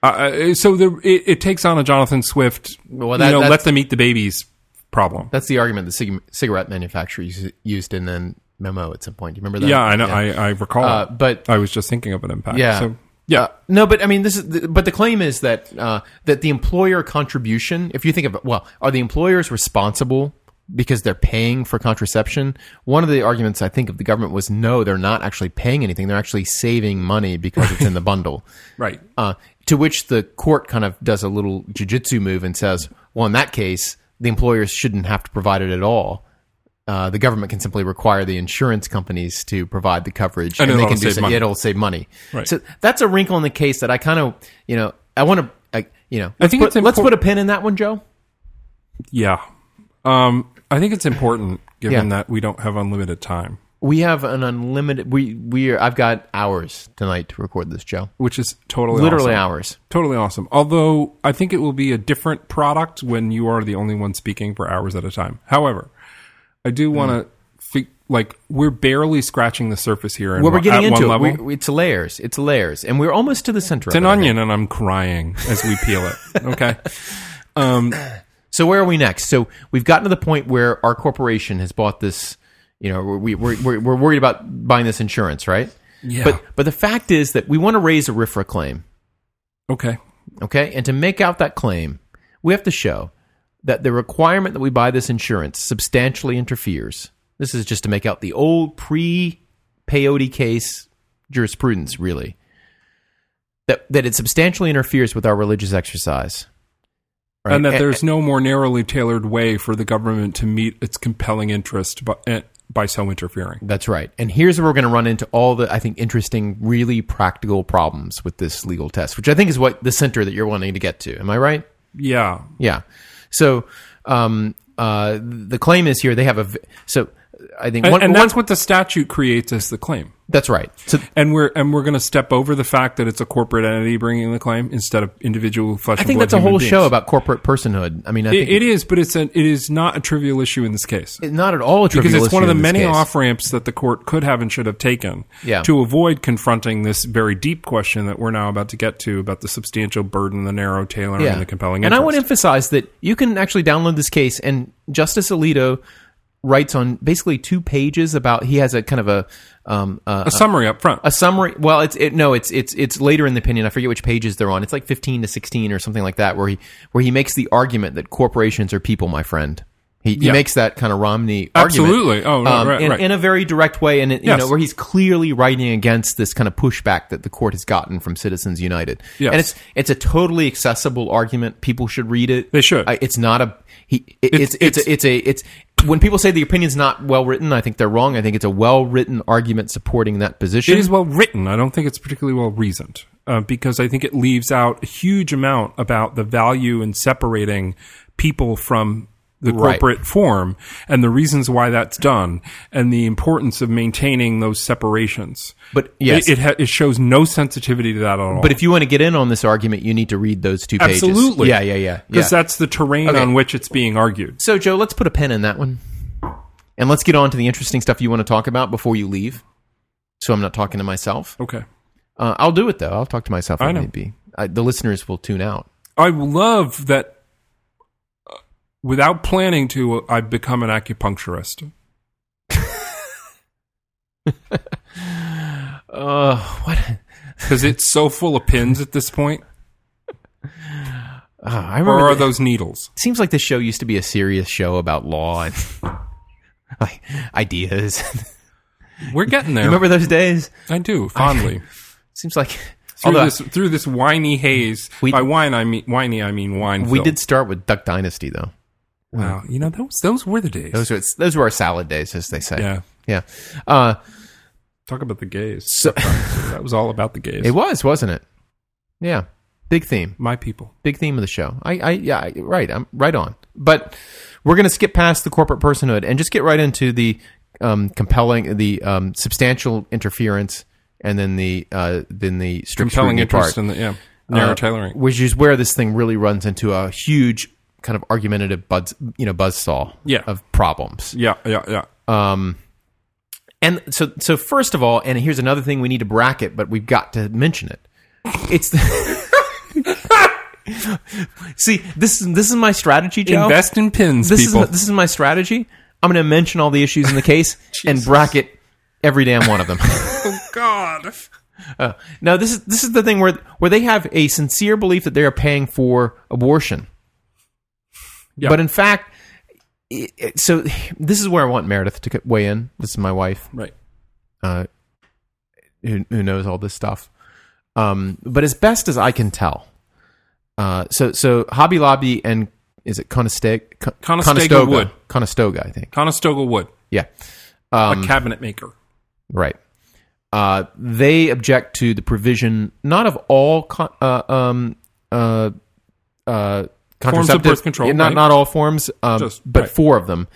Speaker 1: Uh, so there, it, it takes on a Jonathan Swift,
Speaker 2: Well, that-
Speaker 1: you know,
Speaker 2: that's-
Speaker 1: let them eat the babies problem.
Speaker 2: That's the argument the cig- cigarette manufacturer used- used in an memo at some point. Do you remember that?
Speaker 1: yeah, I know. I, I recall,
Speaker 2: Uh,
Speaker 1: it.
Speaker 2: but
Speaker 1: I was just thinking of an impact.
Speaker 2: Yeah.
Speaker 1: So, yeah.
Speaker 2: Uh, no, but I mean, this is. The, but the claim is that uh, that the employer contribution. If you think of it, well, are the employers responsible because they're paying for contraception. One of the arguments I think of the government was no, they're not actually paying anything. They're actually saving money because it's in the bundle.
Speaker 1: Right.
Speaker 2: Uh, to which the court kind of does a little jujitsu move and says, well, in that case, the employers shouldn't have to provide it at all. Uh, the government can simply require the insurance companies to provide the coverage,
Speaker 1: And
Speaker 2: they
Speaker 1: it'll
Speaker 2: can do
Speaker 1: save
Speaker 2: so-
Speaker 1: money.
Speaker 2: It'll save money.
Speaker 1: Right.
Speaker 2: So that's a wrinkle in the case that I kind of, you know, I want to, I, you know,
Speaker 1: I think
Speaker 2: put-
Speaker 1: it's
Speaker 2: let's
Speaker 1: impor-
Speaker 2: put a pin in that one, Joe.
Speaker 1: Yeah. Um, I think it's important given
Speaker 2: Yeah.
Speaker 1: that we don't have unlimited time,
Speaker 2: We have an unlimited. We we are. I've got hours tonight to record this, Joe.
Speaker 1: which is totally
Speaker 2: Literally
Speaker 1: awesome.
Speaker 2: hours.
Speaker 1: Totally awesome. Although I think it will be a different product when you are the only one speaking for hours at a time. However, I do
Speaker 2: Hmm.
Speaker 1: want to fi- like we're barely scratching the surface here. and
Speaker 2: Well, we're
Speaker 1: one-
Speaker 2: getting
Speaker 1: at
Speaker 2: into
Speaker 1: one
Speaker 2: it.
Speaker 1: level.
Speaker 2: We- it's layers. It's layers, and we're almost to the center.
Speaker 1: it's
Speaker 2: of
Speaker 1: an
Speaker 2: it, I think.
Speaker 1: onion, and I'm crying as we peel it. Okay.
Speaker 2: So where are we next? So we've gotten to the point where our corporation has bought this. You know, we, we're, we're, we're worried about buying this insurance, right?
Speaker 1: Yeah.
Speaker 2: But but the fact is that we want to raise a RIFRA claim,
Speaker 1: okay.
Speaker 2: okay? And to make out that claim, we have to show that the requirement that we buy this insurance substantially interferes. This is just to make out the old pre peyote case jurisprudence, really. That that it substantially interferes with our religious exercise. Right?
Speaker 1: And that
Speaker 2: A-
Speaker 1: there's no more narrowly tailored way for the government to meet its compelling interest by, eh, by so interfering.
Speaker 2: That's right. And here's where we're going to run into all the, I think, interesting, really practical problems with this legal test, which I think is what the center that you're wanting to get to. Am I right?
Speaker 1: Yeah.
Speaker 2: Yeah. So um, uh, the claim is here they have a. v- So I think
Speaker 1: And,
Speaker 2: one,
Speaker 1: and
Speaker 2: one-
Speaker 1: that's what the statute creates as the claim.
Speaker 2: that's right. So
Speaker 1: And we're and we're going to step over the fact that it's a corporate entity bringing the claim instead of individual flesh.
Speaker 2: I think that's a whole show about corporate personhood. I mean, I think
Speaker 1: it is, but it's an, it is not a trivial issue in this case
Speaker 2: it's not at all a
Speaker 1: because
Speaker 2: trivial
Speaker 1: it's one of
Speaker 2: issue
Speaker 1: the
Speaker 2: in this
Speaker 1: many
Speaker 2: case.
Speaker 1: off ramps that the court could have and should have taken
Speaker 2: Yeah.
Speaker 1: to avoid confronting this very deep question that we're now about to get to about the substantial burden, the narrow tailoring, and the compelling.
Speaker 2: And
Speaker 1: Interest.
Speaker 2: I want to emphasize that you can actually download this case, and Justice Alito writes on basically two pages about he has a kind of a um, uh,
Speaker 1: a summary up front.
Speaker 2: a summary. Well, it's it, no, it's it's it's later in the opinion. I forget which pages they're on. It's like fifteen to sixteen or something like that, where he where he makes the argument that corporations are people, my friend. He, he
Speaker 1: Yeah.
Speaker 2: makes that kind of Romney
Speaker 1: Absolutely.
Speaker 2: argument, Um,
Speaker 1: Oh, right, right,
Speaker 2: in,
Speaker 1: right.
Speaker 2: in a very direct way, and you
Speaker 1: Yes.
Speaker 2: know where he's clearly writing against this kind of pushback that the court has gotten from Citizens United.
Speaker 1: Yes.
Speaker 2: and it's it's a totally accessible argument. People should read it.
Speaker 1: They should.
Speaker 2: I, it's not a he. It,
Speaker 1: It's-
Speaker 2: it's it's it's a, it's a it's when people say the opinion's not well written. I think they're wrong. I think it's a well written argument supporting that position.
Speaker 1: It is well written. I don't think it's particularly well reasoned uh, because I think it leaves out a huge amount about the value in separating people from the
Speaker 2: Right.
Speaker 1: corporate form and the reasons why that's done and the importance of maintaining those separations.
Speaker 2: But yes,
Speaker 1: it, it, ha- it shows no sensitivity to that at all.
Speaker 2: but if you want to get in on this argument, you need to read those two pages.
Speaker 1: absolutely,
Speaker 2: Yeah, yeah, yeah.
Speaker 1: because
Speaker 2: yeah.
Speaker 1: that's the terrain
Speaker 2: Okay.
Speaker 1: on which it's being argued.
Speaker 2: so, Joe, let's put a pin in that one, and let's get on to the interesting stuff you want to talk about before you leave. So I'm not talking to myself.
Speaker 1: Okay,
Speaker 2: Uh, I'll do it though. I'll talk to myself.
Speaker 1: I
Speaker 2: if
Speaker 1: know.
Speaker 2: need be. I, the listeners will tune out.
Speaker 1: I love that. uh, Without planning to, I've become an acupuncturist.
Speaker 2: Uh, what?
Speaker 1: because it's so full of pins at this point.
Speaker 2: Uh,
Speaker 1: Or
Speaker 2: I remember.
Speaker 1: are
Speaker 2: the-
Speaker 1: those needles?
Speaker 2: it seems like this show used to be a serious show about law and like ideas.
Speaker 1: We're getting there.
Speaker 2: Remember those days?
Speaker 1: I do fondly.
Speaker 2: Seems like.
Speaker 1: through
Speaker 2: although-
Speaker 1: this through this whiny haze.
Speaker 2: We-
Speaker 1: By wine, I mean whiny. I mean wine.
Speaker 2: we
Speaker 1: filled.
Speaker 2: did start with Duck Dynasty though.
Speaker 1: Wow, you know those those were the days.
Speaker 2: Those were those were our salad days, as they say.
Speaker 1: yeah,
Speaker 2: Yeah. Uh,
Speaker 1: talk about the gays.
Speaker 2: So-
Speaker 1: that was all about the gays.
Speaker 2: it was, wasn't it? Yeah. Big theme.
Speaker 1: My people.
Speaker 2: Big theme of the show. I, I yeah, I, right. I'm right on. But we're going to skip past the corporate personhood and just get right into the um, compelling, the um, substantial interference, and then the uh, then the strict
Speaker 1: Compelling
Speaker 2: scrutiny
Speaker 1: interest
Speaker 2: part,
Speaker 1: in the yeah narrow
Speaker 2: uh,
Speaker 1: tailoring.
Speaker 2: which is where this thing really runs into a huge kind of argumentative buzz, you know, buzzsaw
Speaker 1: Yeah.
Speaker 2: of problems.
Speaker 1: Yeah, yeah, yeah.
Speaker 2: Um, and so, so first of all, and here's another thing we need to bracket, but we've got to mention it. It's the see this is this is my strategy, Joe.
Speaker 1: Invest in pins,
Speaker 2: this
Speaker 1: people.
Speaker 2: is this is my strategy. I'm going to mention all the issues in the case and bracket every damn one of them.
Speaker 1: oh God.
Speaker 2: Uh, now this is this is the thing where where they have a sincere belief that they are paying for abortion,
Speaker 1: Yeah.
Speaker 2: but in fact, it- it- so this is where I want Meredith to co- weigh in. This is my wife,
Speaker 1: Right.
Speaker 2: uh, who who knows all this stuff. Um, but as best as I can tell, uh, so so Hobby Lobby and is it Conestoga? Con-
Speaker 1: Conestoga Wood.
Speaker 2: Conestoga, I think.
Speaker 1: Conestoga Wood,
Speaker 2: Yeah,
Speaker 1: a
Speaker 2: Um,
Speaker 1: cabinet maker.
Speaker 2: right. Uh, they object to the provision not of all con- uh, um, uh, uh,
Speaker 1: Forms of
Speaker 2: contraceptive
Speaker 1: birth control,
Speaker 2: yeah, not
Speaker 1: right.
Speaker 2: not all forms, um,
Speaker 1: Just-
Speaker 2: but
Speaker 1: right.
Speaker 2: four of them.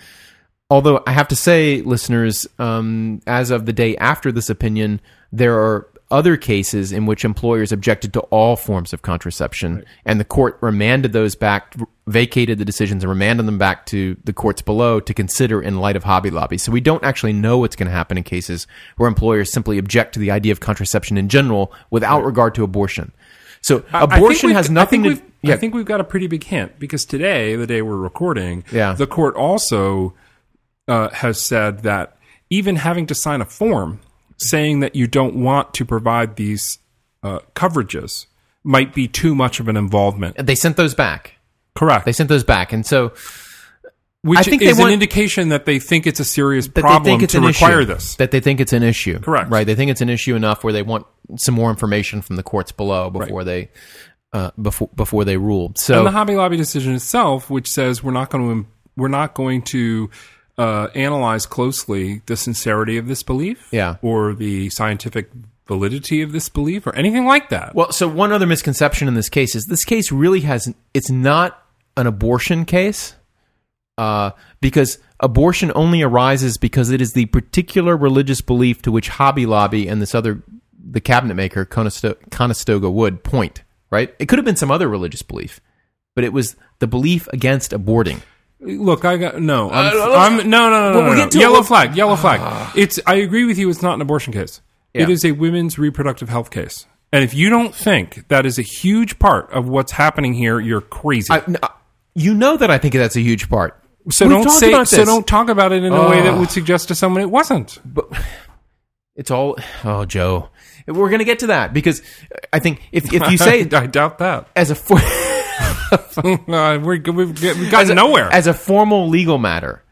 Speaker 2: Although I have to say, listeners, um, as of the day after this opinion, there are other cases in which employers objected to all forms of contraception, and the court remanded those back, vacated the decisions, and remanded them back to the courts below to consider in light of Hobby Lobby. So we don't actually know what's going to happen in cases where employers simply object to the idea of contraception in general without regard to abortion. So
Speaker 1: I think
Speaker 2: abortion
Speaker 1: we've-
Speaker 2: has nothing
Speaker 1: I
Speaker 2: to
Speaker 1: think, we've, I think we've got a pretty big hint because today, the day we're recording,
Speaker 2: Yeah.
Speaker 1: the court also uh, has said that even having to sign a form saying that you don't want to provide these uh, coverages might be too much of an involvement.
Speaker 2: they sent those back.
Speaker 1: Correct.
Speaker 2: They sent those back, and so
Speaker 1: Which
Speaker 2: I think they
Speaker 1: is
Speaker 2: want-
Speaker 1: an indication that they think it's a serious
Speaker 2: that
Speaker 1: problem
Speaker 2: they think it's
Speaker 1: to
Speaker 2: an
Speaker 1: require
Speaker 2: issue.
Speaker 1: this.
Speaker 2: That they think it's an issue.
Speaker 1: Correct.
Speaker 2: Right. They think it's an issue enough where they want some more information from the courts below before they uh, before before they rule. So
Speaker 1: and the Hobby Lobby decision itself, which says we're not going to we're not going to uh, analyze closely the sincerity of this belief,
Speaker 2: Yeah.
Speaker 1: or the scientific validity of this belief, or anything like that.
Speaker 2: well, so one other misconception in this case is this case really has it's not an abortion case. Uh, because abortion only arises because it is the particular religious belief to which Hobby Lobby and this other the cabinet maker Conestoga, Conestoga Wood point, right? It could have been some other religious belief, but it was the belief against aborting.
Speaker 1: Look, I got no, I'm,
Speaker 2: Uh,
Speaker 1: I'm- no, no, no, no,
Speaker 2: we'll
Speaker 1: no,
Speaker 2: get to
Speaker 1: no. yellow
Speaker 2: it. Ah.
Speaker 1: flag, yellow flag. It's I agree with you. It's not an abortion case.
Speaker 2: Yeah.
Speaker 1: It is a women's reproductive health case. And if you don't think that is a huge part of what's happening here, you're crazy.
Speaker 2: I- n- I- you know that I think that's a huge part.
Speaker 1: so
Speaker 2: We've
Speaker 1: don't
Speaker 2: talked
Speaker 1: say.
Speaker 2: about
Speaker 1: So
Speaker 2: this. Ah.
Speaker 1: don't talk about it in a way that would suggest to someone it wasn't.
Speaker 2: It's all. Oh, Joe, we're going to get to that because I think if if you say
Speaker 1: I doubt that.
Speaker 2: as a for,
Speaker 1: Uh, we're, we've, get- we've gotten
Speaker 2: as a-
Speaker 1: nowhere.
Speaker 2: as a formal legal matter,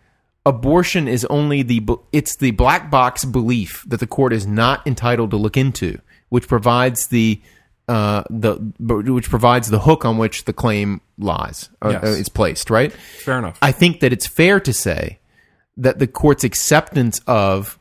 Speaker 2: abortion is only the b- it's the black box belief that the court is not entitled to look into, which provides the. Uh, the b- which provides the hook on which the claim lies or,
Speaker 1: Yes.
Speaker 2: or is placed, right?
Speaker 1: Fair enough.
Speaker 2: I think that it's fair to say that the court's acceptance of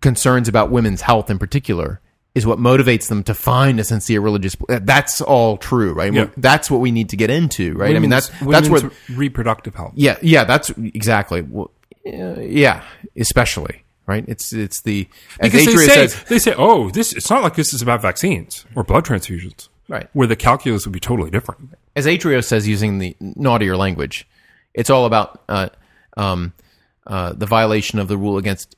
Speaker 2: concerns about women's health in particular is what motivates them to find a sincere religious that's all true right
Speaker 1: Yeah.
Speaker 2: that's what we need to get into right i mean that's
Speaker 1: Women's-
Speaker 2: that's where
Speaker 1: women's reproductive health.
Speaker 2: yeah yeah that's exactly well, yeah, yeah especially right it's it's the as
Speaker 1: Because they
Speaker 2: Atria
Speaker 1: say,
Speaker 2: says
Speaker 1: they say, oh, this. It's not like this is about vaccines or blood transfusions,
Speaker 2: right
Speaker 1: where the calculus would be totally different.
Speaker 2: as Atrio says, using the naughtier language, it's all about uh, um, uh, the violation of the rule against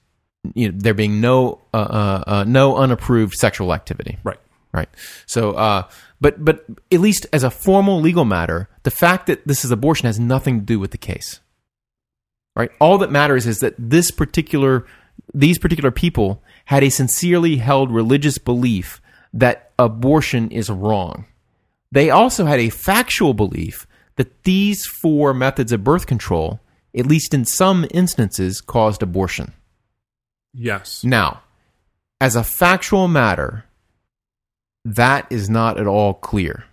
Speaker 2: you know, there being no uh, uh, uh, no unapproved sexual activity.
Speaker 1: Right.
Speaker 2: Right. So, uh, but but at least as a formal legal matter, the fact that this is abortion has nothing to do with the case. Right. All that matters is that this particular these particular people had a sincerely held religious belief that abortion is wrong. They also had a factual belief that these four methods of birth control, at least in some instances, caused abortion.
Speaker 1: Yes.
Speaker 2: Now, as a factual matter, that is not at all clear.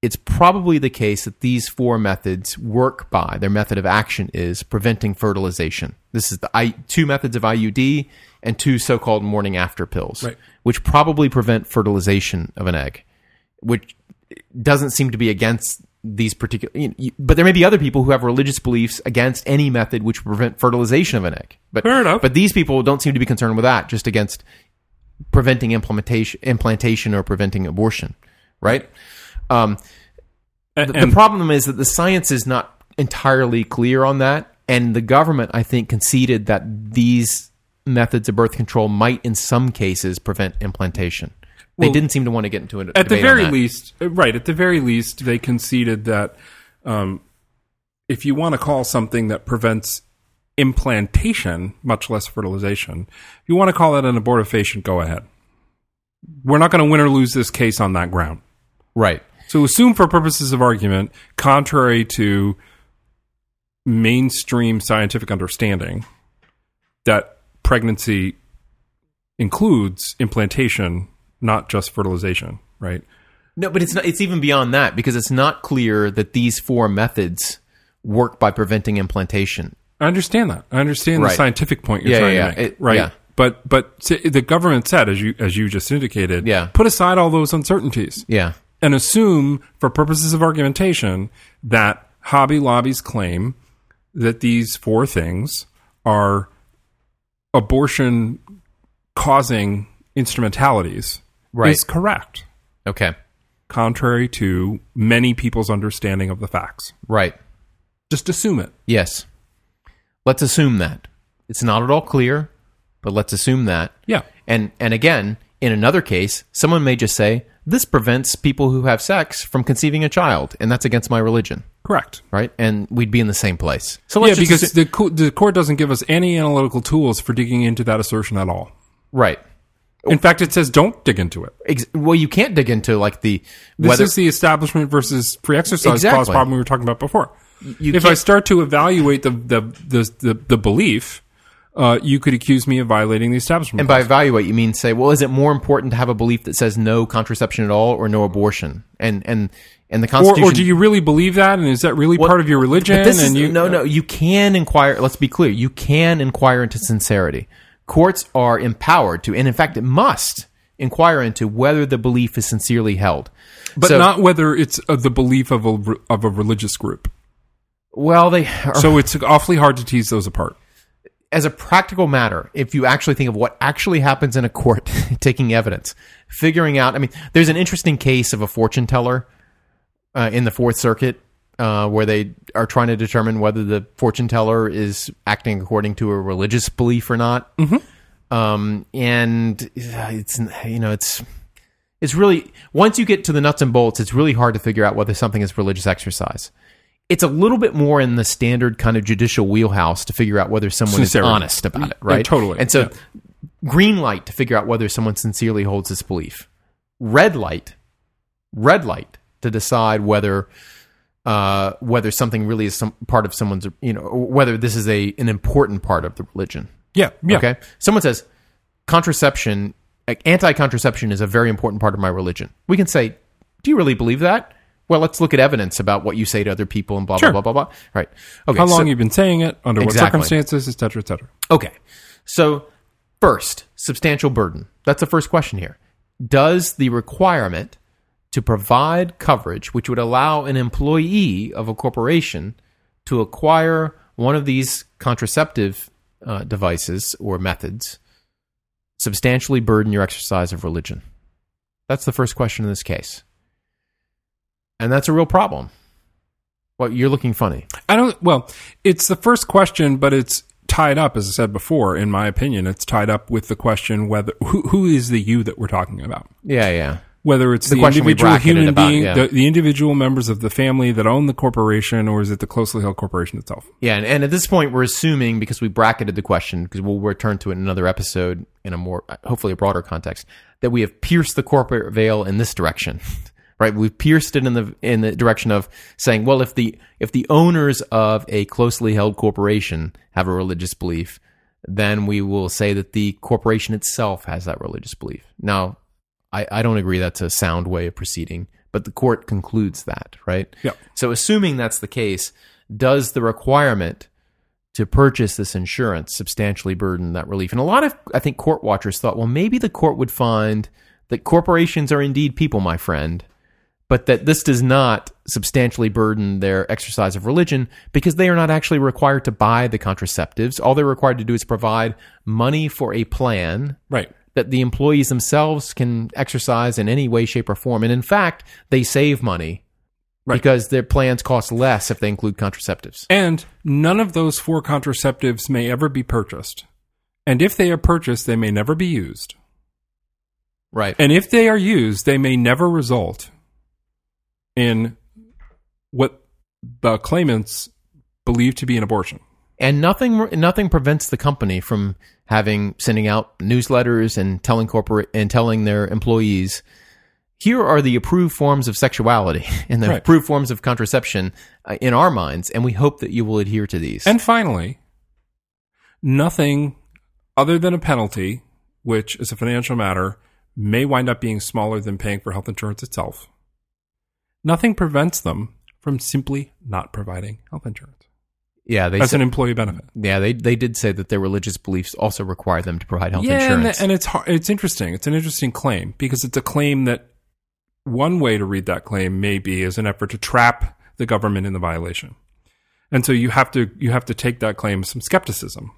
Speaker 2: It's probably the case that these four methods work by their method of action is preventing fertilization. This is the I, two methods of IUD and two so-called morning after pills,
Speaker 1: Right.
Speaker 2: which probably prevent fertilization of an egg, which doesn't seem to be against these particular. You you- but there may be other people who have religious beliefs against any method which prevent fertilization of an egg. But
Speaker 1: Fair enough.
Speaker 2: but these people don't seem to be concerned with that, just against preventing implementation, implantation or preventing abortion, right? Um,
Speaker 1: And,
Speaker 2: the
Speaker 1: and
Speaker 2: problem is that the science is not entirely clear on that, and the government, I think, conceded that these methods of birth control might, in some cases, prevent implantation. they
Speaker 1: Well,
Speaker 2: didn't seem to want to get into it
Speaker 1: at the very least, uh, right? At the very least, they conceded that um, if you want to call something that prevents implantation, much less fertilization, if you want to call it an abortifacient, go ahead. We're not going to win or lose this case on that ground.
Speaker 2: right?
Speaker 1: So assume for purposes of argument, contrary to mainstream scientific understanding that pregnancy includes implantation, not just fertilization, right?
Speaker 2: No, but it's not. It's even beyond that because it's not clear that these four methods work by preventing implantation.
Speaker 1: I understand that. I understand the
Speaker 2: Right.
Speaker 1: scientific point you're
Speaker 2: Yeah,
Speaker 1: trying
Speaker 2: yeah,
Speaker 1: to
Speaker 2: yeah.
Speaker 1: make,
Speaker 2: It-
Speaker 1: right?
Speaker 2: yeah.
Speaker 1: But but s- the government said, as you as you just indicated,
Speaker 2: Yeah.
Speaker 1: put aside all those uncertainties
Speaker 2: Yeah,
Speaker 1: and assume, for purposes of argumentation, that Hobby Lobby's claim that these four things are abortion causing instrumentalities
Speaker 2: Right.
Speaker 1: is correct,
Speaker 2: Okay.
Speaker 1: contrary to many people's understanding of the facts.
Speaker 2: Right.
Speaker 1: Just assume it.
Speaker 2: Yes. Let's assume that. It's not at all clear, but let's assume that.
Speaker 1: Yeah.
Speaker 2: And and again, in another case, someone may just say, "This prevents people who have sex from conceiving a child, and that's against my religion."
Speaker 1: Correct.
Speaker 2: Right? And we'd be in the same place. So
Speaker 1: Yeah,
Speaker 2: let's just
Speaker 1: because
Speaker 2: assu-
Speaker 1: the, co- the court doesn't give us any analytical tools for digging into that assertion at all.
Speaker 2: right.
Speaker 1: In fact, it says don't dig into it.
Speaker 2: Ex- well, you can't dig into like the
Speaker 1: This
Speaker 2: whether
Speaker 1: is the establishment versus free exercise
Speaker 2: Exactly.
Speaker 1: clause problem we were talking about before.
Speaker 2: you
Speaker 1: if
Speaker 2: can't-
Speaker 1: I start to evaluate the the the, the, the belief, uh, you could accuse me of violating the establishment.
Speaker 2: and by evaluate you mean say, well, is it more important to have a belief that says no contraception at all or no abortion? And and and the
Speaker 1: clause.
Speaker 2: Constitution
Speaker 1: or, or do you really believe that? And is that really part of your religion?
Speaker 2: But this
Speaker 1: and
Speaker 2: is,
Speaker 1: you,
Speaker 2: no, no. You can inquire. Let's be clear. You can inquire into sincerity. Courts are empowered to, and in fact, it must inquire into whether the belief is sincerely held.
Speaker 1: but
Speaker 2: So-
Speaker 1: not whether it's of the belief of a re- of a religious group.
Speaker 2: Well, they are,
Speaker 1: So it's awfully hard to tease those apart.
Speaker 2: as a practical matter, if you actually think of what actually happens in a court, taking evidence, figuring out. I mean, there's an interesting case of a fortune teller uh, in the Fourth Circuit uh, where they are trying to determine whether the fortune teller is acting according to a religious belief or not.
Speaker 1: Mm-hmm.
Speaker 2: Um, and uh, it's you know it's it's really once you get to the nuts and bolts, it's really hard to figure out whether something is religious exercise. It's a little bit more in the standard kind of judicial wheelhouse to figure out whether someone
Speaker 1: Sincerity.
Speaker 2: is honest about it,
Speaker 1: Yeah,
Speaker 2: right?
Speaker 1: totally.
Speaker 2: And so, green light to figure out whether someone sincerely holds this belief. Red light red light to decide whether uh, whether something really is some part of someone's you know or whether this is a an important part of the religion.
Speaker 1: Yeah, yeah.
Speaker 2: Okay, someone says contraception, like, anti-contraception is a very important part of my religion. We can say, do you really believe that? Well, let's look at evidence about what you say to other people and blah
Speaker 1: Sure.
Speaker 2: blah blah blah blah. Right. Okay.
Speaker 1: How long
Speaker 2: so-
Speaker 1: you've been saying it, under what
Speaker 2: Exactly.
Speaker 1: circumstances, et cetera, et cetera.
Speaker 2: Okay. So, first, substantial burden. That's the first question here. Does the requirement to provide coverage, which would allow an employee of a corporation to acquire one of these contraceptive uh, devices or methods, substantially burden your exercise of religion? That's the first question in this case. And that's a real problem. Well, you're looking funny.
Speaker 1: I don't. Well, it's the first question, but it's tied up, as I said before. In my opinion, it's tied up with the question whether who, who is the you that we're talking about.
Speaker 2: Yeah, yeah.
Speaker 1: Whether it's the,
Speaker 2: The question we
Speaker 1: individual
Speaker 2: bracketed
Speaker 1: human
Speaker 2: about,
Speaker 1: being,
Speaker 2: yeah.
Speaker 1: the, the individual members of the family that own the corporation, or is it the closely held corporation itself?
Speaker 2: Yeah, and, and at this point, we're assuming because we bracketed the question because we'll return to it in another episode in a more hopefully a broader context that we have pierced the corporate veil in this direction, right? We've pierced it in the in the direction of saying, well, if the if the owners of a closely held corporation have a religious belief, then we will say that the corporation itself has that religious belief. Now, I, I don't agree that's a sound way of proceeding, but the court concludes that, right?
Speaker 1: Yep.
Speaker 2: So, assuming that's the case, does the requirement to purchase this insurance substantially burden that relief? And a lot of, I think, court watchers thought, well, maybe the court would find that corporations are indeed people, my friend, but that this does not substantially burden their exercise of religion because they are not actually required to buy the contraceptives. All they're required to do is provide money for a plan
Speaker 1: Right.
Speaker 2: that the employees themselves can exercise in any way, shape, or form. And in fact, they save money
Speaker 1: Right.
Speaker 2: because their plans cost less if they include contraceptives.
Speaker 1: And none of those four contraceptives may ever be purchased. And if they are purchased, they may never be used.
Speaker 2: Right.
Speaker 1: And if they are used, they may never result in what the claimants believe to be an abortion.
Speaker 2: And nothing nothing prevents the company from having sending out newsletters and telling corporate and telling their employees, here are the approved forms of sexuality and the
Speaker 1: Right.
Speaker 2: approved forms of contraception uh, in our minds, and we hope that you will adhere to these.
Speaker 1: And finally, nothing other than a penalty, which is a financial matter, may wind up being smaller than paying for health insurance itself. Nothing prevents them from simply not providing health insurance
Speaker 2: yeah, they
Speaker 1: as
Speaker 2: said,
Speaker 1: an employee benefit.
Speaker 2: yeah they they did say that their religious beliefs also require them to provide health
Speaker 1: yeah, and,
Speaker 2: insurance.
Speaker 1: and it's har it's interesting. It's an interesting claim because it's a claim that one way to read that claim may be as an effort to trap the government in the violation, and so you have to you have to take that claim with some skepticism.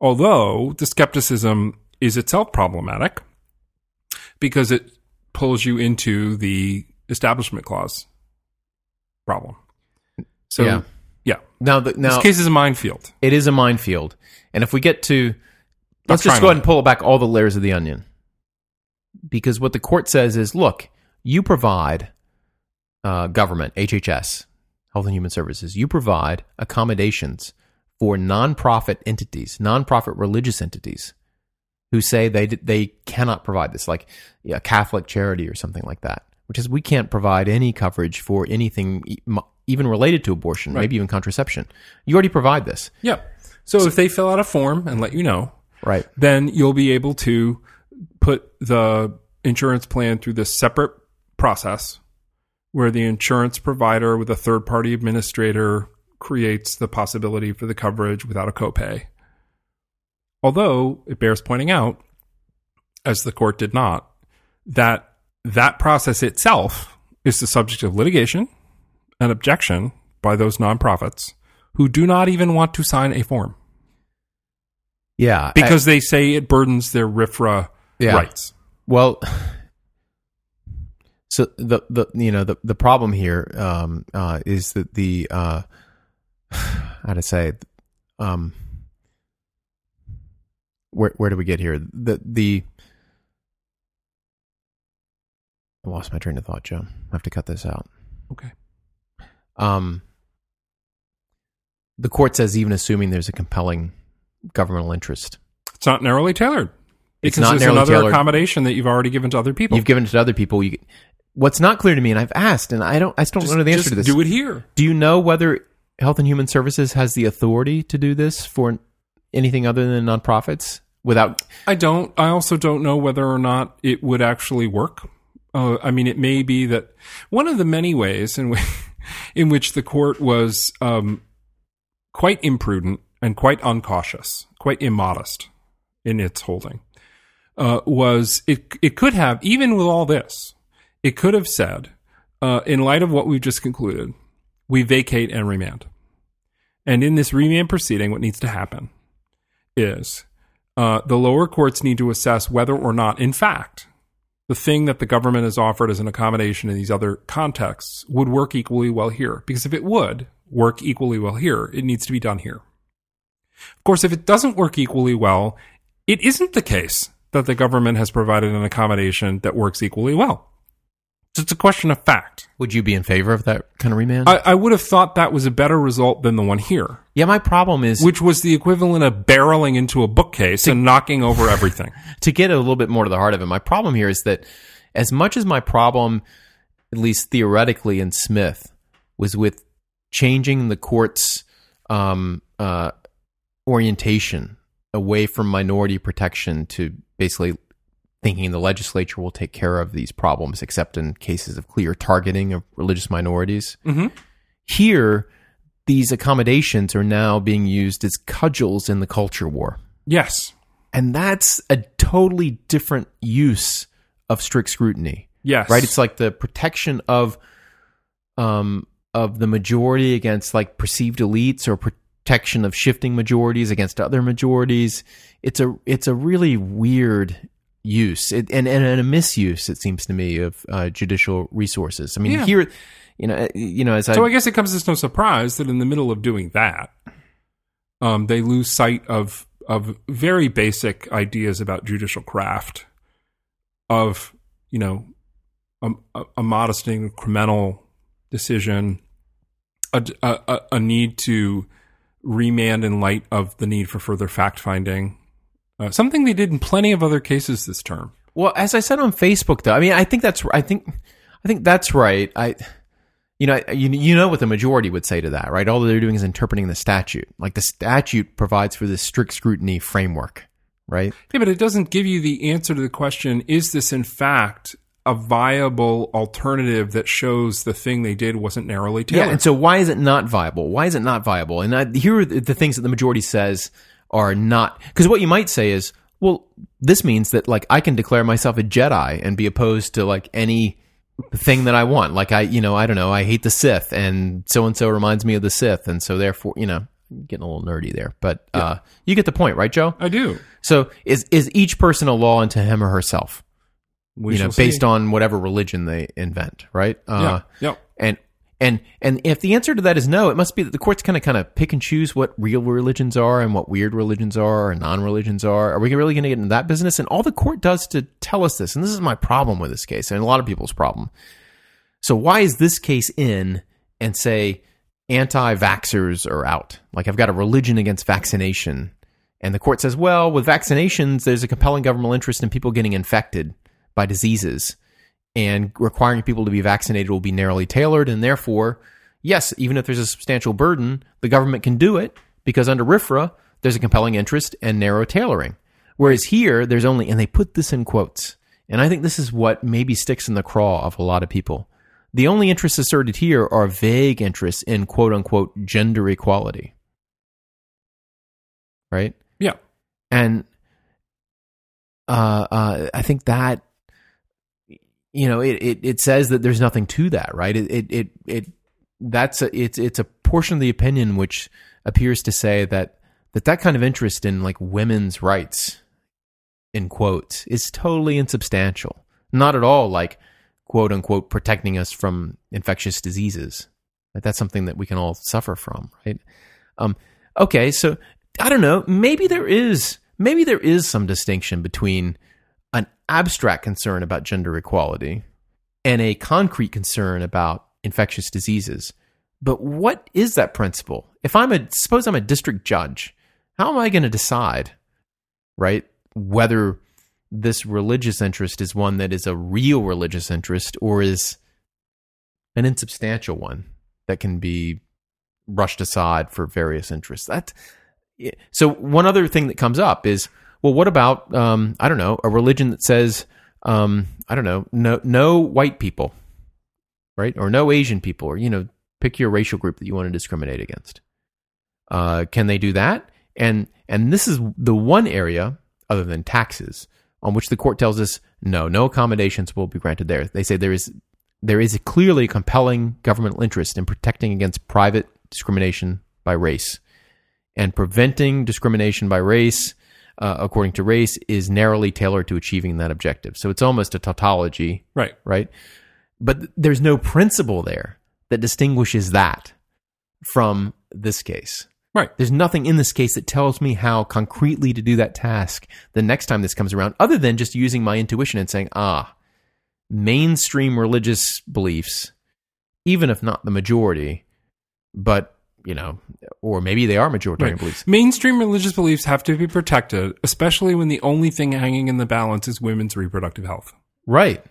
Speaker 1: Although the skepticism is itself problematic because it pulls you into the establishment clause problem. So
Speaker 2: Yeah.
Speaker 1: yeah,
Speaker 2: now, the, now
Speaker 1: this case is a minefield.
Speaker 2: it is a minefield, and if we get to
Speaker 1: Let's
Speaker 2: let's just
Speaker 1: try
Speaker 2: go
Speaker 1: not
Speaker 2: ahead and pull back all the layers of the onion, because what the court says is, look, you provide uh, government HHS Health and Human Services, you provide accommodations for nonprofit entities, nonprofit religious entities, who say they they cannot provide this, like yeah, a Catholic charity or something like that, which is we can't provide any coverage for anything e- m- even related to abortion, maybe even contraception. You already provide this,
Speaker 1: Yeah. So if they fill out a form and let you know,
Speaker 2: right?
Speaker 1: then you'll be able to put the insurance plan through this separate process where the insurance provider with a third party administrator creates the possibility for the coverage without a copay. Although it bears pointing out, as the court did not, that that process itself is the subject of litigation and objection by those nonprofits who do not even want to sign a form
Speaker 2: Yeah, I-
Speaker 1: because they say it burdens their RIFRA
Speaker 2: Yeah.
Speaker 1: rights.
Speaker 2: Well, so the the you know the the problem here um, uh, is that the uh, how to say it, um, where where do we get here the the I lost my train of thought, Joe. I have to cut this out.
Speaker 1: Okay.
Speaker 2: Um, the court says even assuming there's a compelling governmental interest,
Speaker 1: It's not narrowly tailored.
Speaker 2: It's
Speaker 1: Because
Speaker 2: not
Speaker 1: there's
Speaker 2: narrowly
Speaker 1: another
Speaker 2: tailored.
Speaker 1: accommodation that you've already given to other people.
Speaker 2: you've given it to other people. You, what's not clear to me, and I've asked, and I don't, I still don't know the answer
Speaker 1: just
Speaker 2: to this.
Speaker 1: do it here.
Speaker 2: Do you know whether Health and Human Services has the authority to do this for anything other than nonprofits? Without,
Speaker 1: I don't. I also don't know whether or not it would actually work. Uh, I mean, it may be that one of the many ways in which, in which the court was um, quite imprudent and quite uncautious, quite immodest in its holding, uh, was it, it could have, even with all this, it could have said, uh, in light of what we've just concluded, we vacate and remand. And in this remand proceeding, what needs to happen is uh, the lower courts need to assess whether or not, in fact, the thing that the government has offered as an accommodation in these other contexts would work equally well here. Because if it would work equally well here, it needs to be done here. Of course, if it doesn't work equally well, it isn't the case that the government has provided an accommodation that works equally well. So It's a question of fact.
Speaker 2: would you be in favor of that kind of remand?
Speaker 1: I, I would have thought that was a better result than the one here,
Speaker 2: yeah, my problem is
Speaker 1: which was the equivalent of barreling into a bookcase and knocking over everything.
Speaker 2: to get a little bit more to the heart of it. My problem here is that, as much as my problem, at least theoretically, in Smith was with changing the court's um, uh, orientation away from minority protection to basically thinking the legislature will take care of these problems, except in cases of clear targeting of religious minorities.
Speaker 1: Mhm.
Speaker 2: Here, these accommodations are now being used as cudgels in the culture war.
Speaker 1: Yes.
Speaker 2: And that's a totally different use of strict scrutiny,
Speaker 1: Yes.
Speaker 2: right? It's like the protection of um, of the majority against like perceived elites or protection of shifting majorities against other majorities. It's a it's a really weird use it, and, and and a misuse it seems to me of uh, judicial resources. I mean
Speaker 1: Yeah.
Speaker 2: here you know uh, you know as
Speaker 1: so
Speaker 2: I
Speaker 1: I guess it comes as no surprise that in the middle of doing that, um, they lose sight of of very basic ideas about judicial craft, of you know, a, a, a modest incremental decision, a, a, a- a need to remand in light of the need for further fact finding, uh, something they did in plenty of other cases this term.
Speaker 2: Well, as I said on Facebook, though, I mean, I think that's I think I think that's right. I you know you, you know what the majority would say to that, right? All they're doing is interpreting the statute. Like the statute provides for this strict scrutiny framework, right?
Speaker 1: Yeah, but it doesn't give you the answer to the question is this in fact a viable alternative that shows the thing they did wasn't narrowly tailored?
Speaker 2: Yeah, and so why is it not viable? Why is it not viable? And I, here are the the things that the majority says are not because what you might say is, well, this means that like I can declare myself a Jedi and be opposed to like any thing that I want. Like I, you know, I don't know, I hate the Sith, and so and so reminds me of the Sith, and so therefore, you know, getting a little nerdy there, but uh, you get the point, right, Joe?
Speaker 1: I do.
Speaker 2: So is is each person a law unto him or herself?
Speaker 1: We
Speaker 2: you know,
Speaker 1: shall
Speaker 2: based
Speaker 1: see.
Speaker 2: on whatever religion they invent, right? Uh,
Speaker 1: yeah, yep.
Speaker 2: and and and if the answer to that is no, it must be that the courts kind of kind of pick and choose what real religions are and what weird religions are or non religions are. Are we really going to get into that business? And all the court does to tell us this, and this is my problem with this case, and a lot of people's problem. So why is this case in and say anti vaxxers are out? Like I've got a religion against vaccination. And the court says, well, with vaccinations, there's a compelling governmental interest in people getting infected by diseases and requiring people to be vaccinated will be narrowly tailored. And therefore, yes, even if there's a substantial burden, the government can do it because under RIFRA, there's a compelling interest and narrow tailoring. Whereas here, there's only, and they put this in quotes. And I think this is what maybe sticks in the craw of a lot of people. The only interests asserted here are vague interests in quote unquote gender equality. Right?
Speaker 1: Yeah.
Speaker 2: and uh, uh, I think that you know it, it it says that there's nothing to that, right? It it it, it that's a, it's it's a portion of the opinion which appears to say that that that kind of interest in like women's rights in quotes is totally insubstantial, not at all like quote unquote protecting us from infectious diseases. Like that's something that we can all suffer from, right? Um, okay, so I don't know. Maybe there is maybe there is some distinction between an abstract concern about gender equality and a concrete concern about infectious diseases. But what is that principle? If I'm a suppose I'm a district judge, how am I going to decide, right, whether this religious interest is one that is a real religious interest or is an insubstantial one that can be rushed aside for various interests? That yeah. so one other thing that comes up is well what about um, i don't know a religion that says um, i don't know no no white people right or no asian people or you know pick your racial group that you want to discriminate against uh, can they do that and and this is the one area other than taxes on which the court tells us no no accommodations will be granted there they say there is there is a clearly compelling governmental interest in protecting against private discrimination by race and preventing discrimination by race, uh, according to race, is narrowly tailored to achieving that objective. So it's almost a tautology,
Speaker 1: Right.
Speaker 2: right? But th- there's no principle there that distinguishes that from this case.
Speaker 1: Right.
Speaker 2: There's nothing in this case that tells me how concretely to do that task the next time this comes around, other than just using my intuition and saying, ah, mainstream religious beliefs, even if not the majority, but, you know, or maybe they are majoritarian
Speaker 1: Right.
Speaker 2: beliefs.
Speaker 1: Mainstream religious beliefs have to be protected, especially when the only thing hanging in the balance is women's reproductive health.
Speaker 2: Right.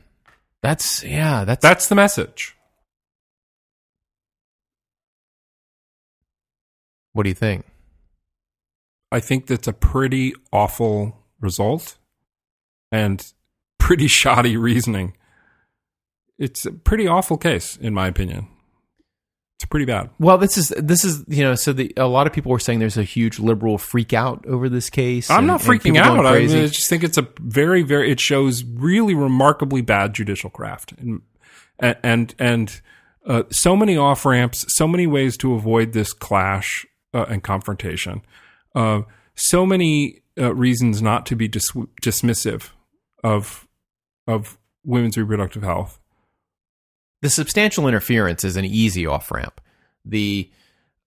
Speaker 2: That's, yeah, that's,
Speaker 1: That's the message.
Speaker 2: what do you think?
Speaker 1: I think that's a pretty awful result and pretty shoddy reasoning. It's a pretty awful case, in my opinion. It's pretty bad.
Speaker 2: Well, this is this is you know so the a lot of people were saying there's a huge liberal freak out over this case.
Speaker 1: I'm
Speaker 2: and-
Speaker 1: not
Speaker 2: and people
Speaker 1: freaking
Speaker 2: going
Speaker 1: out. I, mean,
Speaker 2: crazy.
Speaker 1: I just think it's a very, very. It shows really remarkably bad judicial craft, and and and, and uh, so many off ramps, so many ways to avoid this clash uh, and confrontation, uh, so many uh, reasons not to be dis- dismissive of of women's reproductive health.
Speaker 2: the substantial interference is an easy off ramp. The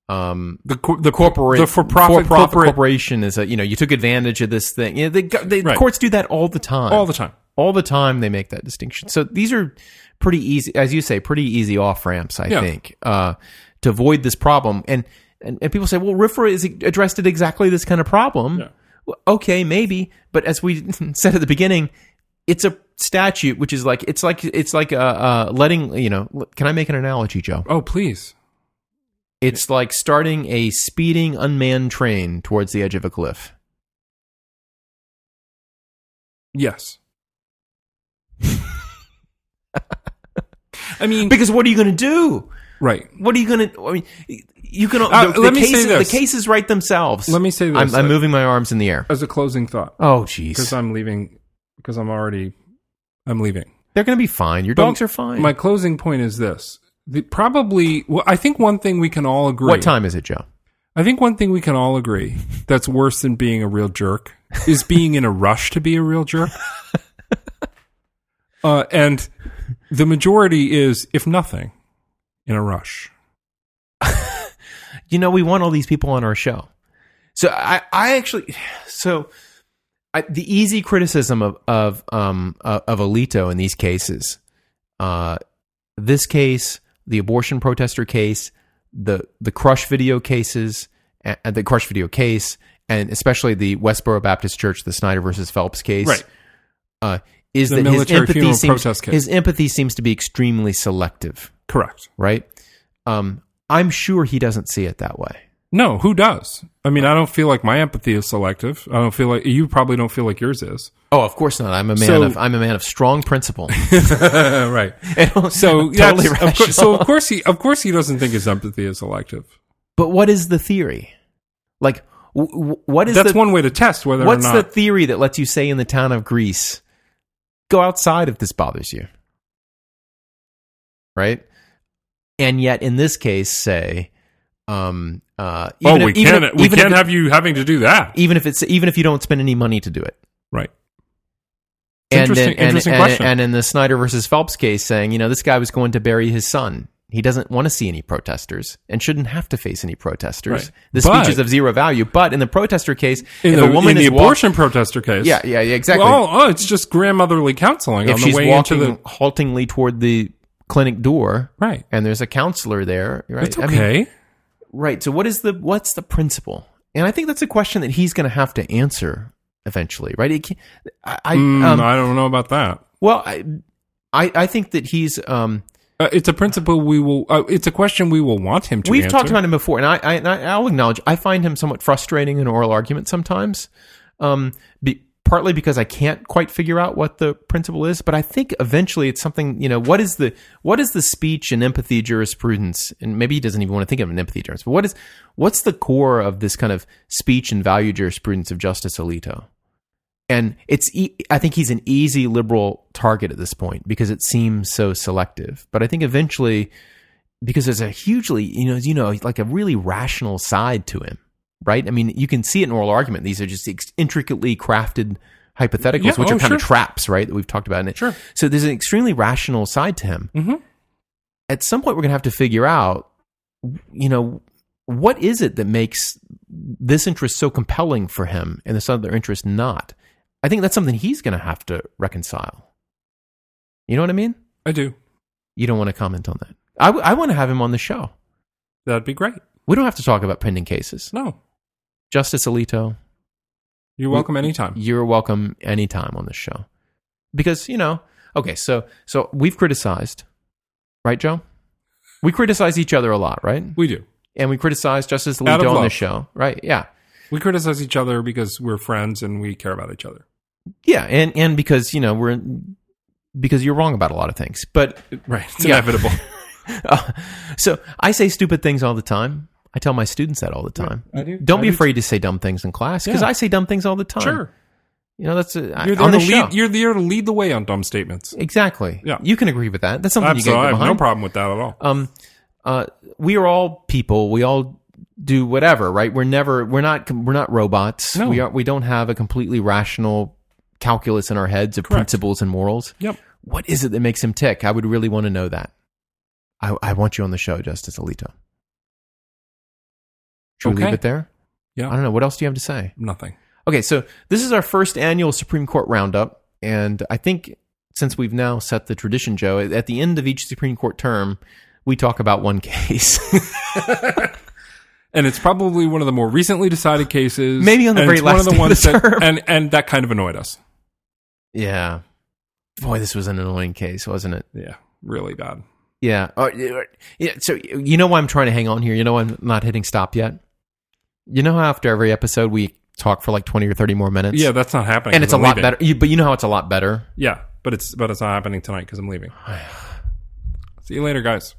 Speaker 2: um
Speaker 1: The cor- the
Speaker 2: corporate
Speaker 1: the for-profit
Speaker 2: for-profit
Speaker 1: corporate-
Speaker 2: corporation is a you know you took advantage of this thing. You know, they, go- they,
Speaker 1: Right.
Speaker 2: courts do that all the time.
Speaker 1: all the time.
Speaker 2: all the time they make that distinction. So these are pretty easy, as you say, pretty easy off ramps. I
Speaker 1: Yeah.
Speaker 2: think uh, to avoid this problem, and, and and people say, well, RIFRA is e, addressed at exactly this kind of problem.
Speaker 1: Yeah.
Speaker 2: Well, okay, maybe, but as we said at the beginning, it's a statute which is like it's like it's like uh, uh, letting you know. Can I make an analogy, Joe?
Speaker 1: Oh, please.
Speaker 2: It's like starting a speeding unmanned train towards the edge of a cliff.
Speaker 1: Yes. I mean,
Speaker 2: Because what are you going to do?
Speaker 1: right.
Speaker 2: What are you going to? I mean, you can.
Speaker 1: Uh,
Speaker 2: the,
Speaker 1: let
Speaker 2: the
Speaker 1: me say
Speaker 2: cases,
Speaker 1: this.
Speaker 2: The cases write themselves.
Speaker 1: Let me say this uh,
Speaker 2: I'm, I'm moving my arms in the air.
Speaker 1: as a closing thought
Speaker 2: Oh,
Speaker 1: because
Speaker 2: jeez.
Speaker 1: I'm leaving because I'm already I'm leaving.
Speaker 2: They're going to be fine. Your
Speaker 1: But
Speaker 2: dogs are fine.
Speaker 1: My closing point is this: the, probably. Well, I think one thing we can all agree.
Speaker 2: what time is it, Joe?
Speaker 1: I think one thing we can all agree that's worse than being a real jerk is being in a rush to be a real jerk. Uh, and the majority is, if nothing, in a rush.
Speaker 2: you know, we want all these people on our show. So I, I actually, so I, the easy criticism of of um uh, of Alito in these cases, uh, this case, the abortion protester case, the the crush video cases, and the crush video case, and especially the Westboro Baptist Church, the Snyder versus Phelps case,
Speaker 1: Right.
Speaker 2: Uh, is
Speaker 1: The
Speaker 2: that his
Speaker 1: military
Speaker 2: empathy
Speaker 1: funeral
Speaker 2: seems
Speaker 1: protest case.
Speaker 2: his empathy seems to be extremely selective,
Speaker 1: Correct.
Speaker 2: right? Um, I'm sure he doesn't see it that way.
Speaker 1: No, who does? I mean, I don't feel like my empathy is selective. I don't feel like you probably don't feel like yours is.
Speaker 2: Oh, of course not. I'm a man
Speaker 1: So-
Speaker 2: of I'm a man of strong principle.
Speaker 1: right. So
Speaker 2: totally
Speaker 1: that's- of course,
Speaker 2: rational.
Speaker 1: so of course he of course he doesn't think his empathy is selective.
Speaker 2: but what is the theory? Like, w- w- what is
Speaker 1: That's
Speaker 2: the,
Speaker 1: one way to test whether
Speaker 2: what's
Speaker 1: or
Speaker 2: the
Speaker 1: not
Speaker 2: theory that lets you say in the town of Greece, go outside if this bothers you, right? And yet, in this case, say, um, uh, even
Speaker 1: oh, we
Speaker 2: if, even
Speaker 1: can't
Speaker 2: if-
Speaker 1: we
Speaker 2: even if
Speaker 1: can't
Speaker 2: it-
Speaker 1: have you having to do that.
Speaker 2: even if it's even if you don't spend any money to do it.
Speaker 1: Right.
Speaker 2: And
Speaker 1: Interesting-
Speaker 2: then- and,
Speaker 1: interesting
Speaker 2: and-
Speaker 1: question.
Speaker 2: and in the Snyder versus Phelps case, saying you know this guy was going to bury his son. He doesn't want to see any protesters and shouldn't have to face any protesters.
Speaker 1: Right.
Speaker 2: The
Speaker 1: But-
Speaker 2: speech is of zero value. But in the protester case,
Speaker 1: In
Speaker 2: if
Speaker 1: the,
Speaker 2: a woman
Speaker 1: in the
Speaker 2: is walk-
Speaker 1: abortion protester case.
Speaker 2: yeah, yeah, yeah, exactly.
Speaker 1: Well, oh, it's just grandmotherly counseling
Speaker 2: if
Speaker 1: on
Speaker 2: she's
Speaker 1: the way
Speaker 2: walking
Speaker 1: into the
Speaker 2: haltingly toward the clinic door,
Speaker 1: right.
Speaker 2: and there's a counselor there, right?
Speaker 1: That's
Speaker 2: I mean,
Speaker 1: okay.
Speaker 2: Right. So what is the what's the principle? And I think that's a question that he's going to have to answer eventually, right? It can't, I, I,
Speaker 1: Mm,
Speaker 2: um,
Speaker 1: I don't know about that.
Speaker 2: well, I, I, I think that he's. Um,
Speaker 1: Uh, it's a principle we will. Uh, it's a question we will want him to.
Speaker 2: we've
Speaker 1: answer.
Speaker 2: talked about him before, and I, I, and I, I'll acknowledge I find him somewhat frustrating in oral argument sometimes. Um, be, partly because I can't quite figure out what the principle is, but I think eventually it's something. You know, what is the what is the speech and empathy jurisprudence? And maybe he doesn't even want to think of an empathy jurisprudence. But what is what's the core of this kind of speech and value jurisprudence of Justice Alito? and it's e- i think he's an easy liberal target at this point because it seems so selective but i think eventually because there's a hugely you know you know like a really rational side to him right i mean you can see it in oral argument these are just ex- intricately crafted hypotheticals
Speaker 1: Yeah,
Speaker 2: which
Speaker 1: oh,
Speaker 2: are kind of
Speaker 1: sure.
Speaker 2: traps right that we've talked about in it
Speaker 1: Sure.
Speaker 2: so there's an extremely rational side to him
Speaker 1: Mhm.
Speaker 2: at some point we're going to have to figure out you know what is it that makes this interest so compelling for him and this other interest not i think that's something he's going to have to reconcile you know what i mean
Speaker 1: I do.
Speaker 2: you don't want to comment on that i, w- I want to have him on the show
Speaker 1: That'd be great.
Speaker 2: we don't have to talk about pending cases
Speaker 1: No,
Speaker 2: justice alito
Speaker 1: you're welcome anytime.
Speaker 2: you're welcome anytime on this show because you know okay so so we've criticized right joe we criticize each other a lot right
Speaker 1: We do.
Speaker 2: and we criticize Justice
Speaker 1: Out of
Speaker 2: Alito on
Speaker 1: love.
Speaker 2: this show, right? Yeah,
Speaker 1: We criticize each other because we're friends and we care about each other.
Speaker 2: yeah, and and because you know we're because you're wrong about a lot of things, but
Speaker 1: Right. It's
Speaker 2: Yeah.
Speaker 1: inevitable.
Speaker 2: uh, so I say stupid things all the time. I tell my students that all the time.
Speaker 1: I do.
Speaker 2: Don't
Speaker 1: I
Speaker 2: be
Speaker 1: do
Speaker 2: afraid to say dumb things in class because
Speaker 1: Yeah.
Speaker 2: I say dumb things all the time.
Speaker 1: Sure.
Speaker 2: you know that's a, I-
Speaker 1: You're there,
Speaker 2: on
Speaker 1: to
Speaker 2: the show.
Speaker 1: lead, you're there to lead the way on dumb statements.
Speaker 2: exactly.
Speaker 1: Yeah.
Speaker 2: you can agree with that. That's something
Speaker 1: Absolutely.
Speaker 2: you
Speaker 1: I
Speaker 2: can get
Speaker 1: have no
Speaker 2: behind.
Speaker 1: problem with that at all.
Speaker 2: um, uh, we are all people. We all do whatever, right? We're never, we're not, we're not robots.
Speaker 1: No.
Speaker 2: We are, we don't have a completely rational calculus in our heads of principles and morals.
Speaker 1: Yep.
Speaker 2: What is it that makes him tick? I would really want to know that. I, I want you on the show, Justice Alito. Should we
Speaker 1: Okay.
Speaker 2: leave it there?
Speaker 1: Yeah.
Speaker 2: I don't know. What else do you have to say?
Speaker 1: Nothing.
Speaker 2: Okay, so this is our first annual Supreme Court roundup, and I think since we've now set the tradition, Joe, at the end of each Supreme Court term, we talk about one case.
Speaker 1: And it's probably one of the more recently decided cases.
Speaker 2: Maybe on the
Speaker 1: and
Speaker 2: very
Speaker 1: it's one
Speaker 2: last
Speaker 1: of the
Speaker 2: day of
Speaker 1: ones
Speaker 2: the
Speaker 1: that,
Speaker 2: term.
Speaker 1: And, and that kind of annoyed us.
Speaker 2: yeah, boy, this was an annoying case, wasn't it?
Speaker 1: Yeah, really bad.
Speaker 2: Yeah. Oh, yeah. yeah, So you know why I'm trying to hang on here. You know why I'm not hitting stop yet. You know how after every episode we talk for like 20 or 30 more minutes.
Speaker 1: Yeah, that's not happening.
Speaker 2: and
Speaker 1: 'cause
Speaker 2: it's a
Speaker 1: I'm
Speaker 2: lot
Speaker 1: leaving.
Speaker 2: better. You, but you know how it's a lot better.
Speaker 1: Yeah, but it's but it's not happening tonight because I'm leaving. See you later, guys.